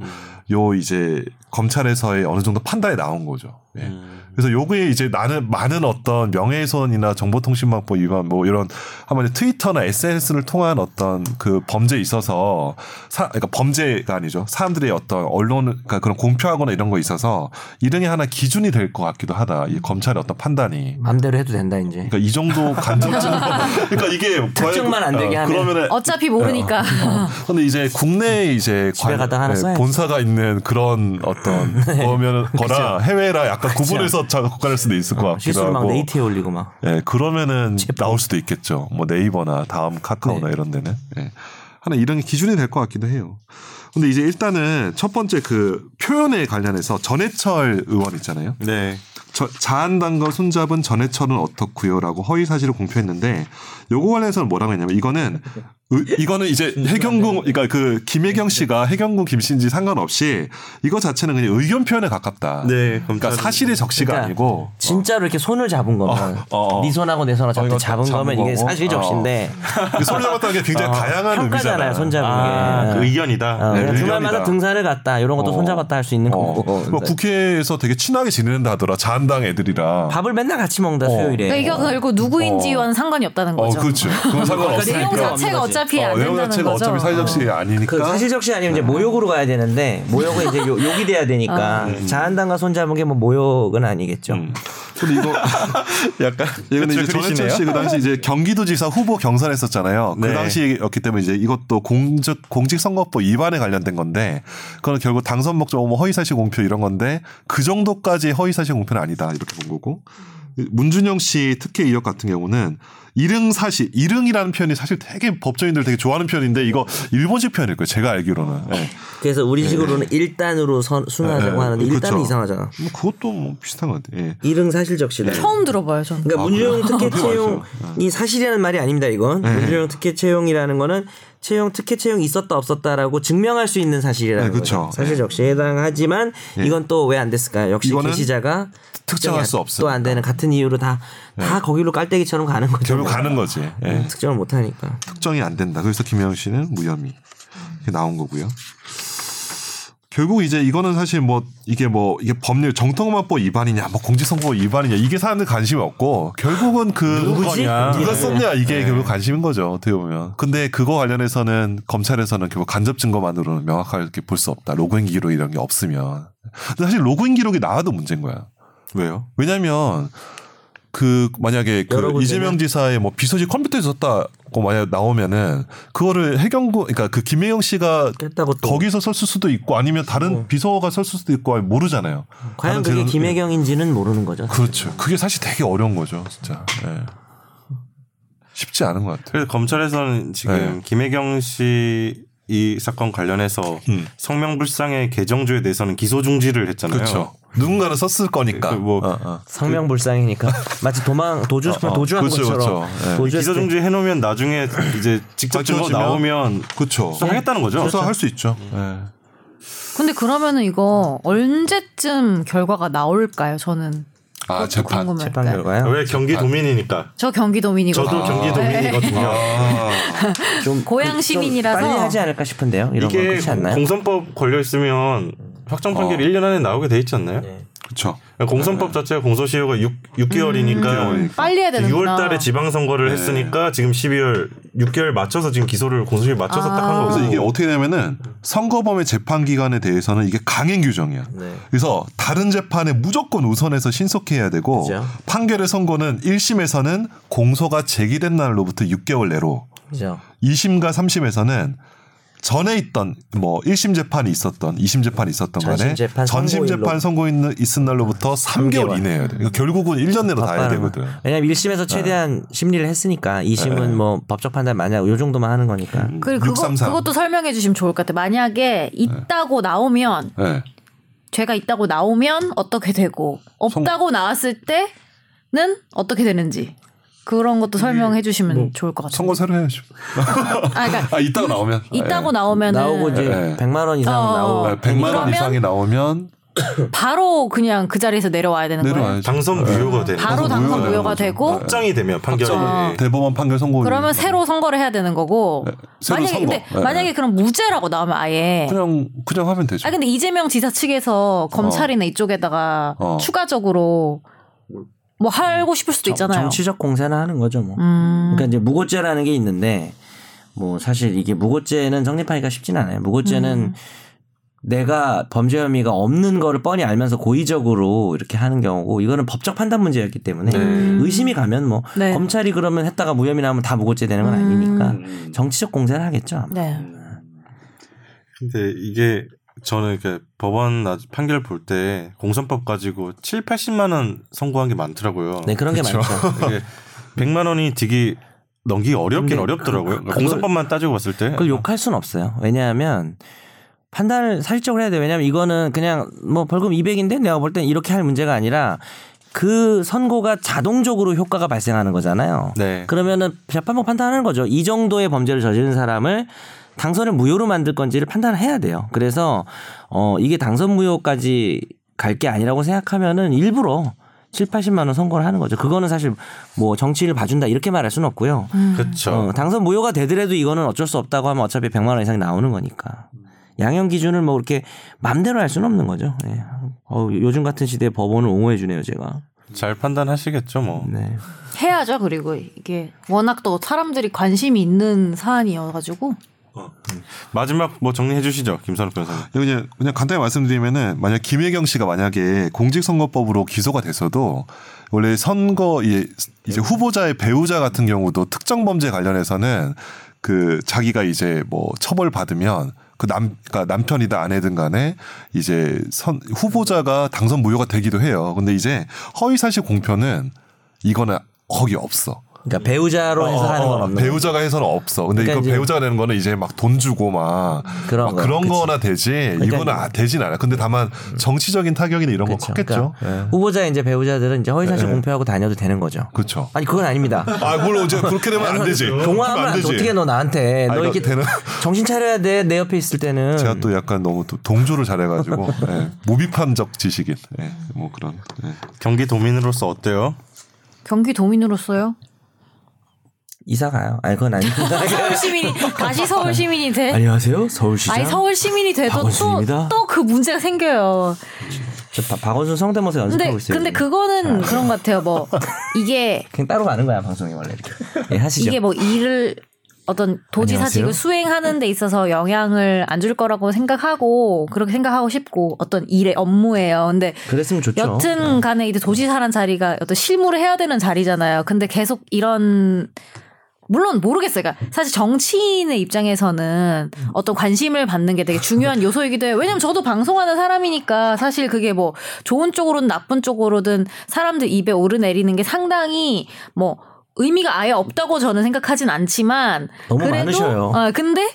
Speaker 2: 요 이제 검찰에서의 어느 정도 판단이 나온 거죠.
Speaker 1: 음.
Speaker 2: 예. 그래서 요게 이제 나는 많은 어떤 명예훼손이나 정보통신망법 위반 뭐 이런 한마디 트위터나 SNS를 통한 어떤 그 범죄에 있어서 사, 그러니까 범죄가 아니죠. 사람들의 어떤 언론 그러니까 그런 공표하거나 이런 거에 있어서 이런 게 하나 기준이 될 것 같기도 하다. 이 검찰의 어떤 판단이.
Speaker 4: 맘대로 해도 된다 이제.
Speaker 2: 그러니까 이 정도 간접적 그러니까 이게
Speaker 4: 특정만 안 되게
Speaker 2: 어,
Speaker 4: 하면.
Speaker 2: 그러면은
Speaker 3: 어차피 모르니까.
Speaker 2: 근데 이제 국내에 이제
Speaker 4: 음.
Speaker 2: 네,
Speaker 4: 집에 가다 하나 써야지. 네.
Speaker 2: 본사가 있는 그런 어떤 거면 거라 해외라 약간 구분해서 작업할 수도 있을 것 그러니까 같기도
Speaker 4: 실수로 막
Speaker 2: 하고.
Speaker 4: 네이트에 올리고 막.
Speaker 2: 예, 그러면은 나올 수도 있겠죠. 뭐 네이버나 다음 카카오나 이런 데는. 예. 하나 이런 게 기준이 될 것 같기도 해요. 근데 이제 일단은 첫 번째 그 표현에 관련해서 전해철 의원 있잖아요.
Speaker 1: 네.
Speaker 2: 저- 자한당과 손잡은 전해철은 어떻고요라고 허위 사실을 공표했는데 요거 관련해서는 뭐라고 했냐면 이거는 으- 이거는 이제 해경궁 그러니까 그 김혜경 씨가 해경궁 김씨인지 상관없이 이거 자체는 그냥 의견 표현에 가깝다.
Speaker 1: 네,
Speaker 2: 그러니까
Speaker 1: 검찰은-
Speaker 2: 사실의 적시가
Speaker 4: 그러니까
Speaker 2: 아니고
Speaker 4: 진짜로 이렇게 손을 잡은 거면
Speaker 2: 어, 어.
Speaker 4: 네 손하고 내 손하고
Speaker 2: 이거
Speaker 4: 잡 잡은
Speaker 2: 잡은
Speaker 4: 거면 이게
Speaker 2: 거고.
Speaker 4: 사실 접시인데
Speaker 2: 손그 잡았다는 게 굉장히 다양한 의미잖아요.
Speaker 4: 평가잖아요 손 잡은
Speaker 1: 아,
Speaker 4: 게.
Speaker 1: 그 의견이다.
Speaker 4: 어,
Speaker 1: 네.
Speaker 4: 그래서
Speaker 2: 의견이다.
Speaker 4: 주말마다 등산을 갔다 이런 것도
Speaker 2: 어.
Speaker 4: 손 잡았다 할 수 있는
Speaker 2: 어.
Speaker 4: 거고 그러니까
Speaker 2: 뭐 국회에서 되게 친하게 지내는다 하더라. 자한당 애들이랑.
Speaker 4: 밥을 맨날 같이 먹는다 수요일에.
Speaker 3: 그러니까 이게 결국 누구인지와는 상관이 없다는
Speaker 2: 네. 어,
Speaker 3: 거죠. 그러니까
Speaker 2: 그렇죠. 그건 상관없으니까.
Speaker 3: 내용 자체가 어차피
Speaker 2: 어,
Speaker 3: 안
Speaker 2: 내용
Speaker 3: 된다는
Speaker 2: 자체가
Speaker 3: 거죠.
Speaker 2: 어차피
Speaker 3: 어.
Speaker 2: 사회적시 아니니까. 어.
Speaker 4: 그 사실 적시 아니면 이제 모욕으로 가야 되는데 모욕은 이제 요, 욕이 돼야
Speaker 3: 아.
Speaker 4: 되니까
Speaker 2: 음.
Speaker 4: 자한당과 손 잡은 게 뭐 모욕은 아니겠죠.
Speaker 2: 근데 이거
Speaker 1: 약간
Speaker 2: 예, 근데 이제 전해철 씨그 당시 이제 경기도지사 후보 경선했었잖아요. 그
Speaker 1: 네.
Speaker 2: 당시였기 때문에 이제 이것도 공직 공직선거법 위반에 관련된 건데, 그건 결국 당선 목적 뭐 허위사실 공표 이런 건데 그 정도까지 허위사실 공표는 아니다 이렇게 본 거고. 문준영 씨 특혜 이력 같은 경우는 이릉 사실 이릉이라는 표현이 사실 되게 법조인들 되게 좋아하는 표현인데 이거 일본식 표현일 거예요. 제가 알기로는. 예.
Speaker 4: 그래서 우리식으로는 일단으로 선, 순화하자고
Speaker 2: 예, 예.
Speaker 4: 하는데 일단은
Speaker 2: 네. 그쵸.
Speaker 4: 이상하잖아.
Speaker 2: 뭐 그것도 뭐 비슷한 것 같아요. 예.
Speaker 4: 일은 사실 적시다.
Speaker 2: 네.
Speaker 3: 처음 들어봐요, 저는.
Speaker 2: 아,
Speaker 4: 그러니까 문준용 특혜 채용이 사실이라는 말이 아닙니다. 이건
Speaker 2: 네.
Speaker 4: 문준용 특혜 채용이라는 거는 채용 특혜 채용이 있었다 없었다라고 증명할 수 있는 사실이라는
Speaker 2: 네, 그쵸.
Speaker 4: 거죠. 사실 적시 해당하지만 이건 또 왜 안 됐을까? 역시
Speaker 2: 이거는
Speaker 4: 게시자가
Speaker 2: 특정할 수 없으니까.
Speaker 4: 또안 되는 같은 이유로 다 다 거기로 깔때기처럼 가는 거죠. 네.
Speaker 2: 결국 가는 거지. 예.
Speaker 4: 특정을 못 하니까.
Speaker 2: 특정이 안 된다. 그래서 김영 씨는 무혐의 이렇게 나온 거고요. 결국 이제 이거는 사실 뭐 이게 뭐 이게 법률 정통만법 위반이냐 뭐 공직선거 위반이냐 이게 사람들 관심이 없고 결국은 그
Speaker 4: 누구지?
Speaker 2: 거냐, 누가 썼냐
Speaker 4: 네.
Speaker 2: 이게 결국 관심인 거죠 어떻게 보면 근데 그거 관련해서는 검찰에서는 결국 간접 증거만으로는 명확하게 볼 수 없다 로그인 기록 이런 게 없으면 근데 사실 로그인 기록이 나와도 문제인 거야 왜요? 왜냐면 그 만약에
Speaker 4: 여러
Speaker 2: 그
Speaker 4: 군데는?
Speaker 2: 이재명 지사의 뭐 비서지 컴퓨터에서 썼다고 만약 나오면은 그거를 해경구 그러니까 그 김혜영 씨가
Speaker 4: 깼다고 또 네.
Speaker 2: 거기서 썼을 수도 있고 아니면 다른 비서가 썼을 수도 있고 아니, 모르잖아요.
Speaker 4: 음, 과연
Speaker 2: 다른
Speaker 4: 그게
Speaker 2: 재산-
Speaker 4: 김혜경인지는 모르는 거죠.
Speaker 2: 그렇죠. 그게 사실 되게 어려운 거죠, 진짜. 예. 쉽지 않은 것 같아요.
Speaker 1: 그래서 검찰에서는 지금
Speaker 2: 네.
Speaker 1: 김혜경 씨 이 사건 관련해서
Speaker 2: 음.
Speaker 1: 성명불상의 개정조에 대해서는 기소 중지를 했잖아요.
Speaker 2: 그렇죠. 누군가는 썼을 거니까.
Speaker 1: 그 뭐-
Speaker 2: 어, 어.
Speaker 4: 상명불상이니까 마치 도망 도주
Speaker 2: 어, 어.
Speaker 4: 도주한
Speaker 2: 그렇죠,
Speaker 4: 것처럼
Speaker 2: 그렇죠. 예.
Speaker 1: 기소
Speaker 4: 도주했을 때
Speaker 1: 중지 해놓으면 나중에 이제 직접 증거
Speaker 2: 밝혀지면-
Speaker 1: 나오면
Speaker 2: 그렇죠.
Speaker 1: 수사하겠다는 거죠.
Speaker 2: 수사할 수 있죠. 예.
Speaker 3: 근데 그러면은 이거
Speaker 2: 어.
Speaker 3: 언제쯤 결과가 나올까요? 저는
Speaker 4: 그렇죠.
Speaker 2: 아 재판.
Speaker 3: 궁금해요.
Speaker 4: 재판
Speaker 3: 네.
Speaker 4: 결과요.
Speaker 1: 왜
Speaker 2: 아.
Speaker 1: 경기도민이니까?
Speaker 3: 저 경기도민이거든요.
Speaker 1: 저도 경기도민이거든요.
Speaker 2: 아,
Speaker 4: 좀
Speaker 3: 고향
Speaker 4: 그- 좀
Speaker 3: 시민이라서.
Speaker 4: 빨리 하지 않을까 싶은데요. 이런 거
Speaker 1: 이게
Speaker 4: 그렇지 않나요?
Speaker 1: 공선법 걸려 있으면 확정
Speaker 2: 어.
Speaker 1: 판결이 1년 안에 나오게 돼 있지 않나요?
Speaker 2: 그렇죠.
Speaker 4: 음.
Speaker 1: 공선법 자체가 공소시효가 6, 개월이니까
Speaker 2: 음.
Speaker 3: 빨리 해야 되는구나.
Speaker 1: 6월 달에 지방선거를 했으니까 지금 12월 6개월 맞춰서 지금 기소를 공소시효 맞춰서
Speaker 3: 아.
Speaker 1: 딱 한 거고.
Speaker 2: 그래서 이게 어떻게 되냐면은 선거범의 재판 기간에 대해서는 이게 강행 규정이야. 그래서 다른 재판에 무조건 우선해서 신속해야 되고
Speaker 4: 그죠.
Speaker 2: 판결의 선고는 1심에서는 공소가 제기된 날로부터 6개월 내로
Speaker 4: 그죠.
Speaker 2: 음. 2심과 3심에서는 전에 있던 뭐 1심 재판이 있었던 2심 재판이 있었던
Speaker 4: 전심
Speaker 2: 간에
Speaker 4: 재판
Speaker 2: 전심
Speaker 4: 선고일로.
Speaker 2: 재판 선고 있는 있은 날로부터 3개월 이내여야 돼. 그러니까 결국은 1년 내로 다 해야 되거든.
Speaker 4: 왜냐면 1심에서 최대한 심리를 했으니까 2심은 뭐 법적 판단 만약 요 정도만 하는 거니까.
Speaker 3: 그리고 그거,
Speaker 2: 633.
Speaker 3: 그것도 설명해 주시면 좋을 것 같아요. 만약에 있다고 나오면
Speaker 2: 네.
Speaker 3: 죄가 있다고 나오면 어떻게 되고 없다고 나왔을 때는 어떻게 되는지 그런 것도 설명해 주시면 좋을 것 같아요.
Speaker 2: 음. 뭐 선고 새로 해야죠.
Speaker 3: 아, 그러니까
Speaker 2: 아, 이따가 나오면.
Speaker 3: 있다고 나오면
Speaker 4: 나오고 이제
Speaker 2: 예.
Speaker 4: 100만 원 이상
Speaker 3: 어, 어.
Speaker 4: 나오고
Speaker 2: 네, 100만 원
Speaker 3: 그러면-
Speaker 2: 이상이 나오면
Speaker 3: 바로 그냥 그 자리에서 내려와야 되는 거예요.
Speaker 2: 내려와야죠.
Speaker 1: 네. 당선 무효가 되는
Speaker 3: 바로
Speaker 2: 당선
Speaker 3: 당선
Speaker 2: 무효가
Speaker 3: 무효가
Speaker 2: 되는
Speaker 3: 되고
Speaker 1: 확정이 되면 판결이
Speaker 3: 확정. 네.
Speaker 2: 대법원 판결 선고.
Speaker 3: 그러면 새로 선거를 해야 되는 거고
Speaker 2: 네, 새로
Speaker 3: 만약에
Speaker 2: 선거.
Speaker 3: 근데
Speaker 2: 네.
Speaker 3: 만약에 그럼 무죄라고 나오면 아예
Speaker 2: 그냥 그냥 하면 되죠.
Speaker 3: 아 근데 이재명 지사 측에서 검찰이나 이쪽에다가
Speaker 2: 어.
Speaker 3: 추가적으로 뭐 하고 싶을 수도 있잖아요.
Speaker 4: 정치적 공세나 하는 거죠 뭐.
Speaker 3: 음.
Speaker 4: 그러니까 이제 무고죄라는 게 있는데 뭐 사실 이게 무고죄는 성립하기가 쉽진 않아요.
Speaker 3: 음.
Speaker 4: 무고죄는 내가 범죄 혐의가 없는 거를 뻔히 알면서 고의적으로 이렇게 하는 경우고 이거는 법적 판단 문제였기 때문에 의심이 가면 뭐
Speaker 3: 음. 네. 음.
Speaker 4: 검찰이 그러면 했다가 무혐의 나오면 다 무고죄 되는 건 아니니까 정치적 공세를 하겠죠. 아마.
Speaker 3: 네.
Speaker 1: 근데 이게 저는 이렇게 법원 나- 판결 볼 때 공선법 가지고 7, 80만 원 선고한 게 많더라고요.
Speaker 4: 네 그런 게 많죠.
Speaker 1: 이게 100만 원이 되게 넘기기 어렵긴
Speaker 4: 근데
Speaker 1: 어렵더라고요.
Speaker 4: 그- 그-
Speaker 1: 공선법만 따지고 봤을 때.
Speaker 4: 그걸 욕할 수는 없어요. 왜냐하면 판단을 사실적으로 해야 돼요. 왜냐하면 이거는 그냥 뭐 벌금 200인데 내가 볼 땐 이렇게 할 문제가 아니라 그 선고가 자동적으로 효과가 발생하는 거잖아요.
Speaker 1: 네.
Speaker 4: 그러면은 재판부 판단하는 거죠. 이 정도의 범죄를 저지른 사람을 당선을 무효로 만들 건지를 판단해야 돼요. 그래서 어 이게 당선 무효까지 갈 게 아니라고 생각하면은 일부러 7, 80만 원 선고를 하는 거죠. 그거는 사실 뭐 정치를 봐준다 이렇게 말할 수는 없고요.
Speaker 1: 그렇죠.
Speaker 4: 어, 당선 무효가 되더라도 이거는 어쩔 수 없다고 하면 어차피 100만 원 이상이 나오는 거니까.
Speaker 2: 음.
Speaker 4: 양형 기준을 뭐 그렇게 맘대로 할 수는 없는 거죠. 예. 어, 요즘 같은 시대에 법원을 옹호해 주네요, 제가.
Speaker 1: 잘 판단하시겠죠, 뭐.
Speaker 4: 네.
Speaker 3: 해야죠. 그리고 이게 워낙 또 사람들이 관심이 있는 사안이어가지고
Speaker 1: 마지막 뭐 정리해 주시죠, 김선욱 변호사님.
Speaker 2: 그냥, 그냥 간단히 말씀드리면은 만약 김혜경 씨가 만약에 공직선거법으로 기소가 됐어도 원래 선거 이- 이제 후보자의 배우자 같은 경우도 특정 범죄 관련해서는 그 자기가 이제 뭐 처벌 받으면 그남 그러니까 남편이다 아내든 간에 이제 선 후보자가 당선 무효가 되기도 해요. 근데 이제 허위 사실 공표는 이거는 거기 없어.
Speaker 4: 그러니까 배우자로 해서 하는 건
Speaker 2: 음. 어,
Speaker 4: 없는 거죠.
Speaker 2: 배우자가 해서는 없어. 근데
Speaker 4: 그러니까
Speaker 2: 이거
Speaker 4: 이제-
Speaker 2: 배우자가 되는 거는 이제 막 돈 주고 막
Speaker 4: 그런
Speaker 2: 막
Speaker 4: 거,
Speaker 2: 그런
Speaker 4: 그치. 그러니까
Speaker 2: 거나 되지 이거는 아, 되진 않아. 근데 다만 정치적인 타격이나 이런 건
Speaker 4: 그렇죠. 그쵸.
Speaker 2: 뭐
Speaker 4: 그러니까
Speaker 2: 컸겠죠. 예,
Speaker 4: 후보자 이제 배우자들은 이제 허위 사실
Speaker 2: 네.
Speaker 4: 공표하고 다녀도 되는 거죠.
Speaker 2: 그렇죠.
Speaker 4: 아니 그건 아닙니다.
Speaker 2: 아, 물론 이제 그렇게 되면 안 되지.
Speaker 4: 동화하면 안 돼. 어떻게 너 나한테
Speaker 2: 아,
Speaker 4: 너
Speaker 2: 이거
Speaker 4: 이렇게
Speaker 2: 되나?
Speaker 4: 정신 차려야 돼. 내 옆에 있을 때는
Speaker 2: 제가 또 약간 너무 또 동조를 잘해가지고 예, 무비판적 지식인 예, 뭐 그런 예.
Speaker 1: 경기 도민으로서 어때요?
Speaker 3: 경기 도민으로서요.
Speaker 4: 이사 가요. 아니 그건 아니고.
Speaker 3: 서울 시민이 다시 서울 시민이 돼.
Speaker 5: 안녕하세요. 서울시장.
Speaker 3: 아니 서울 시민이 돼도 또
Speaker 5: 박원순입니다.
Speaker 3: 또 그 문제가 생겨요.
Speaker 4: 저 바- 박원순 성대모사
Speaker 3: 근데
Speaker 4: 연습하고 있어요.
Speaker 3: 근데
Speaker 4: 지금.
Speaker 3: 그거는 그런 것 같아요. 뭐 이게
Speaker 4: 그냥 따로 가는 거야 방송이 원래 이렇게. 예, 하시죠.
Speaker 3: 이게 뭐 일을 어떤 도지사직을 수행하는 데 있어서 영향을 안 줄 거라고 생각하고 그렇게 생각하고 싶고 어떤 일의 업무예요. 근데
Speaker 4: 그랬으면 좋죠. 네.
Speaker 3: 여튼 간에 이제 도지사란 자리가 어떤 실무를 해야 되는 자리잖아요. 근데 계속 이런 물론 모르겠어요. 그러니까 사실 정치인의 입장에서는 어떤 관심을 받는 게 되게 중요한 요소이기도 해요. 왜냐면 저도 방송하는 사람이니까 사실 그게 뭐 좋은 쪽으로든 나쁜 쪽으로든 사람들 입에 오르내리는 게 상당히 뭐 의미가 아예 없다고 저는 생각하진 않지만
Speaker 4: 너무 많으셔요.
Speaker 3: 아, 근데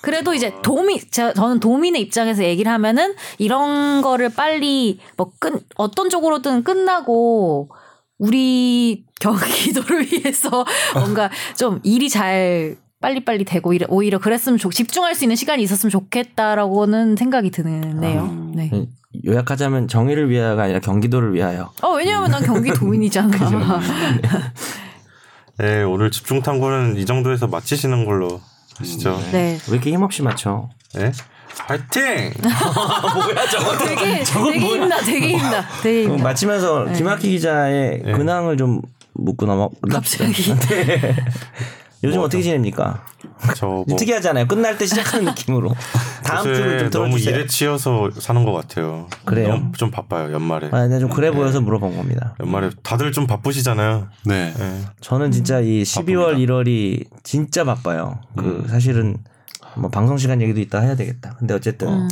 Speaker 3: 그래도 이제 도민 제가 저는 도민의 입장에서 얘기를 하면은 이런 거를 빨리 뭐 끈 어떤 쪽으로든 끝나고 우리 경기도를 위해서 뭔가 좀 일이 잘 빨리빨리 되고 이래- 오히려 그랬으면 좋 집중할 수 있는 시간이 있었으면 좋겠다라고는 생각이 드네요. 네.
Speaker 4: 음. 예, 요약하자면 정의를 위하여가 아니라 경기도를 위하여.
Speaker 3: 어 왜냐하면 난 경기 도민이잖아.
Speaker 1: 네, 오늘 집중 탐구는 이 정도에서 마치시는 걸로 하시죠.
Speaker 3: 네.
Speaker 4: 왜 이렇게 힘없이 맞춰?
Speaker 1: 음, 네. 파이팅!
Speaker 3: 되게 되게 힘나, 되게 힘나, 되게
Speaker 4: 그럼
Speaker 3: 힘나.
Speaker 4: 마치면서 김학기 기자의 근황을 좀 묻고 넘어.
Speaker 3: 네. 갑자기 뭐
Speaker 4: 요즘 어떻게 지냅니까?
Speaker 1: 저 뭐,
Speaker 4: 특이하잖아요. 끝날 때 시작하는 느낌으로. 다음 주를
Speaker 1: 요새
Speaker 4: 좀
Speaker 1: 너무
Speaker 4: 들어주세요.
Speaker 1: 일에 치여서 사는 것 같아요.
Speaker 4: 그래요?
Speaker 1: 너무 좀 바빠요, 연말에.
Speaker 4: 아, 내가 좀 그래 보여서 물어본 겁니다.
Speaker 1: 연말에 다들 좀 바쁘시잖아요.
Speaker 2: 네.
Speaker 1: 네.
Speaker 4: 저는 진짜
Speaker 3: 음.
Speaker 4: 이 12월 1월이 진짜 바빠요. 그 사실은 뭐 방송 시간 얘기도 이따 해야 되겠다. 근데 어쨌든
Speaker 3: 음.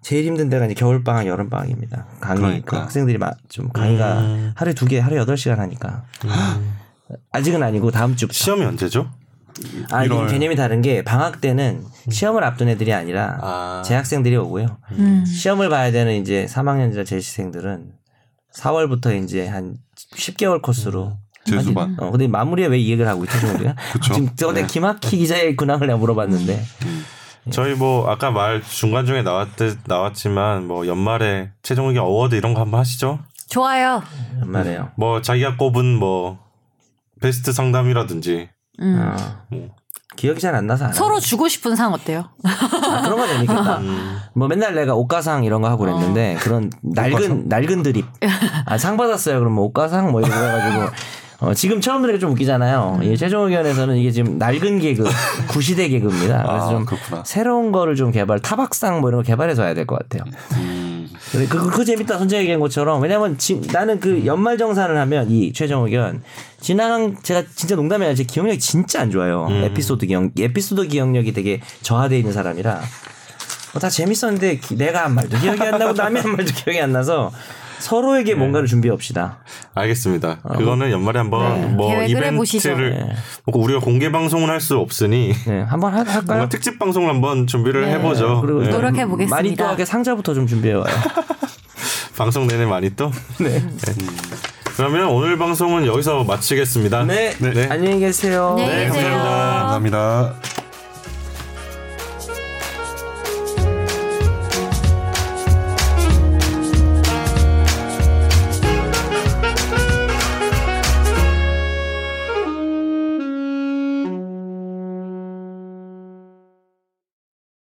Speaker 4: 제일 힘든 데가 이제 겨울 방학, 여름 방학입니다. 강의 그 학생들이 마- 좀 강의가 하루에 두 개, 하루에 여덟 시간 하니까. 아직은 아니고 다음 주부터.
Speaker 1: 시험이 언제죠?
Speaker 4: 아, 이게 개념이 다른 게 방학 때는 시험을 앞둔 애들이 아니라 재학생들이 오고요.
Speaker 3: 음.
Speaker 4: 시험을 봐야 되는 이제 3학년이나 재시생들은 4월부터 이제 한 10개월 코스로
Speaker 2: 재수반.
Speaker 4: 어, 근데 마무리에 왜 이 얘기를 하고 있죠, 지금 우리가? 지금 근데 김학희 기자의 근황을 내가 물어봤는데
Speaker 1: 저희 뭐 아까 말 중간 중에 나왔 나왔지만 뭐 연말에 최종 의견 어워드 이런 거 한번 하시죠.
Speaker 3: 좋아요.
Speaker 4: 말해요.
Speaker 1: 뭐 자기가 꼽은 뭐 베스트 상담이라든지
Speaker 3: 음.
Speaker 4: 어. 기억이 잘 안 나서 안
Speaker 3: 서로 주고 싶은 상 어때요?
Speaker 4: 아, 그런 거 재밌겠다.
Speaker 2: 음.
Speaker 4: 뭐 맨날 내가 옷가상 이런 거 하고
Speaker 2: 어.
Speaker 4: 그랬는데 그런 낡은 낡은 드립. 아 상 받았어요. 그럼 뭐 옷가상 뭐 이런 거 해가지고. 어, 지금 처음 들으니까 좀 웃기잖아요. 예, 최종 의견에서는 이게 지금 낡은 개그, 구시대 개그입니다. 그래서 좀
Speaker 2: 아, 그렇구나.
Speaker 4: 새로운 거를 좀 개발, 타박상 뭐 이런 거 개발해서 해야 될 것 같아요. 그래, 그, 그, 그 재밌다. 선재 얘기한 것처럼. 왜냐면 지, 나는 그 연말 정산을 하면 이 최종 의견 지난 제가 진짜 농담이 아니라 제 기억력이 진짜 안 좋아요.
Speaker 1: 음.
Speaker 4: 에피소드 기억 에피소드 기억력이 되게 저하돼 있는 사람이라 어, 다 재밌었는데 기- 내가 한 말도 기억이 안 나고 남이 한 말도 기억이 안 나서 서로에게
Speaker 1: 네.
Speaker 4: 뭔가를 준비합시다.
Speaker 1: 알겠습니다.
Speaker 4: 아, 뭐
Speaker 1: 그거는 연말에 한번
Speaker 4: 네.
Speaker 1: 뭐
Speaker 3: 계획을 해보시죠.
Speaker 1: 이벤트를 뭐 우리가 공개 방송은 할 수 없으니
Speaker 4: 네, 한번 하-
Speaker 1: 뭔가
Speaker 4: 할까요?
Speaker 1: 특집 방송을 한번 준비를 해보죠.
Speaker 4: 그리고 음,
Speaker 1: 네.
Speaker 3: 노력해
Speaker 4: 많이
Speaker 3: 보겠습니다.
Speaker 4: 또하게 상자부터 좀 준비해 와요.
Speaker 1: 방송 내내 많이 또. 네. 음. 그러면 오늘 방송은 여기서 마치겠습니다.
Speaker 4: 네.
Speaker 1: 네.
Speaker 4: 안녕히 계세요.
Speaker 3: 네. 안녕히 계세요.
Speaker 2: 감사합니다.